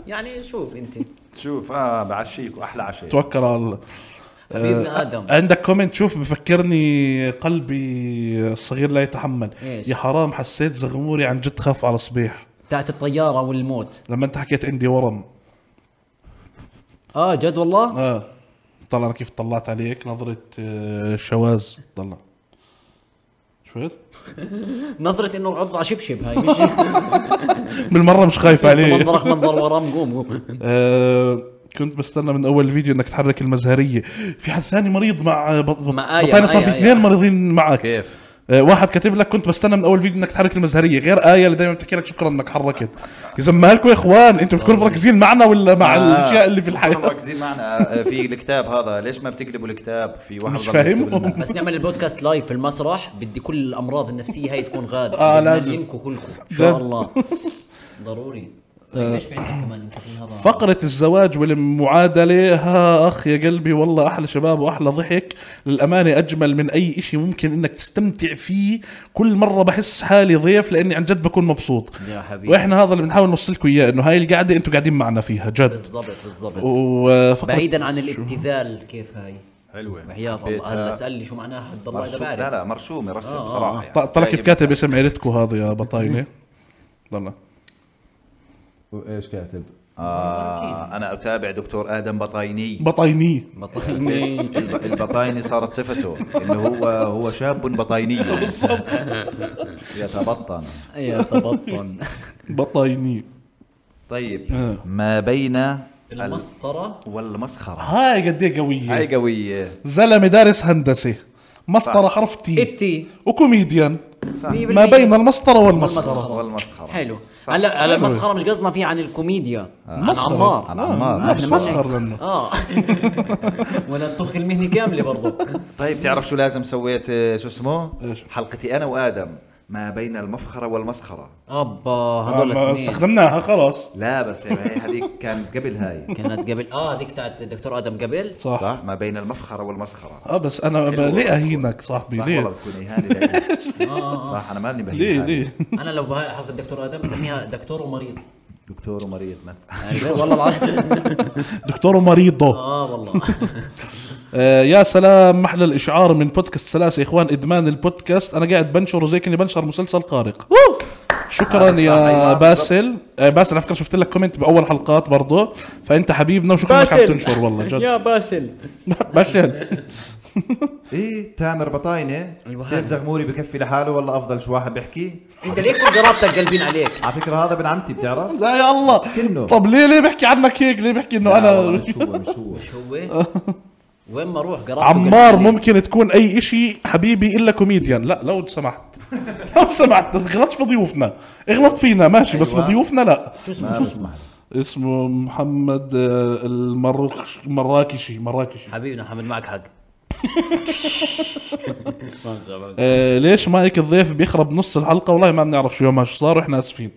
[SPEAKER 5] يعني شوف انت
[SPEAKER 1] شوف اه بعشيك احلى عشاء
[SPEAKER 3] توكل على الله
[SPEAKER 5] ابن ادم
[SPEAKER 3] عندك كومنت شوف بفكرني قلبي الصغير لا يتحمل
[SPEAKER 5] إيش؟
[SPEAKER 3] يا حرام حسيت زغموري عن جد خاف على صبيح
[SPEAKER 5] تاعت الطياره والموت
[SPEAKER 3] لما انت حكيت عندي ورم
[SPEAKER 5] اه جد والله
[SPEAKER 3] اه طلع أنا كيف طلعت عليك نظرة آه، شواذ طلع شفت؟
[SPEAKER 5] نظرة انه الارض على شبشب هاي مش
[SPEAKER 3] بالمرة مش خايف عليه
[SPEAKER 5] منظرك منظر ورم قوم قوم
[SPEAKER 3] آه، كنت بستنى من اول فيديو انك تحرك المزهريه في حد ثاني مريض مع بط- بط-
[SPEAKER 5] مع آية،
[SPEAKER 3] بطاني
[SPEAKER 5] مع
[SPEAKER 3] صار في
[SPEAKER 5] آية،
[SPEAKER 3] اثنين
[SPEAKER 5] آية.
[SPEAKER 3] مريضين معك
[SPEAKER 1] كيف
[SPEAKER 3] آه، واحد كاتب لك كنت بستنى من اول فيديو انك تحرك المزهريه غير ايه اللي دائما بتحكي لك شكرا انك حركت يا زلمه مالكم يا اخوان انتم بتكونوا مركزين معنا ولا
[SPEAKER 1] آه،
[SPEAKER 3] مع الاشياء اللي في
[SPEAKER 1] كلهم
[SPEAKER 3] الحياه
[SPEAKER 1] مركزين معنا آه، في الكتاب هذا ليش ما بتقلبوا الكتاب في واحد
[SPEAKER 3] مش
[SPEAKER 1] ضل يكتب
[SPEAKER 3] فاهمهم.
[SPEAKER 1] لنا.
[SPEAKER 5] بس نعمل البودكاست لايف في المسرح بدي كل الامراض النفسيه هاي تكون غاد
[SPEAKER 3] آه، لازم.
[SPEAKER 5] لكم كلكم ان
[SPEAKER 3] جد. آه.
[SPEAKER 5] شاء الله ضروري طيب ايش في عندك كمان انت في هذا
[SPEAKER 3] فقرة الزواج والمعادلة ها أخ يا قلبي والله أحلى شباب وأحلى ضحك للأمانة أجمل من أي إشي ممكن إنك تستمتع فيه كل مرة بحس حالي ضيف لأني عن جد بكون مبسوط
[SPEAKER 5] يا حبيبي.
[SPEAKER 3] وإحنا هذا اللي بنحاول نوصل لكم إياه إنه هاي القعدة أنتم قاعدين معنا فيها جد
[SPEAKER 5] بالضبط بالضبط
[SPEAKER 3] وفقرة
[SPEAKER 5] بعيدا عن الابتذال كيف هاي
[SPEAKER 1] حلوه
[SPEAKER 5] وحياة الله هلا اسالني شو معناها حد الله اذا
[SPEAKER 1] مرسوم
[SPEAKER 5] بعرف
[SPEAKER 1] آه، لا لا مرسوم رسم
[SPEAKER 5] آه، آه،
[SPEAKER 1] صراحه
[SPEAKER 5] آه.
[SPEAKER 1] يعني.
[SPEAKER 3] طلع كيف
[SPEAKER 1] جاي
[SPEAKER 3] كاتب اسم عيلتكم هذا يا بطاينة ضلنا
[SPEAKER 8] وايش كاتب؟
[SPEAKER 1] آه انا اتابع دكتور ادم بطايني
[SPEAKER 3] بطايني
[SPEAKER 5] بطلني
[SPEAKER 1] الب- البطايني صارت صفته انه هو هو شاب بطايني بالضبط يتبطن
[SPEAKER 5] يا تبطن
[SPEAKER 3] بطايني
[SPEAKER 1] طيب
[SPEAKER 3] آه.
[SPEAKER 1] ما بين ال-
[SPEAKER 5] المسطره
[SPEAKER 1] والمسخره
[SPEAKER 3] هاي قد ايه قوية
[SPEAKER 1] هاي قويه
[SPEAKER 3] زلمة دارس هندسة مسطرة
[SPEAKER 1] صح.
[SPEAKER 3] حرف تي
[SPEAKER 5] ابتي
[SPEAKER 3] وكوميديان
[SPEAKER 1] صح
[SPEAKER 3] ما بين المسطرة والمسخرة
[SPEAKER 5] والمسخرة.
[SPEAKER 1] والمسخره
[SPEAKER 5] حلو
[SPEAKER 1] صح.
[SPEAKER 5] هلا هلا المسخره مش قصدنا فيها عن الكوميديا عن
[SPEAKER 3] مسخرة.
[SPEAKER 1] عن
[SPEAKER 5] عمار
[SPEAKER 1] عمار
[SPEAKER 3] آه، ما في
[SPEAKER 5] إحنا ما
[SPEAKER 3] مسخر لانه
[SPEAKER 5] اه ولا تطخ المهنه كامله برضه
[SPEAKER 1] طيب تعرف شو لازم سويت آه، شو اسمه
[SPEAKER 3] إيش؟
[SPEAKER 1] حلقتي انا وادم ما بين المفخره والمسخره
[SPEAKER 5] ابا
[SPEAKER 3] آه،
[SPEAKER 5] هذول
[SPEAKER 3] ما
[SPEAKER 5] الاثنين
[SPEAKER 3] استخدمناها خلاص
[SPEAKER 1] لا بس يعني هي هذيك كانت قبل هاي
[SPEAKER 5] كانت قبل اه ذيك تاعت الدكتور ادم قبل
[SPEAKER 3] صح.
[SPEAKER 1] صح ما بين المفخره والمسخره
[SPEAKER 3] اه بس انا ب-
[SPEAKER 1] حلوة.
[SPEAKER 3] ليه اهينك صاحبي
[SPEAKER 1] صح والله
[SPEAKER 3] ليه آه.
[SPEAKER 1] بتكون اهانه لإلي. صح انا مالي بهين
[SPEAKER 3] ليه
[SPEAKER 1] حالي.
[SPEAKER 3] ليه
[SPEAKER 5] انا لو بهاي حلقه الدكتور ادم بسميها دكتور ومريض
[SPEAKER 1] دكتور ومريض مثلا
[SPEAKER 5] والله العظيم
[SPEAKER 3] دكتور مريضه
[SPEAKER 5] اه والله
[SPEAKER 3] آه يا سلام محلى الاشعار من بودكاست سلاسه يا اخوان ادمان البودكاست انا قاعد بنشره زي كاني بنشر مسلسل خارق شكرا
[SPEAKER 1] هذا صح،
[SPEAKER 3] يا
[SPEAKER 1] أيوة،
[SPEAKER 3] باسل آه باسل على فكره شفت لك كومنت باول حلقات برضه فانت حبيبنا وشكرا انك عم تنشر والله جد
[SPEAKER 4] باسل
[SPEAKER 3] باسل
[SPEAKER 1] ايه تامر بطاينه
[SPEAKER 5] أيوة
[SPEAKER 1] سيف زغموري بكفي لحاله ولا افضل شو واحد بيحكي
[SPEAKER 5] انت ليه كل قرابتك قلبين عليك
[SPEAKER 1] على فكره هذا ابن عمتي بتعرف
[SPEAKER 3] لا يا الله
[SPEAKER 1] كنه.
[SPEAKER 3] طب ليه ليه بحكي عنك هيك ليه بحكي انه
[SPEAKER 1] لا والله
[SPEAKER 3] انا
[SPEAKER 1] مش هو مش هو
[SPEAKER 5] شو هو وين ما اروح قرابته
[SPEAKER 3] عمار
[SPEAKER 5] قلبين عليك.
[SPEAKER 3] ممكن تكون اي اشي حبيبي الا كوميديان لا لو سمحت لو سمحت غلطش في ضيوفنا اغلط فينا ماشي بس في
[SPEAKER 1] أيوة.
[SPEAKER 3] ضيوفنا لا
[SPEAKER 5] شو اسمه
[SPEAKER 1] ما بسمح لي.
[SPEAKER 3] اسمه محمد آه، المرخ مراكشي مراكشي
[SPEAKER 5] حبيبنا حمد معك حق
[SPEAKER 3] آه ليش مايك الضيف بيخرب نص الحلقه والله ما بنعرف شو يومها شو صار واحنا اسفين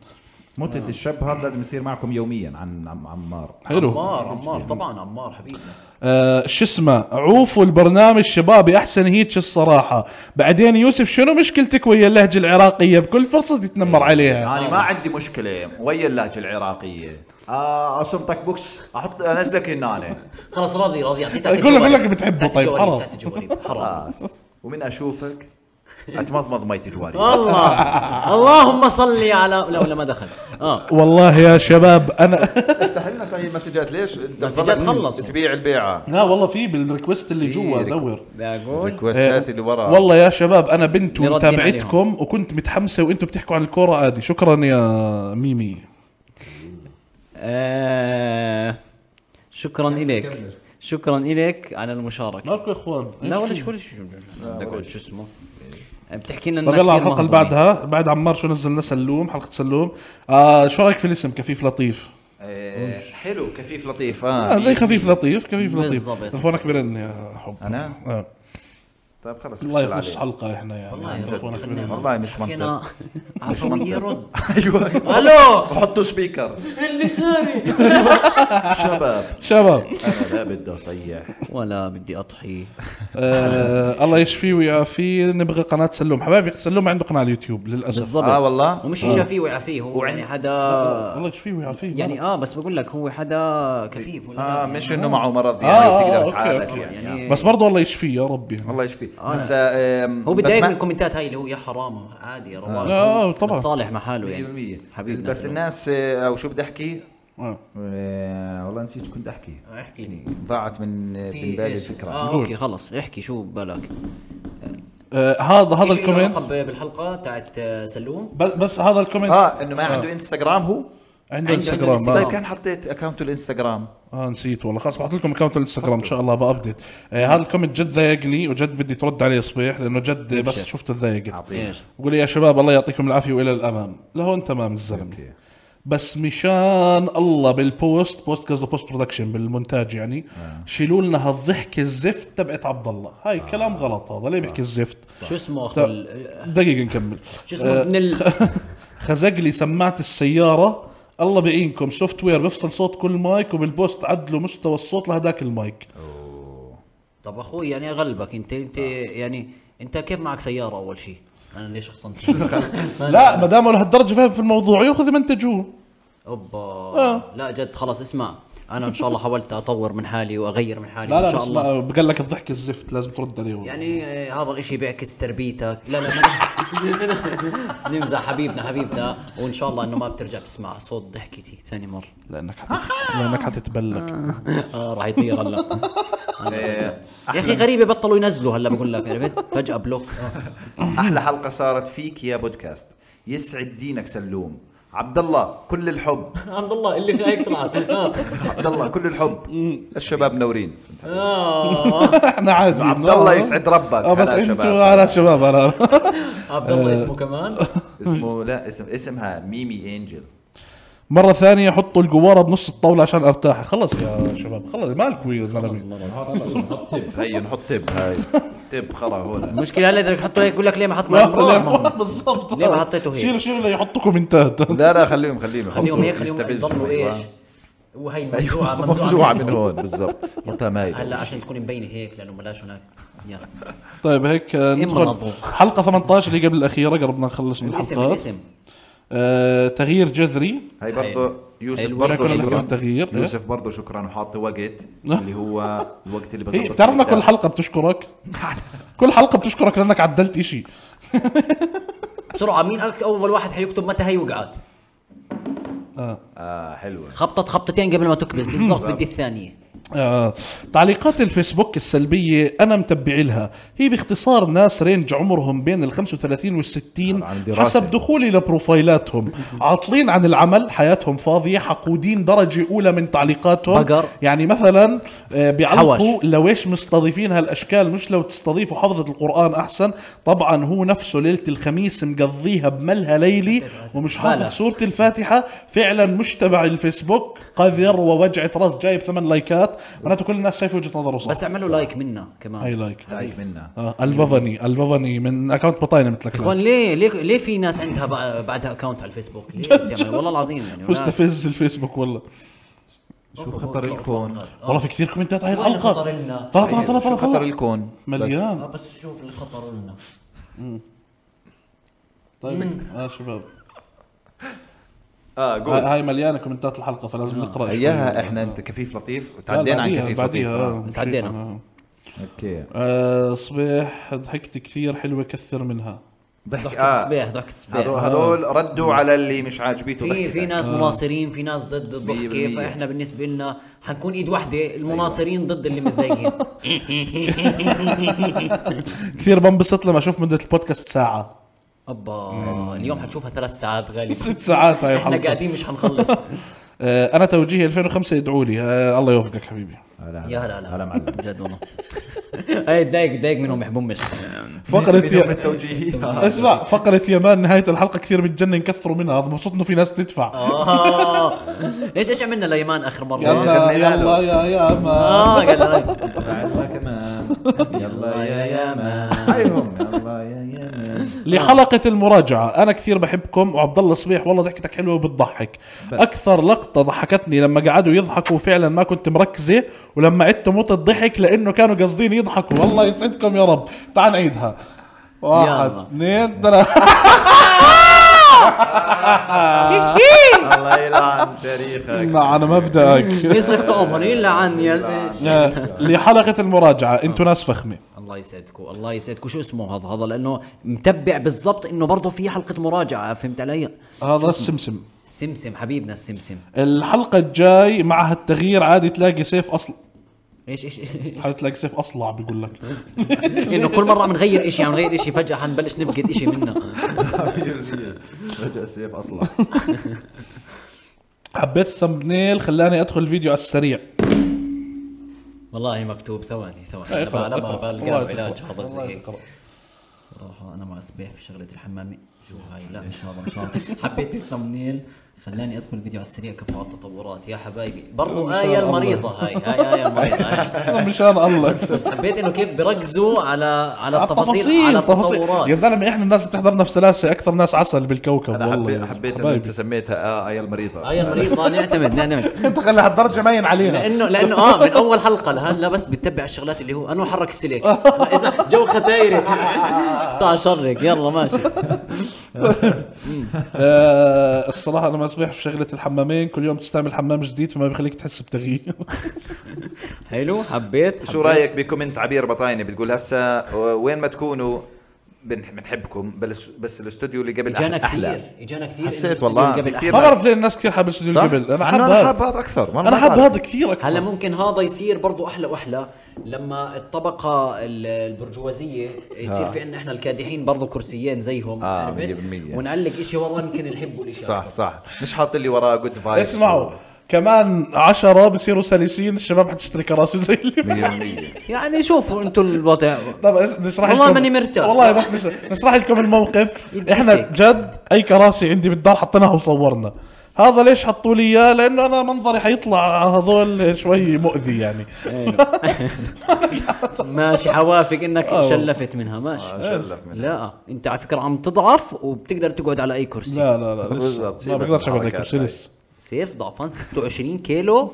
[SPEAKER 1] متة الشاب هذا لازم يصير معكم يوميا عن عم عمار
[SPEAKER 3] حلو
[SPEAKER 5] عمار عمار طبعا عمار حبيبنا
[SPEAKER 3] آه شو اسمه عوفوا البرنامج شبابي احسن هيك الصراحه بعدين يوسف شنو مشكلتك ويا اللهجه العراقيه بكل فرصه تتنمر عليها
[SPEAKER 1] يعني ما عندي مشكله ويا اللهجه العراقيه آه اصمتك بوكس احط انزلك هنا
[SPEAKER 5] خلاص راضي راضي اعطيك
[SPEAKER 3] قول له- قول لك بتحبه، طيب، حرام.
[SPEAKER 5] حرام تحت جواري حرام
[SPEAKER 1] خلاص ومن اشوفك اتمضمض مي تجواري
[SPEAKER 3] آه.
[SPEAKER 4] الله
[SPEAKER 5] اللهم صل على لا ولا ما دخل اه
[SPEAKER 3] والله يا شباب انا
[SPEAKER 1] استحلنا صحيح المسجات ليش انت
[SPEAKER 5] مسجات
[SPEAKER 1] بتضلك
[SPEAKER 5] خلص.
[SPEAKER 1] تبيع البيعه
[SPEAKER 3] لا والله في بالريكوست اللي
[SPEAKER 1] في
[SPEAKER 3] جوا
[SPEAKER 1] ريك-
[SPEAKER 3] دور
[SPEAKER 1] آه،
[SPEAKER 5] بقول
[SPEAKER 1] الريكوستات اللي ورا
[SPEAKER 3] والله يا شباب انا بنت
[SPEAKER 5] اللي ردينا
[SPEAKER 3] ومتابعتكم وكنت متحمسه وانتم بتحكوا عن الكوره عادي شكرا يا ميمي
[SPEAKER 5] آه، شكرا إليك شكرا إليك على المشاركة
[SPEAKER 3] مالكم يا اخوان
[SPEAKER 5] يعني لا ولا شو ولا شو بدك أقول شو اسمه آه، بتحكي لنا
[SPEAKER 3] طب
[SPEAKER 5] إنها
[SPEAKER 3] طيب، يلا على
[SPEAKER 5] كثير
[SPEAKER 3] الحلقه اللي
[SPEAKER 5] مهضومة.
[SPEAKER 3] بعدها بعد عمار شو نزلنا سلوم حلقه سلوم آه شو رايك في الاسم كفيف لطيف
[SPEAKER 1] إيه، حلو كفيف لطيف
[SPEAKER 3] آه
[SPEAKER 1] اه
[SPEAKER 3] زي خفيف لطيف كفيف لطيف
[SPEAKER 5] بالضبط.
[SPEAKER 3] تلفونك برن يا حب
[SPEAKER 1] انا
[SPEAKER 3] آه.
[SPEAKER 1] طيب خلص
[SPEAKER 3] الله
[SPEAKER 1] افصل
[SPEAKER 3] يخلص
[SPEAKER 1] عليه.
[SPEAKER 3] حلقه احنا يعني
[SPEAKER 5] والله
[SPEAKER 3] يعني
[SPEAKER 1] جد.
[SPEAKER 3] اخوانك
[SPEAKER 5] يرد.
[SPEAKER 3] بالله.
[SPEAKER 1] والله مش منطق
[SPEAKER 5] حكينا
[SPEAKER 3] آه،
[SPEAKER 5] عفوي يرد
[SPEAKER 1] ايوه
[SPEAKER 5] الو
[SPEAKER 1] وحطوا سبيكر
[SPEAKER 5] اللي خارج
[SPEAKER 1] شباب
[SPEAKER 3] شباب
[SPEAKER 1] انا لا بدي اصيح
[SPEAKER 5] ولا بدي اضحي
[SPEAKER 3] آه الله يشفيه ويعافيه نبغى قناه سلوم حبايبي سلوم عنده قناه على اليوتيوب للاسف
[SPEAKER 5] بالضبط
[SPEAKER 1] آه والله؟
[SPEAKER 5] ومش يشافيه ويعافيه هو يعني حدا
[SPEAKER 3] الله يشفيه ويعافيه
[SPEAKER 5] يعني اه بس بقول لك هو حدا كفيف ولا
[SPEAKER 1] اه
[SPEAKER 5] لا.
[SPEAKER 1] مش انه معه مرض يعني
[SPEAKER 3] آه، آه،
[SPEAKER 1] بتقدر
[SPEAKER 3] أوكي،
[SPEAKER 1] تعالج
[SPEAKER 3] أوكي.
[SPEAKER 1] يعني آه.
[SPEAKER 5] آه، يعني
[SPEAKER 3] بس برضه الله يشفيه يا رب يعني
[SPEAKER 1] الله يشفيه هسا آم،
[SPEAKER 5] هو
[SPEAKER 1] بس
[SPEAKER 5] بيتضايق
[SPEAKER 1] ما-
[SPEAKER 5] من الكومنتات هاي اللي هو يا حرام عادي رواق
[SPEAKER 3] لا، آه،
[SPEAKER 5] هو
[SPEAKER 3] طبعاً.
[SPEAKER 5] صالح مع حاله
[SPEAKER 1] 100%
[SPEAKER 5] يعني حبيبنا
[SPEAKER 1] بس
[SPEAKER 5] سلام.
[SPEAKER 1] الناس آه، او شو بدي احكي
[SPEAKER 3] آه.
[SPEAKER 1] آه، والله نسيت شو كنت احكي
[SPEAKER 5] آه، احكي لي
[SPEAKER 1] ضاعت من آه، من
[SPEAKER 5] في
[SPEAKER 1] بالي
[SPEAKER 5] ايش
[SPEAKER 1] الفكره
[SPEAKER 5] اه اوكي خلص احكي شو ببالك
[SPEAKER 3] آه هذا هذا
[SPEAKER 5] إيش إله علاقة
[SPEAKER 3] الكومنت
[SPEAKER 5] ب- بالحلقه تاعت آه، سلوم
[SPEAKER 3] بس, بس هذا الكومنت
[SPEAKER 1] اه انه ما عنده انستغرام هو
[SPEAKER 3] عنده
[SPEAKER 5] إنستغرام.
[SPEAKER 3] انستغرام آه.
[SPEAKER 1] طيب كان حطيت اكونت الانستغرام
[SPEAKER 3] اه نسيت والله خلاص بحط لكم اكونت الانستغرام ان شاء الله بابديت آه هذا الكومنت جد ضايقني وجد بدي ترد عليه صبيح لانه جد بس شفته ضايقت
[SPEAKER 1] اعطيه
[SPEAKER 3] بقول يا شباب الله يعطيكم العافيه والى الامام لهون تمام الزلمه بس مشان الله بالبوست بوست قصده بوست برودكشن بالمونتاج يعني شيلوا لنا هالضحكه الزفت تبعت عبد الله هاي كلام غلط هذا ليه بيحكي الزفت
[SPEAKER 5] شو اسمه اخو
[SPEAKER 3] طيب.
[SPEAKER 5] ال- آه،
[SPEAKER 3] دقيقه نكمل
[SPEAKER 5] شو
[SPEAKER 3] آه.
[SPEAKER 5] اسمه ابن ال
[SPEAKER 3] خزق لي سماعه السياره الله بعينكم سوفت وير بفصل صوت كل مايك وبالبوست عدلوا مستوى الصوت لهداك المايك
[SPEAKER 5] طب اخوي يعني غلبك انت انت يعني انت كيف معك سياره اول شيء انا ليش خصمت
[SPEAKER 1] طيب.
[SPEAKER 3] لا ما دام لهالدرجه فاهم في الموضوع ياخذ منتجوه
[SPEAKER 5] اوبا
[SPEAKER 3] آه.
[SPEAKER 5] لا جد خلاص اسمع انا ان شاء الله حاولت اطور من حالي واغير من حالي
[SPEAKER 3] لا لا
[SPEAKER 5] ان شاء
[SPEAKER 3] بس
[SPEAKER 5] الله
[SPEAKER 3] ما- بقال لك الضحك الزفت لازم ترد عليه والله.
[SPEAKER 5] يعني آه، هذا الاشي بيعكس تربيتك لا لا ما- نمزح حبيبنا حبيبنا وان شاء الله انه ما بترجع تسمع صوت ضحكتي ثاني مره
[SPEAKER 3] لانك حت- لانك حتتبلك
[SPEAKER 5] آه راح يطير هلا
[SPEAKER 1] آه،
[SPEAKER 5] يا اخي غريبه بطلوا ينزلوا هلا بقول لك عرفت فجاه بلوك آه،
[SPEAKER 1] احلى حلقه صارت فيك يا بودكاست يسعد دينك سلوم عبد الله كل الحب
[SPEAKER 5] الحمد لله اللي هيك طلعت
[SPEAKER 1] عبد الله كل الحب الشباب نورين
[SPEAKER 3] احنا عادي
[SPEAKER 1] عبد الله يسعد ربك
[SPEAKER 3] اه بس
[SPEAKER 1] هلا
[SPEAKER 3] انتوا
[SPEAKER 1] شباب.
[SPEAKER 3] على شباب انا
[SPEAKER 5] عبد الله اسمه كمان
[SPEAKER 1] اسمه لا اسم اسمها ميمي انجل
[SPEAKER 3] مره ثانيه حطوا القواره بنص الطاوله عشان ارتاح خلص يا شباب خلص مالكم يا زلمه
[SPEAKER 1] هي نحط تب هاي تب خرا هون
[SPEAKER 5] المشكله هلا بدك تحطه هيك يقول لك ليه ما حط
[SPEAKER 3] لا،
[SPEAKER 5] معك
[SPEAKER 3] لا،
[SPEAKER 5] مراح؟
[SPEAKER 3] بالضبط
[SPEAKER 5] ليه ما حطيته هيك؟
[SPEAKER 3] شيلوا شيلوا يحطوا كومنتات
[SPEAKER 1] لا لا خليهم خليهم
[SPEAKER 5] خليهم طيب، هيك خليهم
[SPEAKER 1] يستفزهم،
[SPEAKER 5] يضلوا
[SPEAKER 1] أيوة.
[SPEAKER 5] ايش وهي
[SPEAKER 3] أيوة،
[SPEAKER 1] ايوه
[SPEAKER 5] ممزوعه
[SPEAKER 1] ممزوعه من هون بالضبط حطها ماي
[SPEAKER 5] هلا عشان تكون مبينه هيك لانه بلاش هناك يا
[SPEAKER 3] طيب هيك آه، ندخل
[SPEAKER 5] مرضوا.
[SPEAKER 3] حلقه 18 اللي قبل الاخيره قربنا نخلص من
[SPEAKER 5] الاسم
[SPEAKER 3] الحلقات
[SPEAKER 5] الاسم
[SPEAKER 3] آه، تغيير جذري
[SPEAKER 1] هاي برضه يوسف
[SPEAKER 5] هاي
[SPEAKER 1] برضه
[SPEAKER 3] كنا بنحكي
[SPEAKER 1] شكرا
[SPEAKER 3] عن التغيير.
[SPEAKER 1] يوسف برضه شكرا وحاطي وقت اللي هو الوقت اللي
[SPEAKER 3] هي
[SPEAKER 1] بظبط
[SPEAKER 3] بتعرف إنها
[SPEAKER 1] فيه
[SPEAKER 3] إيه، كل حلقه بتشكرك كل حلقه بتشكرك لانك عدلت إشي
[SPEAKER 5] بسرعه مين أك- اول واحد حيكتب متى هي وقعت
[SPEAKER 1] اه حلوه
[SPEAKER 5] خبطت خبطتين قبل ما تكبس بالضبط بدي الثانيه
[SPEAKER 3] آه. تعليقات الفيسبوك السلبية أنا متبعي لها هي باختصار ناس رينج عمرهم بين ال 35 وال 60
[SPEAKER 1] عن دراسة.
[SPEAKER 3] حسب دخولي لبروفايلاتهم عاطلين عن العمل حياتهم فاضية حقودين درجة أولى من تعليقاتهم
[SPEAKER 5] بقر.
[SPEAKER 3] يعني مثلا آه، بيعلقوا
[SPEAKER 5] حوش.
[SPEAKER 3] لويش مستضيفين هالأشكال مش لو تستضيفوا حفظة القرآن أحسن طبعا هو نفسه ليلة الخميس مقضيها بملها ليلي ومش
[SPEAKER 5] بلا.
[SPEAKER 3] حافظ سورة الفاتحة فعلا مش تبع الفيسبوك قذر ووجعة راس جايب ثمان لايكات معناته كل الناس شايفة وجهة نظره صح
[SPEAKER 5] بس اعملوا لايك منا
[SPEAKER 3] هاي
[SPEAKER 5] كمان
[SPEAKER 3] لايك
[SPEAKER 1] هايك منا
[SPEAKER 3] آه الفافني الفافني من اكونت بطاينة مثلك
[SPEAKER 5] اخوان ليه ليه ليه في ناس عندها بع- بعدها اكونت على الفيسبوك ليه بتعمل؟ والله العظيم يعني
[SPEAKER 3] مستفز الفيسبوك والله
[SPEAKER 5] آه.
[SPEAKER 1] شو خطر الكون
[SPEAKER 3] والله في كثير كومنتات على
[SPEAKER 5] وين
[SPEAKER 3] الحلقة
[SPEAKER 5] خطر لنا؟
[SPEAKER 3] طلع طلع طلع
[SPEAKER 1] شو
[SPEAKER 3] طلع
[SPEAKER 1] خطر
[SPEAKER 3] طلع
[SPEAKER 1] الكون
[SPEAKER 3] مليان
[SPEAKER 5] آه، بس شوف الخطر لنا
[SPEAKER 3] طيب اه شباب
[SPEAKER 1] اه
[SPEAKER 3] هاي هاي مليانة كومنتات الحلقة
[SPEAKER 5] آه.
[SPEAKER 3] فلازم نقرأ شوي.
[SPEAKER 1] اياها احنا انت كفيف لطيف
[SPEAKER 3] لا،
[SPEAKER 1] تعدينا عن
[SPEAKER 3] بعديها-
[SPEAKER 1] كفيف لطيف
[SPEAKER 3] بعديها
[SPEAKER 1] آه.
[SPEAKER 3] آه،
[SPEAKER 5] تعدينا.
[SPEAKER 3] آه.
[SPEAKER 1] اوكي
[SPEAKER 3] آه، صبيح ضحكت كثير حلوة كثر منها
[SPEAKER 1] ضحك
[SPEAKER 5] ضحكة
[SPEAKER 1] اه
[SPEAKER 5] صبيح ضحكة صبيح
[SPEAKER 3] آه.
[SPEAKER 1] هذول هذول ردوا على اللي مش عاجبيته
[SPEAKER 5] في
[SPEAKER 1] ضحكة.
[SPEAKER 5] في ناس مناصرين في ناس ضد
[SPEAKER 1] مية
[SPEAKER 5] الضحكه
[SPEAKER 1] بالمية. أيوة.
[SPEAKER 5] فاحنا بالنسبه لنا حنكون ايد واحده المناصرين ضد اللي متضايقين
[SPEAKER 3] كثير بنبسط لما اشوف مدة البودكاست ساعة
[SPEAKER 5] ابا اليوم حتشوفها ثلاث ساعات
[SPEAKER 1] أيوة،
[SPEAKER 5] غالبا
[SPEAKER 3] ست ساعات هاي
[SPEAKER 5] احنا
[SPEAKER 3] الحلقة
[SPEAKER 5] قاعدين مش حنخلص
[SPEAKER 3] آه، انا توجيهي 2005 ادعوا لي آه، الله يوفقك حبيبي
[SPEAKER 1] هلا هلا.
[SPEAKER 5] يا هلا هلا
[SPEAKER 1] هلا معلم
[SPEAKER 5] جد والله هاي تضايق تضايق منهم يحبومش
[SPEAKER 3] فقرة
[SPEAKER 1] بدون
[SPEAKER 3] يا...
[SPEAKER 1] التوجيهي
[SPEAKER 3] اسمع فقرة يمان نهاية الحلقة كثير بتجنن كثروا منها هذا مبسوط انه في ناس بتدفع
[SPEAKER 5] اه ايش ايش عملنا ليمان اخر مره؟
[SPEAKER 3] يلا
[SPEAKER 1] كملنا
[SPEAKER 3] يلا
[SPEAKER 1] له.
[SPEAKER 5] آه.
[SPEAKER 3] يا يا ما
[SPEAKER 5] اه قال لنا
[SPEAKER 1] تعال كمان يلا يا يا مان عليهم الله يا يا
[SPEAKER 3] لحلقة المراجعة أنا كثير بحبكم وعبد الله صبيح والله ضحكتك حلوة وبتضحك
[SPEAKER 1] بس.
[SPEAKER 3] أكثر لقطة ضحكتني لما قعدوا يضحكوا فعلا ما كنت مركزة ولما عدت موت الضحك لأنه كانوا قاصدين يضحكوا والله يسعدكم يا رب تعال نعيدها واحد
[SPEAKER 4] يلا.
[SPEAKER 3] اثنين ثلاثة
[SPEAKER 1] الله يلعن تاريخك
[SPEAKER 3] على مبدأك
[SPEAKER 4] يسخ
[SPEAKER 5] إيه
[SPEAKER 4] طوبني الا عن يا
[SPEAKER 3] آه، لحلقة المراجعة انتوا ناس فخمة
[SPEAKER 5] الله يسعدكم الله يسعدكم شو اسمه هذا هذا لانه متبع بالضبط انه برضه في حلقه مراجعه فهمت علي
[SPEAKER 3] هذا السمسم
[SPEAKER 5] السمسم حبيبنا السمسم
[SPEAKER 3] الحلقة الجاي معها التغيير عادي تلاقي سيف أصل
[SPEAKER 5] ايش ايش
[SPEAKER 3] حتلاقي سيف أصلع بقول لك
[SPEAKER 5] انه كل مره بنغير شيء عم نغير شيء فجاه حنبلش نفقد شيء منه
[SPEAKER 1] رجع السيف اصلا
[SPEAKER 3] حبيت الثمبنيل خلاني أدخل الفيديو على السريع
[SPEAKER 5] والله مكتوب ثواني ثواني
[SPEAKER 3] اقرأ،
[SPEAKER 5] انا
[SPEAKER 3] اقرأ.
[SPEAKER 5] بلقى
[SPEAKER 3] والله
[SPEAKER 5] علاج
[SPEAKER 3] اقرأ.
[SPEAKER 5] هذا زي
[SPEAKER 3] والله
[SPEAKER 5] هيك صراحه انا مع صبيح في شغله الحمام شو هاي لا مش هذا مش هذا حبيت الثمنيل خلاني ادخل الفيديو على السريع كفو على التطورات يا حبايبي برضو
[SPEAKER 3] شاء
[SPEAKER 5] آية
[SPEAKER 3] الله.
[SPEAKER 5] المريضة هاي هاي آية المريضة هاي.
[SPEAKER 3] مشان الله
[SPEAKER 5] بس حبيت انه كيف بركزوا على على التفاصيل
[SPEAKER 3] التفاصيل
[SPEAKER 5] على
[SPEAKER 3] التفاصيل. يا
[SPEAKER 5] التطورات
[SPEAKER 3] زلمه احنا الناس اللي تحضرنا في سلاسه اكثر ناس عسل بالكوكب
[SPEAKER 1] انا حبيت
[SPEAKER 3] والله
[SPEAKER 1] حبيت انه
[SPEAKER 3] حبايبي.
[SPEAKER 1] انت سميتها آه آية المريضه
[SPEAKER 5] آية المريضة نعتمد نعتمد
[SPEAKER 3] انت خليها الدرجه ماين عليها
[SPEAKER 5] لانه لانه اه من اول حلقه لهلا بس بتتبع الشغلات اللي هو انا حرك السلك اسمع جو ختايري طع شرك طيب، يلا ماشي
[SPEAKER 3] آه الصراحه انا مسبح في شغله الحمامين كل يوم تستعمل حمام جديد فما بيخليك تحس بتغيير
[SPEAKER 5] حلو حبيت
[SPEAKER 1] شو رايك بكومنت عبير بطاينه بتقول هسا وين ما تكونوا بنح- بنحبكم بس بس الاستوديو اللي قبل
[SPEAKER 5] اجانا
[SPEAKER 1] أح-
[SPEAKER 5] كثير
[SPEAKER 1] احلى
[SPEAKER 5] اجانا كثير
[SPEAKER 1] حسيت والله
[SPEAKER 5] قبل
[SPEAKER 1] في
[SPEAKER 5] أحلى.
[SPEAKER 1] كثير
[SPEAKER 3] ما بعرف
[SPEAKER 1] ناس
[SPEAKER 3] ليه الناس كثير حابه استوديو
[SPEAKER 1] صح؟
[SPEAKER 3] الجبل انا
[SPEAKER 1] مع
[SPEAKER 3] حاب
[SPEAKER 1] إنه انا حاب
[SPEAKER 3] هذا
[SPEAKER 1] هذا اكثر ما
[SPEAKER 3] انا
[SPEAKER 1] ما
[SPEAKER 3] حاب
[SPEAKER 1] بعرف.
[SPEAKER 3] هذا كثير اكثر
[SPEAKER 5] هلا ممكن هذا يصير برضو احلى واحلى لما الطبقه ال- البرجوازيه
[SPEAKER 3] آه.
[SPEAKER 5] يصير في عندنا احنا الكادحين برضو كرسيين زيهم
[SPEAKER 1] آه،
[SPEAKER 5] عرفت؟
[SPEAKER 1] 100%.
[SPEAKER 5] ونعلق شيء ورا يمكن يحبوا الشيء
[SPEAKER 1] صح صح مش حاط اللي وراه جود فايبس
[SPEAKER 3] اسمعوا كمان عشرة بصيروا سلسين الشباب حتشتري كراسي زي اللي
[SPEAKER 1] 100%
[SPEAKER 5] يعني شوفوا انتم الوضع
[SPEAKER 3] طب اس- نشرح
[SPEAKER 5] والله
[SPEAKER 3] لكم-
[SPEAKER 5] ماني مرتاح.
[SPEAKER 3] والله بس نشرح, نشرح لكم الموقف احنا
[SPEAKER 5] يلبسك.
[SPEAKER 3] جد اي كراسي عندي بالدار حطيناها وصورنا هذا ليش حطوا لي اياه لانه انا منظري حيطلع على هذول شوي مؤذي يعني
[SPEAKER 5] ماشي حوافق انك
[SPEAKER 3] آه.
[SPEAKER 5] شلفت منها ماشي
[SPEAKER 1] شلف منها.
[SPEAKER 5] لا انت على فكره عم تضعف وبتقدر تقعد على اي كرسي
[SPEAKER 3] لا لا لا
[SPEAKER 1] بالضبط،
[SPEAKER 3] لسه. ما
[SPEAKER 1] سيبك
[SPEAKER 3] بقدرش
[SPEAKER 1] من
[SPEAKER 3] اقعد هيك
[SPEAKER 1] الحركات
[SPEAKER 3] بصير
[SPEAKER 1] هاي.
[SPEAKER 3] لسه.
[SPEAKER 5] سيف ضعفان 26 كيلو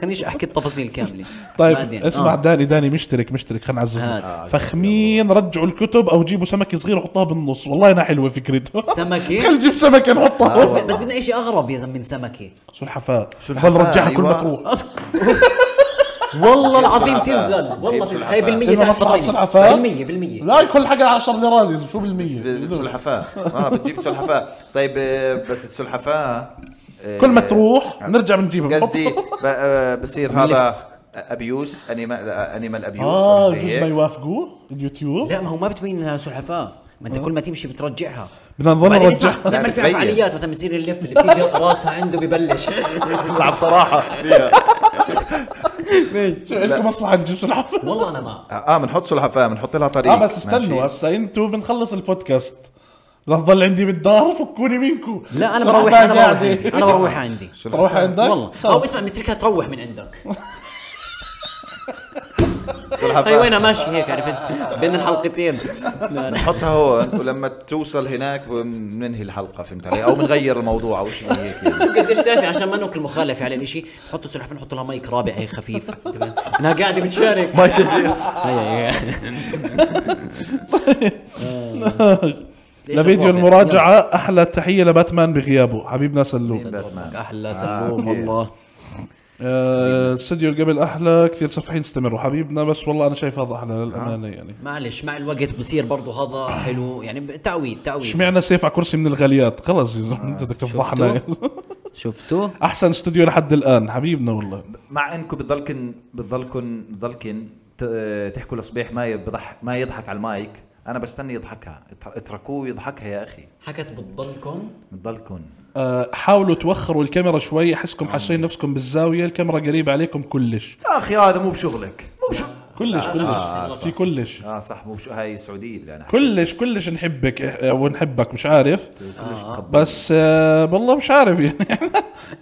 [SPEAKER 5] خلينيش احكي التفاصيل كامله
[SPEAKER 3] طيب
[SPEAKER 5] بعدين.
[SPEAKER 3] اسمع
[SPEAKER 5] آه.
[SPEAKER 3] داني داني مشترك مشترك خلينا
[SPEAKER 5] هات.
[SPEAKER 3] نعززهم
[SPEAKER 5] آه،
[SPEAKER 3] فخمين رجعوا الكتب او جيبوا سمكه صغيره وحطوها بالنص والله انها حلوه فكرته خل
[SPEAKER 5] سمكه
[SPEAKER 3] نجيب سمكه نحطها
[SPEAKER 5] بس
[SPEAKER 3] وسط-
[SPEAKER 5] بس بدنا شيء اغرب يا زلمه من سمكه
[SPEAKER 3] شو الحفاه شو
[SPEAKER 1] الحفاة،
[SPEAKER 3] نرجعها كل ما
[SPEAKER 1] أيوة.
[SPEAKER 3] تروح
[SPEAKER 5] والله العظيم
[SPEAKER 1] سلحفاة.
[SPEAKER 5] تنزل والله
[SPEAKER 1] جيب
[SPEAKER 5] تنزل.
[SPEAKER 1] سلحفاة.
[SPEAKER 5] هي بالمية
[SPEAKER 3] إذا
[SPEAKER 5] تحت
[SPEAKER 3] مصلحة
[SPEAKER 5] بطيني.
[SPEAKER 3] سلحفاة؟
[SPEAKER 5] طيب. بالمية بالمية
[SPEAKER 3] لا كل حاجه 10 ليرات يا زلمة، شو بالمية
[SPEAKER 1] السلحفاه اه بتجيب سلحفاه طيب آه، بس السلحفاه آه،
[SPEAKER 3] كل ما تروح نرجع بنجيبها
[SPEAKER 1] قصدي ب- آه، بصير هذا ابيوس انيمال انيمال ابيوس
[SPEAKER 3] اه
[SPEAKER 1] أو زي
[SPEAKER 3] جزء ما
[SPEAKER 1] هيك.
[SPEAKER 3] يوافقوه اليوتيوب
[SPEAKER 5] إيه؟ لا ما هو ما بتبين انها سلحفاة ما انت كل ما تمشي بترجعها
[SPEAKER 3] بدنا نظل
[SPEAKER 5] بعدين
[SPEAKER 3] نرجع
[SPEAKER 5] اسمع، لما في
[SPEAKER 1] بتبين.
[SPEAKER 5] فعاليات مثلا بصير اللف اللي بتيجي راسها عنده ببلش
[SPEAKER 1] العب صراحه
[SPEAKER 3] شو لكم مصلحه نجيب سلحفاه
[SPEAKER 5] والله انا معك
[SPEAKER 1] اه بنحط سلحفاه بنحط لها طريق
[SPEAKER 3] اه بس استنوا
[SPEAKER 1] ماشي.
[SPEAKER 3] هسا انتوا بنخلص البودكاست لا تضل عندي بالدار فكوني منكم
[SPEAKER 5] لا انا
[SPEAKER 3] صراحة
[SPEAKER 5] بروح انا بروح
[SPEAKER 3] قاعدة.
[SPEAKER 5] عندي انا بروح عندي
[SPEAKER 3] تروح عندك
[SPEAKER 5] والله او طيب، اسمع متركها تروح من عندك هي
[SPEAKER 1] سلحفاه
[SPEAKER 5] وينها ماشي هيك عرفت بين الحلقتين
[SPEAKER 1] بنحطها هون ولما توصل هناك بننهي الحلقه فهمت علي او بنغير الموضوع او شيء هيك يعني.
[SPEAKER 5] قديش تافه عشان ما ناكل مخالفه على الاشي حطوا سلحفاه نحط لها مايك رابع هيك خفيف تمام انها قاعده بتشارك
[SPEAKER 1] مايك صغير
[SPEAKER 5] هي هي
[SPEAKER 3] لا فيديو المراجعه احلى تحيه لباتمان بغيابه حبيبنا سلوم
[SPEAKER 1] باتمان
[SPEAKER 5] احلى
[SPEAKER 1] آه،
[SPEAKER 5] سلوم
[SPEAKER 1] أوكي.
[SPEAKER 5] والله
[SPEAKER 3] آه، استوديو قبل احلى كثير صفحين استمروا حبيبنا بس والله انا شايف هذا احلى
[SPEAKER 5] نعم.
[SPEAKER 3] للامانه يعني
[SPEAKER 5] معلش مع الوقت بصير برضو هذا حلو يعني ب- تعويد تعويد
[SPEAKER 3] اشمعنا سيف على كرسي من الغاليات خلص يا زلمه انت بدك تفضحنا
[SPEAKER 5] شفتوا
[SPEAKER 3] احسن استوديو لحد الان حبيبنا والله
[SPEAKER 1] مع انكم بتضلكن بتضلكن بتضلكن ت- تحكوا لصبيح ما يضحك ما يضحك على المايك انا بستني يضحكها اتر- اتركوه يضحكها يا اخي
[SPEAKER 5] حكت بتضلكم
[SPEAKER 1] بتضلكن
[SPEAKER 3] آه، حاولوا توخروا الكاميرا شوي احسكم حاشين نفسكم بالزاويه الكاميرا قريبه عليكم كلش
[SPEAKER 1] يا اخي هذا مو بشغلك مو بشغلك
[SPEAKER 3] كلش
[SPEAKER 5] آه،
[SPEAKER 3] كلش في كلش
[SPEAKER 1] اه صح مو شو هاي سعودية اللي انا
[SPEAKER 3] كلش كلش نحبك إح- ونحبك مش عارف
[SPEAKER 1] كلش بخبر
[SPEAKER 3] آه. بس آه، والله مش عارف يعني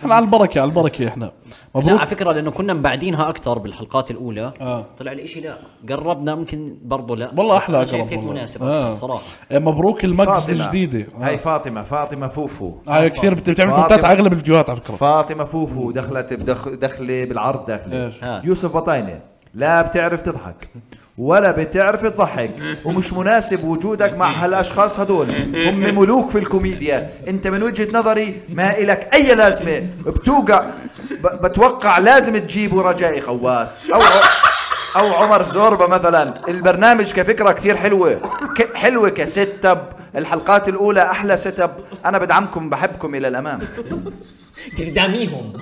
[SPEAKER 3] احنا على البركه على البركه احنا
[SPEAKER 5] لا على
[SPEAKER 3] مبروك
[SPEAKER 5] فكره لانه كنا مبعدينها اكثر بالحلقات الاولى
[SPEAKER 3] آه.
[SPEAKER 5] طلع الاشي لا قربنا ممكن برضه لا
[SPEAKER 3] والله
[SPEAKER 5] بس
[SPEAKER 3] احلى
[SPEAKER 5] أنا
[SPEAKER 3] أقرب
[SPEAKER 5] شايف هيك
[SPEAKER 3] والله.
[SPEAKER 5] مناسب
[SPEAKER 3] آه.
[SPEAKER 5] آه. صراحه
[SPEAKER 3] آه، مبروك المجز
[SPEAKER 1] فاطمة
[SPEAKER 3] الجديدة
[SPEAKER 1] هاي
[SPEAKER 3] آه.
[SPEAKER 1] فاطمة فاطمة فوفو
[SPEAKER 3] هاي كثير بت- بتعمل
[SPEAKER 1] فاطمة.
[SPEAKER 3] كونتات على اغلب الفيديوهات على فكرة
[SPEAKER 1] فاطمة فوفو دخلت بدخ... دخلة بالعرض داخلة
[SPEAKER 3] إيش؟
[SPEAKER 5] ها.
[SPEAKER 1] يوسف بطاينة لا بتعرف تضحك ولا بتعرف تضحك ومش مناسب وجودك مع هالاشخاص هدول هم ملوك في الكوميديا انت من وجهة نظري ما إلك اي لازمة بتوقع ب... بتوقع لازم تجيبه رجائي خواس او او عمر زوربا مثلا البرنامج كفكره كثير حلوه ك... حلوه كست اب الحلقات الاولى احلى سيت اب انا بدعمكم بحبكم الى الامام
[SPEAKER 4] بتدعميهم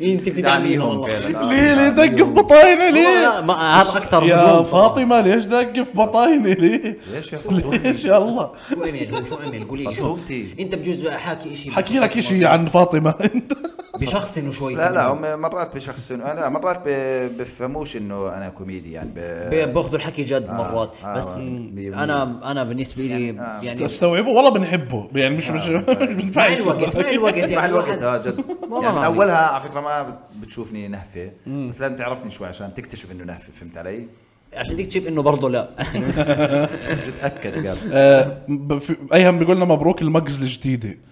[SPEAKER 5] إيه،
[SPEAKER 4] انت بتدعميهم
[SPEAKER 1] دعميهم
[SPEAKER 5] يعني
[SPEAKER 4] والله.
[SPEAKER 1] فعلا
[SPEAKER 3] ليه ليه دق في بطاينة
[SPEAKER 5] والله
[SPEAKER 3] ليه
[SPEAKER 5] لا، ما- هذا اكثر
[SPEAKER 3] يا
[SPEAKER 5] هجوم صراحة.
[SPEAKER 3] فاطمة ليش دق في بطاينة ليه
[SPEAKER 1] ليش يا فندم؟
[SPEAKER 3] ليش يا الله
[SPEAKER 5] شو عمل هو شو عمل قولي لي شو
[SPEAKER 1] فضومتي.
[SPEAKER 5] انت بجوز بقى حاكي شيء
[SPEAKER 3] حكي لك اشي عن فاطمة انت
[SPEAKER 1] إيه.
[SPEAKER 5] بشخصن شوي
[SPEAKER 1] لا لا هم مرات بشخص لا مرات ب- بفهموش انه انا كوميدي يعني ب...
[SPEAKER 5] ب- باخذوا الحكي جد مرات
[SPEAKER 1] آه،
[SPEAKER 5] بس
[SPEAKER 1] آه.
[SPEAKER 5] انا انا بالنسبه لي يعني
[SPEAKER 3] استوعبه والله بنحبه يعني مش مش مش
[SPEAKER 5] مع
[SPEAKER 3] بنفعش
[SPEAKER 5] الوقت مع الوقت يعني
[SPEAKER 1] مع الوقت
[SPEAKER 5] الواحد-
[SPEAKER 1] اه جد
[SPEAKER 5] والله
[SPEAKER 1] يعني من
[SPEAKER 5] العظيم.
[SPEAKER 1] اولها على فكره ما بت- بتشوفني نهفه بس لازم تعرفني شوي عشان تكتشف انه نهفه فهمت علي؟
[SPEAKER 5] عشان بدك تشوف انه برضه لا
[SPEAKER 1] تتاكد قال
[SPEAKER 3] آه، ب- في- ايهم بيقول لنا مبروك المجز الجديدة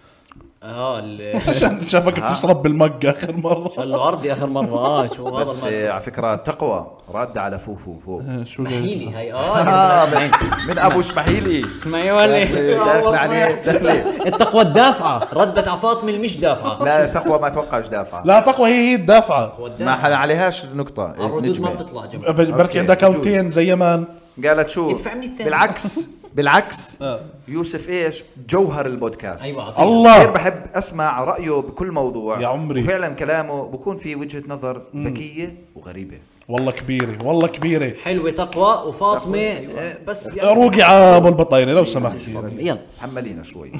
[SPEAKER 5] اه ال-
[SPEAKER 3] عشان شافك بتشرب بالمج اخر مرة
[SPEAKER 5] الارضي اخر مره اه شو هذا
[SPEAKER 1] بس
[SPEAKER 5] المسرح.
[SPEAKER 1] آه، على فكره تقوى رادة على فوفو فوق
[SPEAKER 3] آه، شو قال؟
[SPEAKER 5] اسمحيلي هاي
[SPEAKER 1] آه،
[SPEAKER 5] اه
[SPEAKER 1] من ابو شبحيلي
[SPEAKER 5] اسمعي ولي
[SPEAKER 1] داخل عليه دخلي
[SPEAKER 5] التقوى الدافعه آه، ردت على فاطمه اللي مش دافعه
[SPEAKER 1] لا تقوى ما اتوقعش دافعه
[SPEAKER 3] لا تقوى هي هي الدافعة
[SPEAKER 1] ما حل عليهاش نقطة
[SPEAKER 5] الردود ما
[SPEAKER 1] نجمة.
[SPEAKER 5] بتطلع جماعه
[SPEAKER 3] ب- بركي
[SPEAKER 1] أوكي،
[SPEAKER 3] عندها
[SPEAKER 1] بجوز.
[SPEAKER 3] كاونتين زي مان
[SPEAKER 1] قالت شو
[SPEAKER 5] ادفع مني الثاني.
[SPEAKER 1] بالعكس بالعكس
[SPEAKER 3] آه.
[SPEAKER 1] يوسف ايش جوهر البودكاست
[SPEAKER 5] ايوه أعطيها.
[SPEAKER 1] كثير
[SPEAKER 3] الله
[SPEAKER 1] بحب اسمع رايه بكل موضوع
[SPEAKER 3] يا عمري.
[SPEAKER 1] وفعلا كلامه بكون في وجهه نظر ذكيه وغريبه
[SPEAKER 3] والله كبيرة والله كبيرة
[SPEAKER 5] حلوه تقوى وفاطمه آه، بس
[SPEAKER 3] روقي على ابو البطاينة لو سمحت
[SPEAKER 5] يلا
[SPEAKER 1] حملينا شوي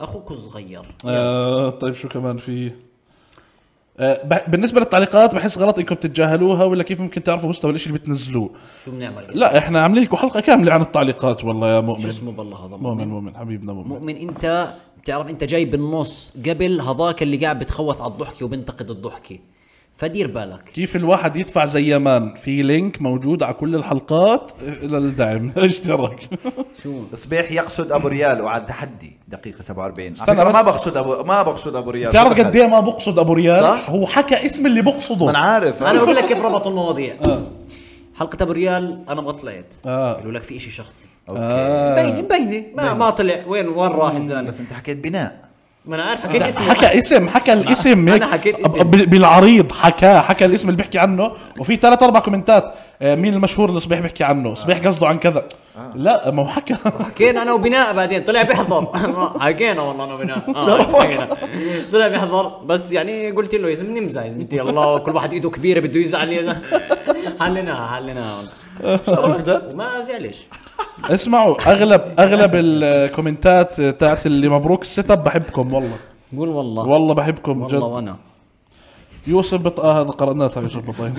[SPEAKER 5] اخوك صغير
[SPEAKER 3] آه طيب شو كمان في آه ب- بالنسبه للتعليقات بحس غلط انكم بتتجاهلوها ولا كيف ممكن تعرفوا مستوى الشيء اللي بتنزلوه
[SPEAKER 5] شو بنعمل
[SPEAKER 3] لا احنا عاملين لكم حلقه كامله عن التعليقات والله يا
[SPEAKER 5] شو
[SPEAKER 3] مؤمن
[SPEAKER 5] اسمه بالله هذا
[SPEAKER 3] مؤمن مؤمن حبيبنا مؤمن
[SPEAKER 5] مؤمن انت بتعرف انت جاي بالنص قبل هذاك اللي قاعد بتخوث على الضحكه وبنتقد الضحكه فدير بالك
[SPEAKER 3] كيف الواحد يدفع زي يمان في لينك موجود على كل الحلقات للدعم اشترك
[SPEAKER 1] صبيح يقصد ابو ريال وعلى التحدي دقيقه 47 على
[SPEAKER 3] استنى
[SPEAKER 1] فكرة
[SPEAKER 3] بس.
[SPEAKER 1] ما بقصد ابو ما بقصد ابو ريال
[SPEAKER 3] بتعرف قد ايه ما بقصد ابو ريال
[SPEAKER 1] صح؟
[SPEAKER 3] هو حكى اسم اللي بقصده
[SPEAKER 1] انا عارف
[SPEAKER 5] انا بقول لك كيف ربطوا المواضيع
[SPEAKER 3] آه.
[SPEAKER 5] حلقه ابو ريال انا ما طلعت
[SPEAKER 3] آه.
[SPEAKER 5] قالوا لك في شيء شخصي
[SPEAKER 1] اوكي
[SPEAKER 5] مبينه مبينه ما ما طلع وين وين راح الزلمه
[SPEAKER 1] بس انت حكيت بناء
[SPEAKER 5] ما انا عارف حكيت اسمه
[SPEAKER 3] حكى اسم حكى الاسم هيك
[SPEAKER 5] أنا حكيت اسم.
[SPEAKER 3] ب- ب- بالعريض حكى حكى الاسم اللي بيحكي عنه وفي ثلاث اربع كومنتات آه، مين المشهور اللي صبيح بيحكي عنه صبيح قصده عن كذا
[SPEAKER 5] آه.
[SPEAKER 3] لا ما هو حكى
[SPEAKER 5] حكينا انا وبناء بعدين طلع بيحضر حكينا والله انا وبناء آه، حكينا. طلع بيحضر بس يعني قلت له يا زلمه نمزح انت الله كل واحد ايده كبيره بده يزعل يا زلمه حليناها حليناها والله وما زعلش
[SPEAKER 3] اسمعوا اغلب اغلب الكومنتات تاعت اللي مبروك السيت اب بحبكم والله
[SPEAKER 5] قول والله
[SPEAKER 3] والله بحبكم
[SPEAKER 5] والله
[SPEAKER 3] جد
[SPEAKER 5] وانا
[SPEAKER 3] يوسف بط آه هذا قرأناتها يوسف بطين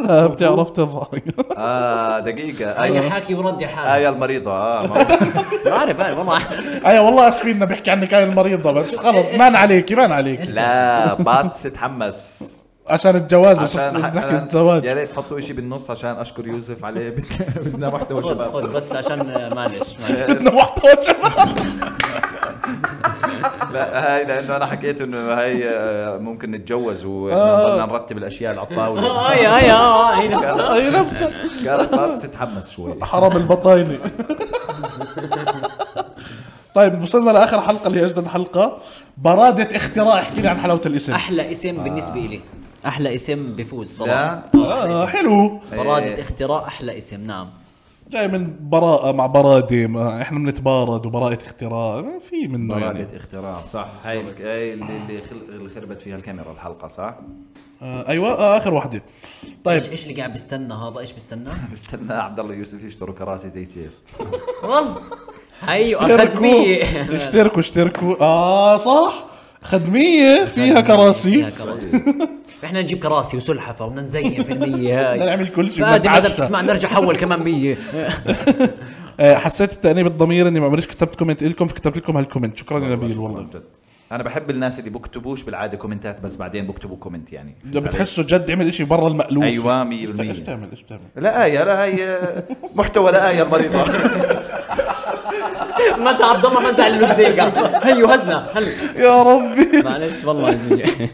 [SPEAKER 3] لا بتعرف تضحك
[SPEAKER 1] اه دقيقه
[SPEAKER 5] اي
[SPEAKER 1] اي
[SPEAKER 5] حاكي ورد حالي
[SPEAKER 3] أيوه.
[SPEAKER 1] آية المريضة اه ما-
[SPEAKER 5] عارف عارف والله
[SPEAKER 3] ايوه والله اسفين إنه بحكي عنك هاي المريضه بس خلص مان عليك مان عليك
[SPEAKER 1] لا باتس تحمس
[SPEAKER 3] عشان الجواز
[SPEAKER 1] عشان
[SPEAKER 3] عشان
[SPEAKER 1] عشان-
[SPEAKER 3] الزواج
[SPEAKER 1] يا ريت تحطوا شيء بالنص عشان اشكر يوسف عليه بدنا- بدنا محتوى
[SPEAKER 5] خذ
[SPEAKER 1] شباب
[SPEAKER 5] خذ بس عشان معلش معلش.
[SPEAKER 3] بدنا محتوى شباب
[SPEAKER 1] لا هاي لانه انا حكيت انه هاي آه، ممكن نتجوز ونضلنا نرتب الاشياء على
[SPEAKER 3] آه.
[SPEAKER 1] الطاوله
[SPEAKER 5] اه يا يا اه هي نفسها
[SPEAKER 3] اي نفسك
[SPEAKER 1] قالت باتس تحمس شوي
[SPEAKER 3] حرم البطاينة طيب وصلنا لاخر حلقه اللي هي اجدد حلقه براده اختراع احكي لي عن حلاوه الاسم
[SPEAKER 5] احلى اسم بالنسبه لي احلى اسم بفوز صراحه
[SPEAKER 1] لا
[SPEAKER 3] آه حلو إيه.
[SPEAKER 5] برادة اختراع احلى اسم نعم
[SPEAKER 3] جاي من براءه مع براده ما احنا بنتبارد وبراءه اختراع ما في منه يعني
[SPEAKER 1] مرادة اختراع صح هاي الك- هاي اللي اللي خل- اللي خربت فيها الكاميرا الحلقه صح؟
[SPEAKER 3] آه ايوه آه اخر واحده طيب
[SPEAKER 5] ايش ايش اللي قاعد بستنى هذا ايش بستنى
[SPEAKER 1] استنى عبد الله يوسف يشتروا كراسي زي سيف
[SPEAKER 5] والله هي اخذت
[SPEAKER 3] اشتركوا آه،
[SPEAKER 5] 100
[SPEAKER 3] اشتركوا اشتركوا اه صح خدميه فيها كراسي
[SPEAKER 5] فيها كراسي فاحنا نجيب كراسي وسلحفه وبدنا نزين في النيه هاي
[SPEAKER 3] بدنا نعمل كل شيء،
[SPEAKER 5] فادي
[SPEAKER 3] بدنا
[SPEAKER 5] ماذا
[SPEAKER 3] نتعشى.
[SPEAKER 5] بتسمع نرجع حول كمان 100
[SPEAKER 3] آه، حسيت بتأنيب الضمير اني ما عمريش كتبت كومنت لكم فكتبت لكم هالكومنت شكرا يا نبيل والله
[SPEAKER 1] جد انا بحب الناس اللي بكتبوش بالعاده كومنتات بس بعدين بكتبوا كومنت يعني
[SPEAKER 3] لو بتحسه جد عمل شيء برا المألوف
[SPEAKER 1] ايوه
[SPEAKER 3] ايش
[SPEAKER 1] 100%
[SPEAKER 3] بتعمل ايش بتعمل
[SPEAKER 1] لا آية لا هي محتوى لا آية المريضة
[SPEAKER 5] متى عبد الله مزع الموسيقى هيو هزنا هلا
[SPEAKER 3] يا ربي
[SPEAKER 5] معلش والله يا زلمة.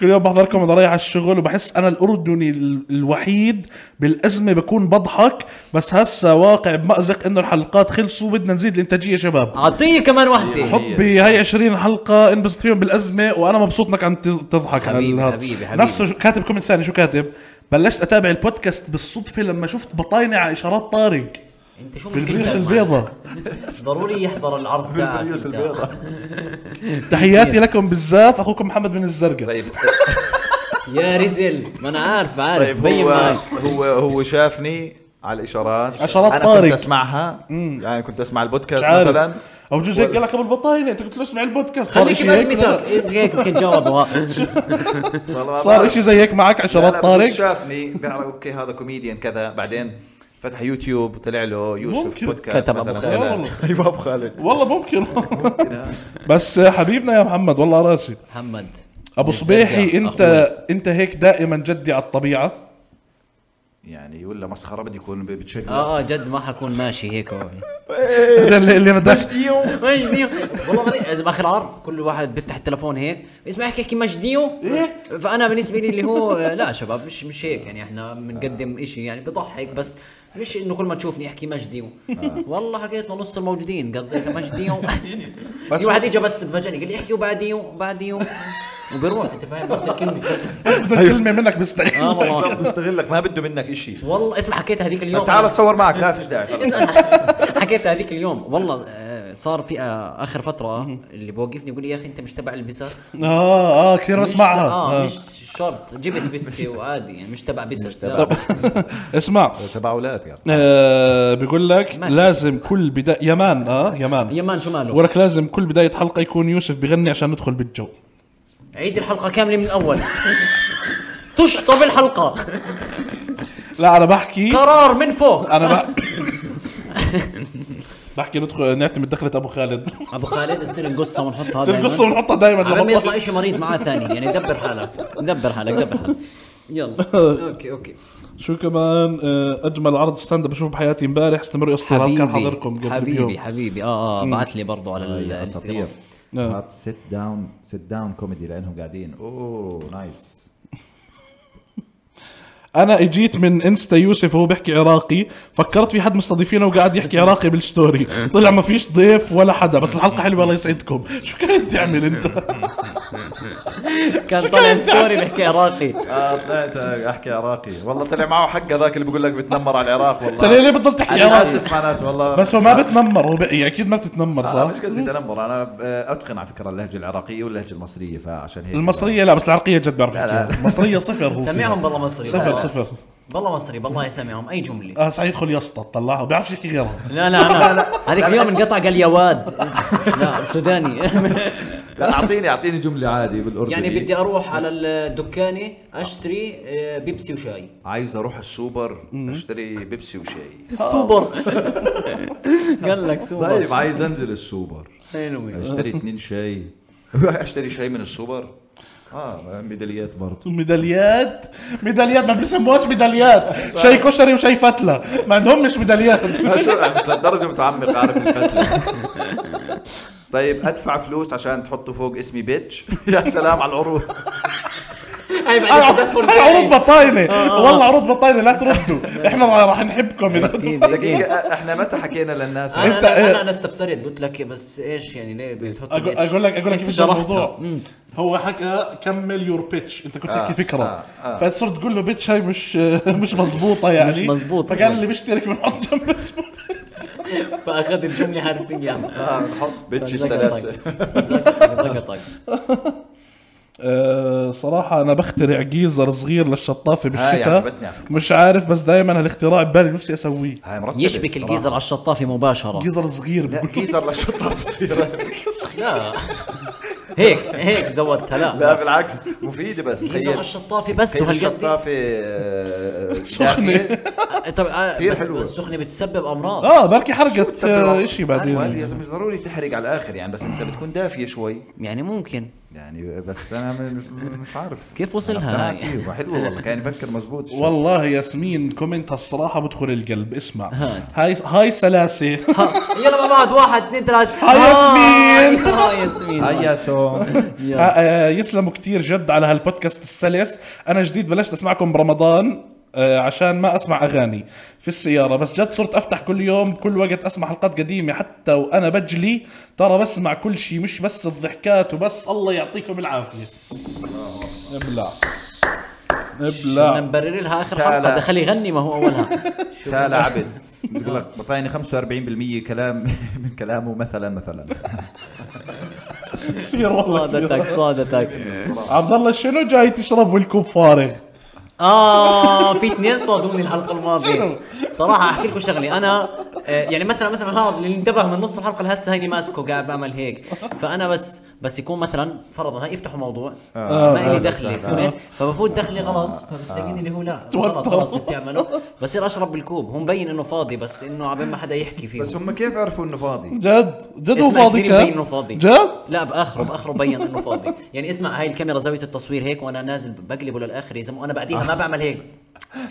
[SPEAKER 3] كل يوم بحضركم وانا رايح على الشغل وبحس انا الاردني ال- الوحيد بالازمه بكون بضحك بس هسه واقع بمأزق انه الحلقات خلصوا بدنا نزيد الانتاجيه شباب
[SPEAKER 5] اعطيه كمان وحده
[SPEAKER 3] حبي هاي 20 حلقه انبسط فيهم بالازمه وانا مبسوط انك عم ت- تضحك على
[SPEAKER 5] حبيبي،
[SPEAKER 3] الهب.
[SPEAKER 5] حبيبي، حبيبي.
[SPEAKER 3] نفسه شو- كاتب كومنت ثاني شو كاتب بلشت اتابع البودكاست بالصدفه لما شفت بطاينه على اشارات طارق
[SPEAKER 5] انت شو
[SPEAKER 3] بالبريوس
[SPEAKER 5] مشكلتك معنا؟
[SPEAKER 3] البيضاء
[SPEAKER 5] ضروري يحضر العرض تاعك أنت.
[SPEAKER 3] تحياتي لكم بالزاف اخوكم محمد من الزرقاء
[SPEAKER 1] طيب
[SPEAKER 5] يا رزل ما انا عارف عارف
[SPEAKER 1] طيب
[SPEAKER 5] بين
[SPEAKER 1] هو
[SPEAKER 5] معي
[SPEAKER 1] هو هو شافني على الاشارات
[SPEAKER 3] إشارات
[SPEAKER 1] انا
[SPEAKER 3] طارق.
[SPEAKER 1] كنت اسمعها يعني كنت اسمع البودكاست
[SPEAKER 3] مش عارف.
[SPEAKER 1] مثلا
[SPEAKER 3] او بجوز هيك قال لك ابو البطاينه انت قلت له اسمع البودكاست صار
[SPEAKER 5] خليك
[SPEAKER 3] إشي هيك؟
[SPEAKER 5] بازمتك انت هيك بتتجاوب
[SPEAKER 1] والله ما
[SPEAKER 3] صار
[SPEAKER 1] بعرف.
[SPEAKER 3] اشي زي هيك معك
[SPEAKER 1] لا،
[SPEAKER 3] عشرات
[SPEAKER 1] لا،
[SPEAKER 3] طارق
[SPEAKER 1] بس شافني بيعرف اوكي هذا كوميديان كذا بعدين فتح يوتيوب طلع له يوسف
[SPEAKER 3] ممكن.
[SPEAKER 1] بودكاست
[SPEAKER 5] كتب أبو
[SPEAKER 1] مثلاً.
[SPEAKER 5] خالد.
[SPEAKER 1] لا،
[SPEAKER 3] والله. أيوة،
[SPEAKER 1] ايوه ابو خالد
[SPEAKER 3] والله ممكن بس حبيبنا يا محمد والله راسي
[SPEAKER 5] محمد
[SPEAKER 3] ابو
[SPEAKER 5] بالزرقاء،
[SPEAKER 3] صبيحي انت
[SPEAKER 5] أخوي.
[SPEAKER 3] انت هيك دائما جدي على الطبيعه
[SPEAKER 1] يعني ولا مسخره بدي يكون ب-
[SPEAKER 3] آه.
[SPEAKER 1] بتشد
[SPEAKER 5] اه اه جد ما حكون ماشي هيك هو.
[SPEAKER 3] هذا اللي اللي انا داس
[SPEAKER 5] مجديو والله غريب اذا باخر عرض كل واحد بيفتح التلفون هيك اسمع هيك يحكي مجديو فانا بالنسبه لي اللي هو لا شباب مش مش هيك يعني احنا بنقدم إشي يعني بضحك بس مش انه كل ما تشوفني احكي مجديو والله حكيت لنص الموجودين قضيتها مجديو في واحد اجى بس فجأني قال لي احكي وبعديو بعديو وبيروح انت فاهم نفس الكلمه
[SPEAKER 3] بدك كلمه منك بستحيل
[SPEAKER 5] اه
[SPEAKER 1] طيب،
[SPEAKER 5] والله
[SPEAKER 1] بستغلك ما بده منك شيء
[SPEAKER 3] آه.
[SPEAKER 5] والله اسمع حكيتها هذيك اليوم
[SPEAKER 1] تعال اتصور معك لا فيش داعي خلاص.
[SPEAKER 5] حكيت هذيك اليوم والله آه، صار في آه، اخر فتره اللي بوقفني يقول لي يا اخي انت مش تبع البسس
[SPEAKER 3] اه اه كثير
[SPEAKER 5] مش
[SPEAKER 3] بسمعها
[SPEAKER 5] اه
[SPEAKER 3] آه.
[SPEAKER 5] مش شرط جبت بسكي وعادي يعني مش تبع بسس لا.
[SPEAKER 3] اسمع
[SPEAKER 1] تبع اولاد يعني
[SPEAKER 3] آه بقول لك
[SPEAKER 5] ماتي.
[SPEAKER 3] لازم كل بدايه يمان اه يمان
[SPEAKER 5] يمان شو ماله
[SPEAKER 3] بقول لك لازم كل بدايه حلقه يكون يوسف بغني عشان ندخل بالجو
[SPEAKER 5] عيد الحلقه كامله من الاول تشطب الحلقه
[SPEAKER 3] لا انا بحكي
[SPEAKER 5] قرار من فوق
[SPEAKER 3] انا بح... بحكي ندخل نعتمد دخله ابو خالد
[SPEAKER 5] ابو خالد نصير نقصها ونحطها
[SPEAKER 3] بصير قصه
[SPEAKER 5] دايما
[SPEAKER 3] ونحطها دائما
[SPEAKER 5] آه، على ما
[SPEAKER 3] لما
[SPEAKER 5] يطلع شيء مريض معاه ثاني يعني دبر حالك دبر حالك دبر حالك يلا اوكي اوكي
[SPEAKER 3] شو كمان آه، اجمل عرض ستاند اب بشوفه بحياتي امبارح استمروا يا اسطورات كان حاضركم قبل بيوم
[SPEAKER 5] حبيبي حبيبي اه اه بعت لي برضه على الانستغرام
[SPEAKER 3] آه.
[SPEAKER 1] حاط سيت داون سيت داون كوميدي لانهم قاعدين اوه نايس
[SPEAKER 3] انا اجيت من انستا يوسف وهو بيحكي عراقي فكرت في حد مستضيفينه وقاعد يحكي عراقي بالستوري طلع ما فيش ضيف ولا حدا بس الحلقه حلوه الله يسعدكم شو كنت تعمل انت
[SPEAKER 5] كان طالع ستوري بحكي عراقي
[SPEAKER 1] اه طلعت احكي عراقي والله طلع معه حق هذاك اللي بيقول لك بتنمر على العراق
[SPEAKER 3] انت ليه
[SPEAKER 1] والله
[SPEAKER 3] ليه بتضل تحكي
[SPEAKER 1] انا
[SPEAKER 3] عراقي
[SPEAKER 1] اسف معناته والله
[SPEAKER 3] بس هو ما بتنمر هو بقى اكيد ما بتتنمر
[SPEAKER 1] آه
[SPEAKER 3] صح
[SPEAKER 1] مش قصدي تنمر انا ب- اتقن على فكره اللهجه العراقيه واللهجه المصريه فعشان هيك
[SPEAKER 3] المصريه لا بس العرقيه جد بعرف أحكيها. المصريه صفر هو فيها.
[SPEAKER 5] سمعهم بالله مصري
[SPEAKER 3] صفر
[SPEAKER 5] والله.
[SPEAKER 3] صفر
[SPEAKER 5] بالله مصري بالله يسمعهم اي جمله
[SPEAKER 3] اه صحيح يدخل يسطى طلعها بيعرفش يحكي غيرها
[SPEAKER 5] لا لا انا هذيك اليوم انقطع قال يا واد لا سوداني
[SPEAKER 1] لا اعطيني اعطيني جمله عادي بالاردني
[SPEAKER 5] يعني بدي اروح على الدكانه اشتري آه، بيبسي وشاي
[SPEAKER 1] عايز اروح السوبر اشتري بيبسي وشاي
[SPEAKER 5] سوبر قال لك سوبر
[SPEAKER 1] طيب عايز انزل السوبر اشتري اتنين شاي اشتري شاي من السوبر اه ميداليات برضه
[SPEAKER 3] ميداليات ميداليات ما بيسموهاش ميداليات شاي كشري وشاي فتله ما عندهمش ميداليات
[SPEAKER 1] مش لدرجه متعمق عارف الفتله طيب ادفع فلوس عشان تحطوا فوق اسمي بيتش يا سلام على العروض
[SPEAKER 5] هاي
[SPEAKER 3] هاي
[SPEAKER 5] بعدين
[SPEAKER 3] عروض-
[SPEAKER 5] تدفر
[SPEAKER 3] هاي عروض بطاينه والله عروض بطاينه لا تردوا احنا راح نحبكم اذا
[SPEAKER 1] دقيقه احنا متى حكينا للناس
[SPEAKER 5] انا
[SPEAKER 3] أنت-
[SPEAKER 5] انا انا استفسرت قلت لك بس ايش يعني ليه بتحط
[SPEAKER 3] اقول أقول لك اقول لك كيف
[SPEAKER 5] كيف
[SPEAKER 3] بدأ الموضوع هو حكى كمل يور بيتش انت كنت تحكي فكره
[SPEAKER 1] آه، آه.
[SPEAKER 3] فصرت تقول له بيتش هاي مش مش مزبوطه يعني
[SPEAKER 5] مش مزبوط.
[SPEAKER 3] فقال اللي بيشترك بنحط جنب اسمه
[SPEAKER 5] فاخذ الجمله حرفيا
[SPEAKER 1] آه، بنحط
[SPEAKER 5] طيب،
[SPEAKER 1] بيتش السلاسل
[SPEAKER 5] زقطك
[SPEAKER 3] آه، صراحة أنا بخترع جيزر صغير للشطافة
[SPEAKER 1] هاي
[SPEAKER 3] بالشتاء
[SPEAKER 1] عجبتني على فكرة.
[SPEAKER 3] مش عارف بس دائما هالاختراع ببالي نفسي أسويه
[SPEAKER 1] هاي مرتبة
[SPEAKER 5] يشبك
[SPEAKER 1] الصراحة.
[SPEAKER 5] الجيزر على الشطافه مباشره
[SPEAKER 3] جيزر صغير
[SPEAKER 1] لا
[SPEAKER 3] بقول
[SPEAKER 1] جيزر للشطه بصير
[SPEAKER 5] لا هيك هيك زودتها لا
[SPEAKER 1] لا بالعكس مفيده بس
[SPEAKER 5] هي على
[SPEAKER 1] تخيل
[SPEAKER 5] الشطافه بس
[SPEAKER 1] تخيل
[SPEAKER 5] وهالقد
[SPEAKER 1] الشطافه آه، دافيه
[SPEAKER 5] طب آه،
[SPEAKER 1] كثير
[SPEAKER 5] بس
[SPEAKER 1] حلوة.
[SPEAKER 5] بس السخنه بتسبب امراض
[SPEAKER 3] اه بركي حرقت
[SPEAKER 1] بتسبب
[SPEAKER 3] آه،
[SPEAKER 1] عقم.
[SPEAKER 3] اشي
[SPEAKER 1] أيوة، يا
[SPEAKER 3] بعدين
[SPEAKER 1] زلمه مش ضروري تحرق على الاخر يعني بس انت بتكون دافيه شوي
[SPEAKER 5] يعني ممكن
[SPEAKER 1] يعني بس انا م- مش عارف
[SPEAKER 5] كيف وصلها
[SPEAKER 1] أنا
[SPEAKER 5] هاي؟
[SPEAKER 1] اقتنعت فيه حلوه والله كان يفكر مزبوط الشاب.
[SPEAKER 3] والله ياسمين كومنت الصراحه بدخل القلب اسمع
[SPEAKER 5] هاي.
[SPEAKER 3] هاي هاي سلاسه
[SPEAKER 4] يلا مع بعض واحد اثنين ثلاثة
[SPEAKER 3] هاي ياسمين
[SPEAKER 5] اه آه، ياسمين
[SPEAKER 1] هيا سو
[SPEAKER 3] آه، آه، يسلموا كتير جد على هالبودكاست السلس انا جديد بلشت اسمعكم برمضان آه، عشان ما اسمع اغاني في السياره بس جد صرت افتح كل يوم كل وقت اسمع حلقات قديمه حتى وانا بجلي ترى بسمع كل شيء مش بس الضحكات وبس الله يعطيكم العافيه ابلع
[SPEAKER 5] بدنا
[SPEAKER 3] ابلع
[SPEAKER 5] نبرر لها اخر
[SPEAKER 1] تعال.
[SPEAKER 5] حلقه دخل يغني ما هو اولها
[SPEAKER 1] تالا عبد بتقول لك بطاينه 45% كلام من كلامه مثلا مثلا
[SPEAKER 3] كثير والله
[SPEAKER 5] صادتك
[SPEAKER 3] كثير.
[SPEAKER 5] صادتك
[SPEAKER 3] عبد الله شنو جاي تشرب والكوب فارغ
[SPEAKER 5] اه في اثنين صادوني الحلقه
[SPEAKER 3] شنو؟
[SPEAKER 5] الماضيه صراحه احكي لكم شغله انا آه، يعني مثلا مثلا هذا اللي انتبه من نص الحلقه لهسه هيني ماسكه قاعد بعمل هيك فانا بس بس يكون مثلا فرضا هاي يفتحوا موضوع ما
[SPEAKER 3] آه،
[SPEAKER 5] الي دخله فهمت فبفوت دخلي غلط فبتلاقيني اللي هو لا غلط
[SPEAKER 3] توتر.
[SPEAKER 5] غلط اللي بتعمله بصير اشرب بالكوب هو مبين انه فاضي بس انه عبين ما حدا يحكي فيه
[SPEAKER 1] بس هم كيف عرفوا انه فاضي
[SPEAKER 3] جد جد هو
[SPEAKER 5] اسمع
[SPEAKER 3] فاضي
[SPEAKER 5] كثير مبين انه
[SPEAKER 3] كان
[SPEAKER 5] فاضي
[SPEAKER 3] جد
[SPEAKER 5] لا باخره باخره بين انه فاضي يعني اسمع هاي الكاميرا زاويه التصوير هيك وانا نازل بقلبه للاخر يا زلمه وانا بعديها ما بعمل هيك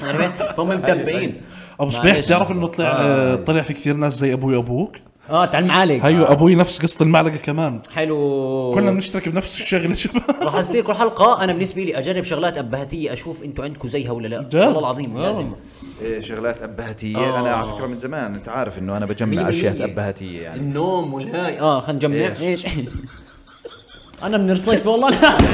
[SPEAKER 5] عرفت؟ فهم متبعين
[SPEAKER 3] ابو صبيح
[SPEAKER 5] معلش.
[SPEAKER 3] بتعرف انه طلع آه، طلع في كثير ناس زي آه. ابوي وابوك
[SPEAKER 5] اه تعال معالج
[SPEAKER 3] هيو ابوي نفس قصه المعلقه كمان
[SPEAKER 5] حلو
[SPEAKER 3] كلنا بنشترك بنفس الشغله شباب
[SPEAKER 5] راح تصير كل حلقه انا بالنسبه لي اجرب شغلات ابهاتيه اشوف انتم عندكم زيها ولا لا
[SPEAKER 3] جد؟
[SPEAKER 5] والله العظيم لازم
[SPEAKER 1] إيه، شغلات ابهاتيه
[SPEAKER 5] آه.
[SPEAKER 1] انا على فكره من زمان انت عارف انه انا بجمع
[SPEAKER 5] مية
[SPEAKER 1] اشياء
[SPEAKER 5] بالمية.
[SPEAKER 1] ابهاتيه يعني
[SPEAKER 5] النوم والهاي اه خلينا نجمع
[SPEAKER 1] إيش؟
[SPEAKER 5] ايش انا من الصيف والله لا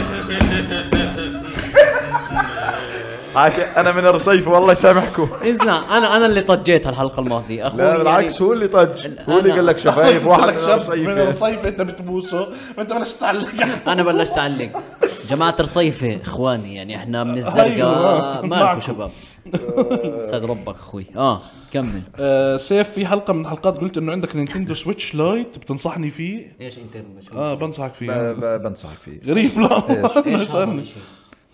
[SPEAKER 1] حاكي انا آه، من الرصيف والله يسامحكم
[SPEAKER 5] اسمع انا انا اللي طجيت هالحلقه الماضيه اخوي
[SPEAKER 1] لا بالعكس
[SPEAKER 5] يعني
[SPEAKER 1] هو اللي طج هو اللي
[SPEAKER 5] أنا-
[SPEAKER 1] قال لك
[SPEAKER 5] طيب،
[SPEAKER 1] شفايف واحد من
[SPEAKER 3] من
[SPEAKER 1] الرصيف
[SPEAKER 3] الصيف انت بتبوسه وانت بلشت تعلق
[SPEAKER 5] انا بلشت اعلق جماعه رصيفه اخواني يعني احنا من
[SPEAKER 3] أيوة.
[SPEAKER 5] الزرقاء
[SPEAKER 3] معكم.
[SPEAKER 5] مالكم شباب استاذ ربك اخوي اه كمل
[SPEAKER 3] آه سيف في حلقه من الحلقات قلت انه عندك نينتندو سويتش لايت بتنصحني فيه
[SPEAKER 5] ايش انت مشغول؟
[SPEAKER 3] اه بنصحك فيه
[SPEAKER 1] ب- ب- بنصحك فيه
[SPEAKER 3] غريب لا
[SPEAKER 5] ايش
[SPEAKER 3] ما
[SPEAKER 5] هذا
[SPEAKER 3] اسالني
[SPEAKER 5] الشيء؟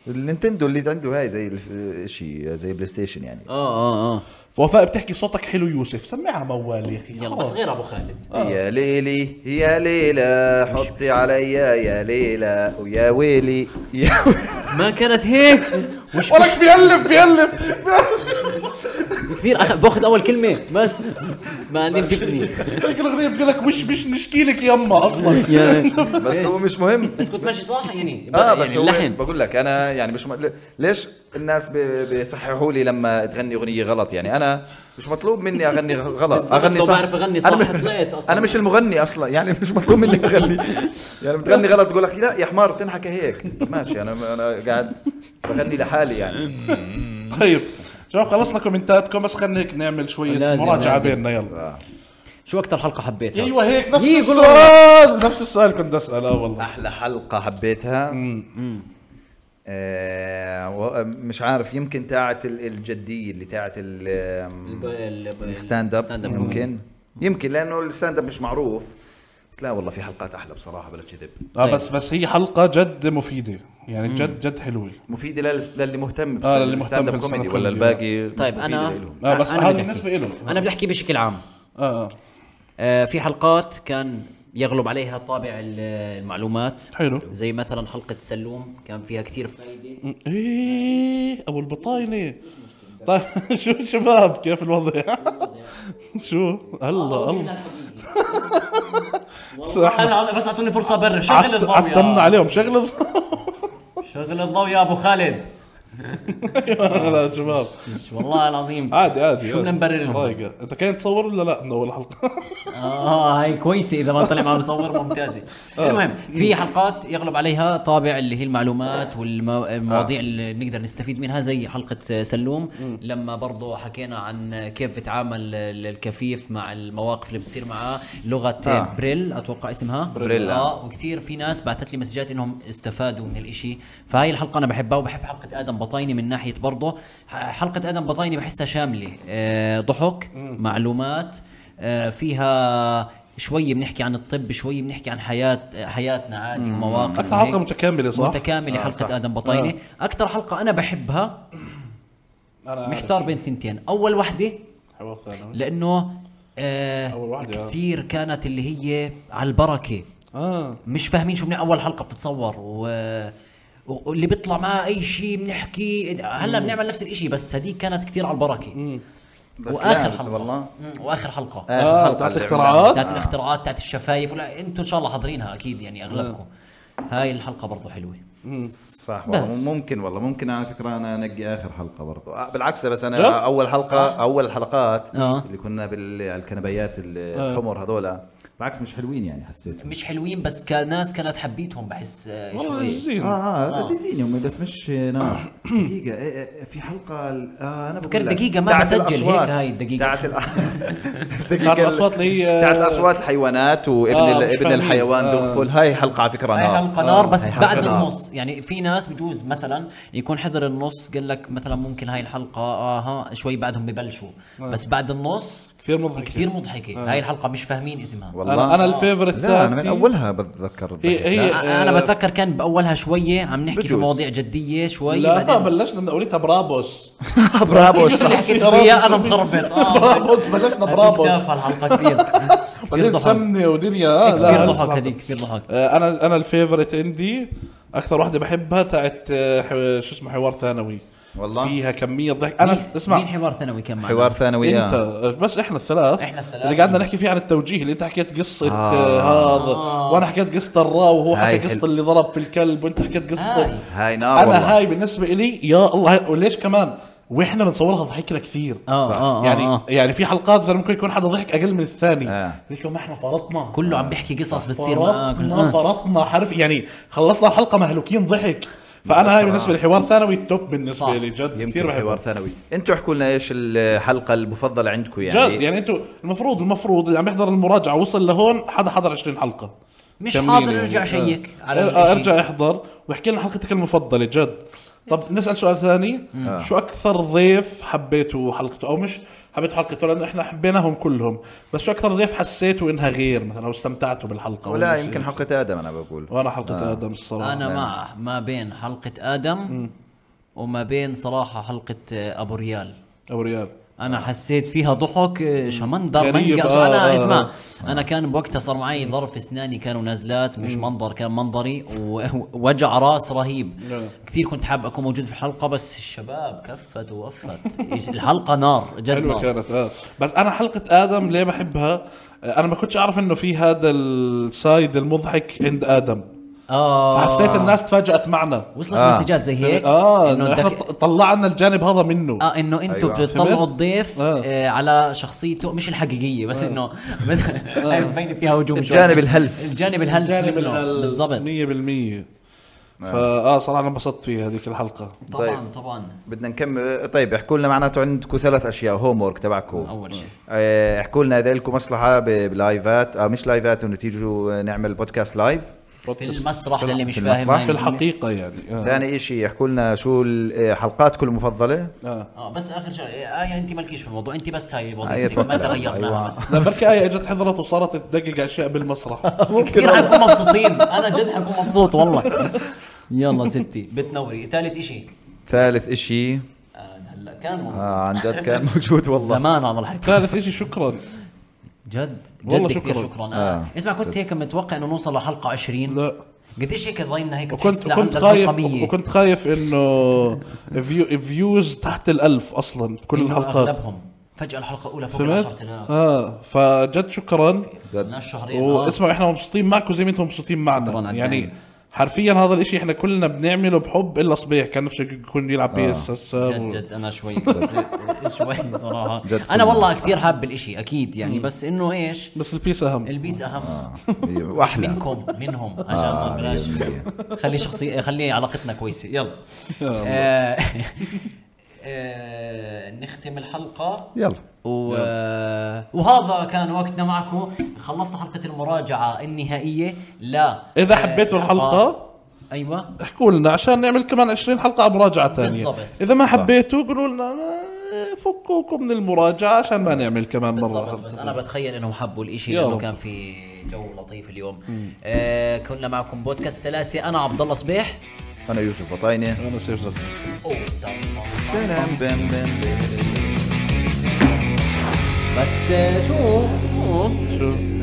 [SPEAKER 1] النينتندو اللي عنده هاي زي الف- شيء زي بلاي ستيشن يعني
[SPEAKER 5] اه اه اه
[SPEAKER 3] وفاء بتحكي صوتك حلو يوسف سمعها موال يا اخي
[SPEAKER 5] يلا بس غير ابو خالد
[SPEAKER 1] يا ليلي يا ليلى حطي عليا يا ليلى ويا ويلي يا
[SPEAKER 5] ما كانت هيك وش
[SPEAKER 3] ولك بيألف بيألف
[SPEAKER 5] كثير أخ... باخذ اول كلمه بس ما عندي تقني
[SPEAKER 3] هيك الغريب بيقول لك مش مش نشكي لك يما اصلا
[SPEAKER 1] بس هو مش مهم
[SPEAKER 5] بس كنت ماشي صح
[SPEAKER 3] آه،
[SPEAKER 5] يعني
[SPEAKER 1] اه بس
[SPEAKER 5] يعني
[SPEAKER 1] هو
[SPEAKER 5] اللحن
[SPEAKER 1] بقول لك انا يعني مش م... ليش الناس ب- بيصححوا لي لما تغني اغنيه غلط يعني انا مش مطلوب مني اغني غلط اغني
[SPEAKER 5] لو
[SPEAKER 1] صح
[SPEAKER 5] بعرف أغني صح
[SPEAKER 1] أنا م-
[SPEAKER 5] طلعت أصلاً.
[SPEAKER 1] انا مش المغني اصلا يعني مش مطلوب مني اغني يعني بتغني غلط بقول لك لا يا حمار تنحكى هيك طب ماشي انا انا قاعد بغني لحالي يعني
[SPEAKER 3] طيب شباب خلصنا كومنتاتكم بس خلينا هيك نعمل شويه
[SPEAKER 5] لازم،
[SPEAKER 3] مراجعه
[SPEAKER 5] لازم. آه.
[SPEAKER 3] بيننا يلا
[SPEAKER 5] شو اكثر حلقه حبيتها؟
[SPEAKER 3] ايوه هيك نفس
[SPEAKER 5] يي، قولوا.
[SPEAKER 3] السؤال نفس السؤال كنت اساله والله آه،
[SPEAKER 1] احلى حلقه حبيتها آه و- مش عارف يمكن تاعت ال- الجديه اللي تاعت ال- الستاند اب ممكن يمكن لانه الستاند اب مش معروف بس لا والله في حلقات احلى بصراحه بلا كذب
[SPEAKER 3] اه
[SPEAKER 5] طيب.
[SPEAKER 3] بس بس هي حلقه جد مفيده يعني جد جد حلوه
[SPEAKER 1] مفيده للس- للي مهتم بس-
[SPEAKER 3] آه، للي مهتم
[SPEAKER 1] بالستاند اب
[SPEAKER 3] بالستاند
[SPEAKER 1] كوميدي
[SPEAKER 3] أب
[SPEAKER 1] ولا
[SPEAKER 3] كوميدي.
[SPEAKER 1] الباقي مش
[SPEAKER 5] طيب
[SPEAKER 1] مفيدة
[SPEAKER 5] أنا-
[SPEAKER 1] إلهم.
[SPEAKER 3] اه بس
[SPEAKER 5] أنا بدي
[SPEAKER 3] هذا
[SPEAKER 5] أحكي.
[SPEAKER 3] بالنسبه له
[SPEAKER 5] انا بدي احكي بشكل عام
[SPEAKER 3] اه اه
[SPEAKER 5] آه، في حلقات كان يغلب عليها طابع ال- المعلومات
[SPEAKER 3] حلو
[SPEAKER 5] زي مثلا حلقة سلوم كان فيها كثير فايدة
[SPEAKER 3] ايه ابو البطاينه طيب شو شباب كيف الوضع؟ شو؟ الله الله صح
[SPEAKER 5] هذا بس اعطوني فرصة برر شغل
[SPEAKER 3] عط-
[SPEAKER 5] الضوء
[SPEAKER 3] عطمنا
[SPEAKER 5] يا آه.
[SPEAKER 3] عليهم شغل الض-
[SPEAKER 5] شغل الضوء يا ابو خالد
[SPEAKER 3] لا يا شباب
[SPEAKER 5] والله العظيم
[SPEAKER 3] عادي عادي
[SPEAKER 5] شو بدنا نبرر لهم؟
[SPEAKER 3] ضايقة انت كان تصور ولا لا من اول حلقه؟
[SPEAKER 5] اه هاي كويسة اذا ما طلع ما مصور ممتازة المهم في حلقات يغلب عليها طابع اللي هي المعلومات والمواضيع اللي بنقدر نستفيد منها زي حلقة سلوم لما برضه حكينا عن كيف بتعامل الكفيف مع المواقف اللي بتصير معاه لغة
[SPEAKER 1] آه.
[SPEAKER 5] بريل اتوقع اسمها
[SPEAKER 1] بريل، آه.
[SPEAKER 5] اه وكثير في ناس بعثت لي مسجات انهم استفادوا من الاشي فهاي الحلقه انا بحبها وبحب حلقه ادم بطايني من ناحيه برضه ح- حلقه ادم بطايني بحسها شامله آه، ضحك معلومات آه، فيها شوي بنحكي عن الطب شوي بنحكي عن حياه حياتنا عادي ومواقف
[SPEAKER 3] أكثر حلقة
[SPEAKER 5] وهيك.
[SPEAKER 3] متكاملة، صح؟ آه.
[SPEAKER 5] متكامله
[SPEAKER 1] آه،
[SPEAKER 5] حلقه
[SPEAKER 1] صح.
[SPEAKER 5] ادم بطاينه اكثر حلقه انا بحبها
[SPEAKER 3] انا
[SPEAKER 5] محتار بين ثنتين اول وحده
[SPEAKER 3] حوار ثانوي.
[SPEAKER 5] لانه آه
[SPEAKER 3] أول واحدة، آه.
[SPEAKER 5] كثير كانت اللي هي على البركه
[SPEAKER 3] اه
[SPEAKER 5] مش فاهمين شو من اول حلقه بتتصور و... و- واللي بيطلع معاه اي شيء بنحكي هلا بنعمل نفس الشيء بس هذيك كانت كثير على البركه
[SPEAKER 1] بس
[SPEAKER 5] واخر
[SPEAKER 1] لا،
[SPEAKER 5] حلقه
[SPEAKER 1] والله
[SPEAKER 5] مم، واخر حلقه
[SPEAKER 1] آخر
[SPEAKER 3] آه،
[SPEAKER 1] حلقة
[SPEAKER 3] بتاعت
[SPEAKER 1] اللي
[SPEAKER 3] الاختراعات؟
[SPEAKER 1] عملناها.
[SPEAKER 5] بتاعت الاختراعات بتاعت الشفايف ولا انتم ان شاء الله حاضرينها اكيد يعني اغلبكم
[SPEAKER 1] آه.
[SPEAKER 5] هاي الحلقه برضو حلوه
[SPEAKER 1] صح والله
[SPEAKER 5] بس.
[SPEAKER 1] ممكن والله ممكن على فكره انا انقي اخر حلقه برضو آه، بالعكس بس انا
[SPEAKER 3] لا.
[SPEAKER 1] اول حلقه اول الحلقات
[SPEAKER 5] آه.
[SPEAKER 1] اللي كنا بالكنبيات
[SPEAKER 3] آه.
[SPEAKER 1] الحمر هذولا بالعكس مش حلوين يعني حسيت
[SPEAKER 5] مش حلوين بس كناس كانت حبيتهم بحس آه،
[SPEAKER 3] والله
[SPEAKER 5] شوي
[SPEAKER 1] اه
[SPEAKER 3] زين
[SPEAKER 5] آه.
[SPEAKER 1] اه لذيذين هم بس مش نار دقيقه إيه، إيه، في حلقه ال- آه انا
[SPEAKER 5] فكرت
[SPEAKER 1] بقول لك،
[SPEAKER 5] دقيقة ما
[SPEAKER 1] بتاعت
[SPEAKER 5] بسجل، هيك
[SPEAKER 1] الأصوات.
[SPEAKER 5] هاي الدقيقة.
[SPEAKER 1] بتاعت ال- الدقيقه
[SPEAKER 3] بتاعت الأصوات اللي هي-
[SPEAKER 1] بتاعت الاصوات الحيوانات وابن
[SPEAKER 3] آه،
[SPEAKER 1] ال-
[SPEAKER 3] مش
[SPEAKER 1] ابن
[SPEAKER 3] فاهمين.
[SPEAKER 1] الحيوان
[SPEAKER 3] آه.
[SPEAKER 1] دغفل هاي حلقه على فكره
[SPEAKER 5] هاي
[SPEAKER 1] نار
[SPEAKER 5] حلقة نار بس
[SPEAKER 1] آه، هاي حلقة
[SPEAKER 5] بعد
[SPEAKER 1] نار.
[SPEAKER 5] النص يعني في ناس بجوز مثلا يكون حضر النص قال لك مثلا ممكن هاي الحلقة اها شوي بعدهم ببلشوا بس بعد النص
[SPEAKER 3] آه. كثير مضحكة. آه.
[SPEAKER 5] كثير مضحكة هاي الحلقة مش فاهمين اسمها
[SPEAKER 3] انا انا الفيفورت
[SPEAKER 1] لا انا من
[SPEAKER 3] تاعتي-
[SPEAKER 1] اولها بتذكر
[SPEAKER 3] هي
[SPEAKER 1] الضحك.
[SPEAKER 3] هي
[SPEAKER 1] لا.
[SPEAKER 5] أ- انا بتذكر كان باولها شوية عم نحكي في
[SPEAKER 1] بجوز.
[SPEAKER 5] مواضيع جدية شوي
[SPEAKER 3] لا
[SPEAKER 5] طيب، بعدين
[SPEAKER 3] بلشنا من اوليتها برابوس
[SPEAKER 1] برافو
[SPEAKER 5] شو اللي حكيت
[SPEAKER 3] برابوس.
[SPEAKER 5] فيها انا مخربط اه
[SPEAKER 3] برابوس بلشنا
[SPEAKER 5] تافهة
[SPEAKER 3] برابوس
[SPEAKER 5] الحلقة كثير كثير
[SPEAKER 3] بعدين
[SPEAKER 5] ضحك
[SPEAKER 3] سمنه ودنيا آه،
[SPEAKER 5] كثير
[SPEAKER 3] لا
[SPEAKER 5] ضحك هذيك كثير ضحك
[SPEAKER 3] آه، انا انا الفيفورت عندي اكثر واحده بحبها تاعت آه، ح- شو اسمه حوار ثانوي
[SPEAKER 1] والله؟
[SPEAKER 3] فيها كميه ضحك انا
[SPEAKER 5] مين-
[SPEAKER 3] س- اسمع
[SPEAKER 5] مين حوار ثانوي كان معنا؟
[SPEAKER 1] حوار ثانوي
[SPEAKER 3] انت
[SPEAKER 1] آه.
[SPEAKER 3] آه، بس احنا الثلاث
[SPEAKER 5] إحنا الثلاث.
[SPEAKER 3] اللي قعدنا نحكي فيه عن التوجيه اللي انت حكيت قصه آه. هذا وانا حكيت قصه الراو وهو
[SPEAKER 1] هاي
[SPEAKER 3] حكى
[SPEAKER 1] حلو.
[SPEAKER 3] قصه اللي ضرب في الكلب وانت حكيت قصه
[SPEAKER 5] هاي.
[SPEAKER 1] هاي
[SPEAKER 5] آه،
[SPEAKER 1] نار
[SPEAKER 3] انا
[SPEAKER 1] والله
[SPEAKER 3] هاي بالنسبه لي يا الله وليش كمان واحنا بنصورها ضحكنا كثير
[SPEAKER 5] اه اه آه،
[SPEAKER 3] يعني
[SPEAKER 5] آه.
[SPEAKER 3] يعني في حلقات ترى ممكن يكون حدا ضحك اقل من الثاني
[SPEAKER 1] آه.
[SPEAKER 3] ذيك يوم احنا فرطنا
[SPEAKER 5] كله عم بيحكي قصص بتصير معاه كله-
[SPEAKER 3] فرطنا
[SPEAKER 5] آه.
[SPEAKER 3] فرطنا حرف يعني خلصنا الحلقه مهلوكين ضحك فانا هاي بالنسبه لحوار ثانوي التوب بالنسبه
[SPEAKER 5] صح.
[SPEAKER 3] لي جد كثير
[SPEAKER 1] يمكن حوار
[SPEAKER 3] بحبه
[SPEAKER 1] ثانوي انتوا احكوا لنا ايش الحلقه المفضله عندكم يعني
[SPEAKER 3] جد يعني انتوا المفروض المفروض اللي عم يحضر المراجعه وصل لهون حدا حضر 20 حلقه
[SPEAKER 5] مش
[SPEAKER 3] كملين
[SPEAKER 5] حاضر
[SPEAKER 3] يعني.
[SPEAKER 5] ارجع شيك
[SPEAKER 3] آه.
[SPEAKER 5] على
[SPEAKER 3] آه،
[SPEAKER 5] الإشي.
[SPEAKER 3] ارجع احضر واحكي لنا حلقتك المفضله جد طب نسال سؤال ثاني شو اكثر ضيف حبيته حلقته او مش حبيته حلقته لانه احنا حبيناهم كلهم بس شو اكثر ضيف حسيته انها غير مثلا او استمتعتوا بالحلقه
[SPEAKER 1] ولا
[SPEAKER 3] ولا شيء؟
[SPEAKER 1] يمكن حلقه ادم انا بقول
[SPEAKER 3] وانا حلقه آه. ادم الصراحه
[SPEAKER 5] انا مع ما بين حلقه ادم وما بين صراحه حلقه آه، ابو ريال
[SPEAKER 3] ابو ريال
[SPEAKER 5] انا حسيت فيها ضحك آه، شمندر
[SPEAKER 3] غريب،
[SPEAKER 5] منقص
[SPEAKER 3] آه،
[SPEAKER 5] انا
[SPEAKER 3] آه،
[SPEAKER 5] اسمع انا كان بوقتها صار معي ظرف اسناني كانوا نازلات مش منظر كان منظري و- ووجع راس رهيب
[SPEAKER 3] نعم.
[SPEAKER 5] كثير كنت حاب اكون موجود في الحلقه بس الشباب كفت ووفت إيش- الحلقه نار جد
[SPEAKER 3] حلوه
[SPEAKER 5] نار
[SPEAKER 3] كانت آه. بس انا حلقه ادم ليه بحبها آه، انا ما كنتش اعرف انه في هذا السايد المضحك عند ادم
[SPEAKER 5] اه
[SPEAKER 3] فحسيت الناس تفاجات معنا
[SPEAKER 5] وصلت
[SPEAKER 1] آه.
[SPEAKER 5] مسجات زي هيك
[SPEAKER 3] اه
[SPEAKER 5] إيه؟ إنه
[SPEAKER 3] إنه احنا
[SPEAKER 5] الدك-
[SPEAKER 3] ط- طلعنا الجانب هذا منه
[SPEAKER 5] اه انه انتوا
[SPEAKER 1] أيوة.
[SPEAKER 5] بتطلعوا
[SPEAKER 3] فهمت؟
[SPEAKER 5] الضيف
[SPEAKER 3] آه.
[SPEAKER 5] آه. على شخصيته مش الحقيقيه بس انه بس- هاي مبين فيها هجوم شوي.
[SPEAKER 1] الجانب الهلس.
[SPEAKER 5] الجانب الهلس
[SPEAKER 3] الجانب طيب.
[SPEAKER 5] منه. بالضبط
[SPEAKER 3] 100% فاه صراحه انا انبسطت فيها هذيك الحلقه
[SPEAKER 5] طبعا
[SPEAKER 1] طيب.
[SPEAKER 5] طبعا
[SPEAKER 1] بدنا نكمل طيب احكوا لنا معناته عندكم ثلاث اشياء هوم ورك تبعكم
[SPEAKER 5] اول شيء
[SPEAKER 1] آه، احكوا لنا اذا لكم مصلحه ب- بلايفات اه مش لايفات انه تيجوا نعمل بودكاست لايف
[SPEAKER 5] في يعني. المسرح للي مش
[SPEAKER 1] في
[SPEAKER 5] فاهم
[SPEAKER 1] المسرح،
[SPEAKER 5] هاي
[SPEAKER 3] في
[SPEAKER 5] الجملة.
[SPEAKER 3] الحقيقه يعني آه.
[SPEAKER 1] ثاني شيء احكوا لنا شو ال- آه، حلقاتكم المفضله
[SPEAKER 3] آه.
[SPEAKER 5] اه بس اخر شيء ايه انت مالكيش في الموضوع انت بس هاي
[SPEAKER 1] هاي
[SPEAKER 5] وظيفتك ما
[SPEAKER 1] توقعت.
[SPEAKER 5] تغيرناها
[SPEAKER 3] لا بركي آية اجت حضرت وصارت تدقق اشياء بالمسرح
[SPEAKER 1] أيوة.
[SPEAKER 5] كثير حنكون مبسوطين انا جد حنكون مبسوط والله يلا ستي بتنوري ثالث شيء
[SPEAKER 1] ثالث شيء
[SPEAKER 5] آه، هلا كان موضوع.
[SPEAKER 1] آه عن جد كان موجود والله
[SPEAKER 5] زمان هذا الحكي
[SPEAKER 3] ثالث شيء شكرا
[SPEAKER 5] جد
[SPEAKER 3] والله
[SPEAKER 5] جد كثير
[SPEAKER 3] شكراً.
[SPEAKER 5] شكرا آه. اسمع كنت هيك متوقع انه نوصل لحلقه 20
[SPEAKER 3] لا
[SPEAKER 5] قديش هيك ضايلنا هيك
[SPEAKER 3] وكنت
[SPEAKER 5] بتحس لا
[SPEAKER 3] وكنت
[SPEAKER 5] عندك حلقه
[SPEAKER 3] خايف
[SPEAKER 5] 100
[SPEAKER 3] وكنت خايف انه فيو فيوز تحت الألف اصلا كل
[SPEAKER 5] إنه
[SPEAKER 3] الحلقات
[SPEAKER 5] اغلبهم فجاه الحلقه الاولى فوق ال
[SPEAKER 3] فهمت؟
[SPEAKER 5] 10000
[SPEAKER 3] اه فجد شكرا
[SPEAKER 5] لنا شهرين آه.
[SPEAKER 3] واسمعوا احنا مبسوطين معكم زي ما انتم مبسوطين
[SPEAKER 5] شكراً على
[SPEAKER 3] معنا يعني
[SPEAKER 5] الدعم.
[SPEAKER 3] حرفيا هذا الاشي احنا كلنا بنعمله بحب الا صبيح كان نفسه يكون يلعب بي آه، اس اس
[SPEAKER 5] آه. جد جد انا شوي إيه، شوي صراحه
[SPEAKER 1] جد
[SPEAKER 5] انا والله كثير حاب الاشي اكيد يعني بس انه ايش
[SPEAKER 3] بس البيس اهم
[SPEAKER 5] البيس
[SPEAKER 1] آه.
[SPEAKER 5] اهم
[SPEAKER 1] إيه، واحلى
[SPEAKER 5] منكم منهم
[SPEAKER 1] آه،
[SPEAKER 5] عشان ما بلاش خلي شخصيه خلي علاقتنا كويسه يلا آه، آه، نختم الحلقه
[SPEAKER 1] يلا
[SPEAKER 5] و... وهذا كان وقتنا معكم خلصنا حلقة المراجعة النهائية لا
[SPEAKER 3] اذا
[SPEAKER 5] آه،
[SPEAKER 3] حبيتوا الحلقه
[SPEAKER 5] ايوه
[SPEAKER 3] احكوا لنا عشان نعمل كمان 20 حلقه مراجعه ثانيه
[SPEAKER 5] بالضبط.
[SPEAKER 3] اذا ما حبيتوا قولوا لنا ما- آه، فكوكم من المراجعه عشان ما نعمل كمان مره
[SPEAKER 5] بالضبط بس انا بتخيل انهم حبوا الاشي
[SPEAKER 3] يا
[SPEAKER 5] لانه
[SPEAKER 3] رب.
[SPEAKER 5] كان في جو لطيف اليوم آه كنا معكم بودكاست سلاسي انا عبد الله صبيح
[SPEAKER 1] انا يوسف بطاينه
[SPEAKER 3] انا سيف زكي
[SPEAKER 5] أوه، ده-
[SPEAKER 1] بم بم بم
[SPEAKER 5] بس آه، شو
[SPEAKER 3] شو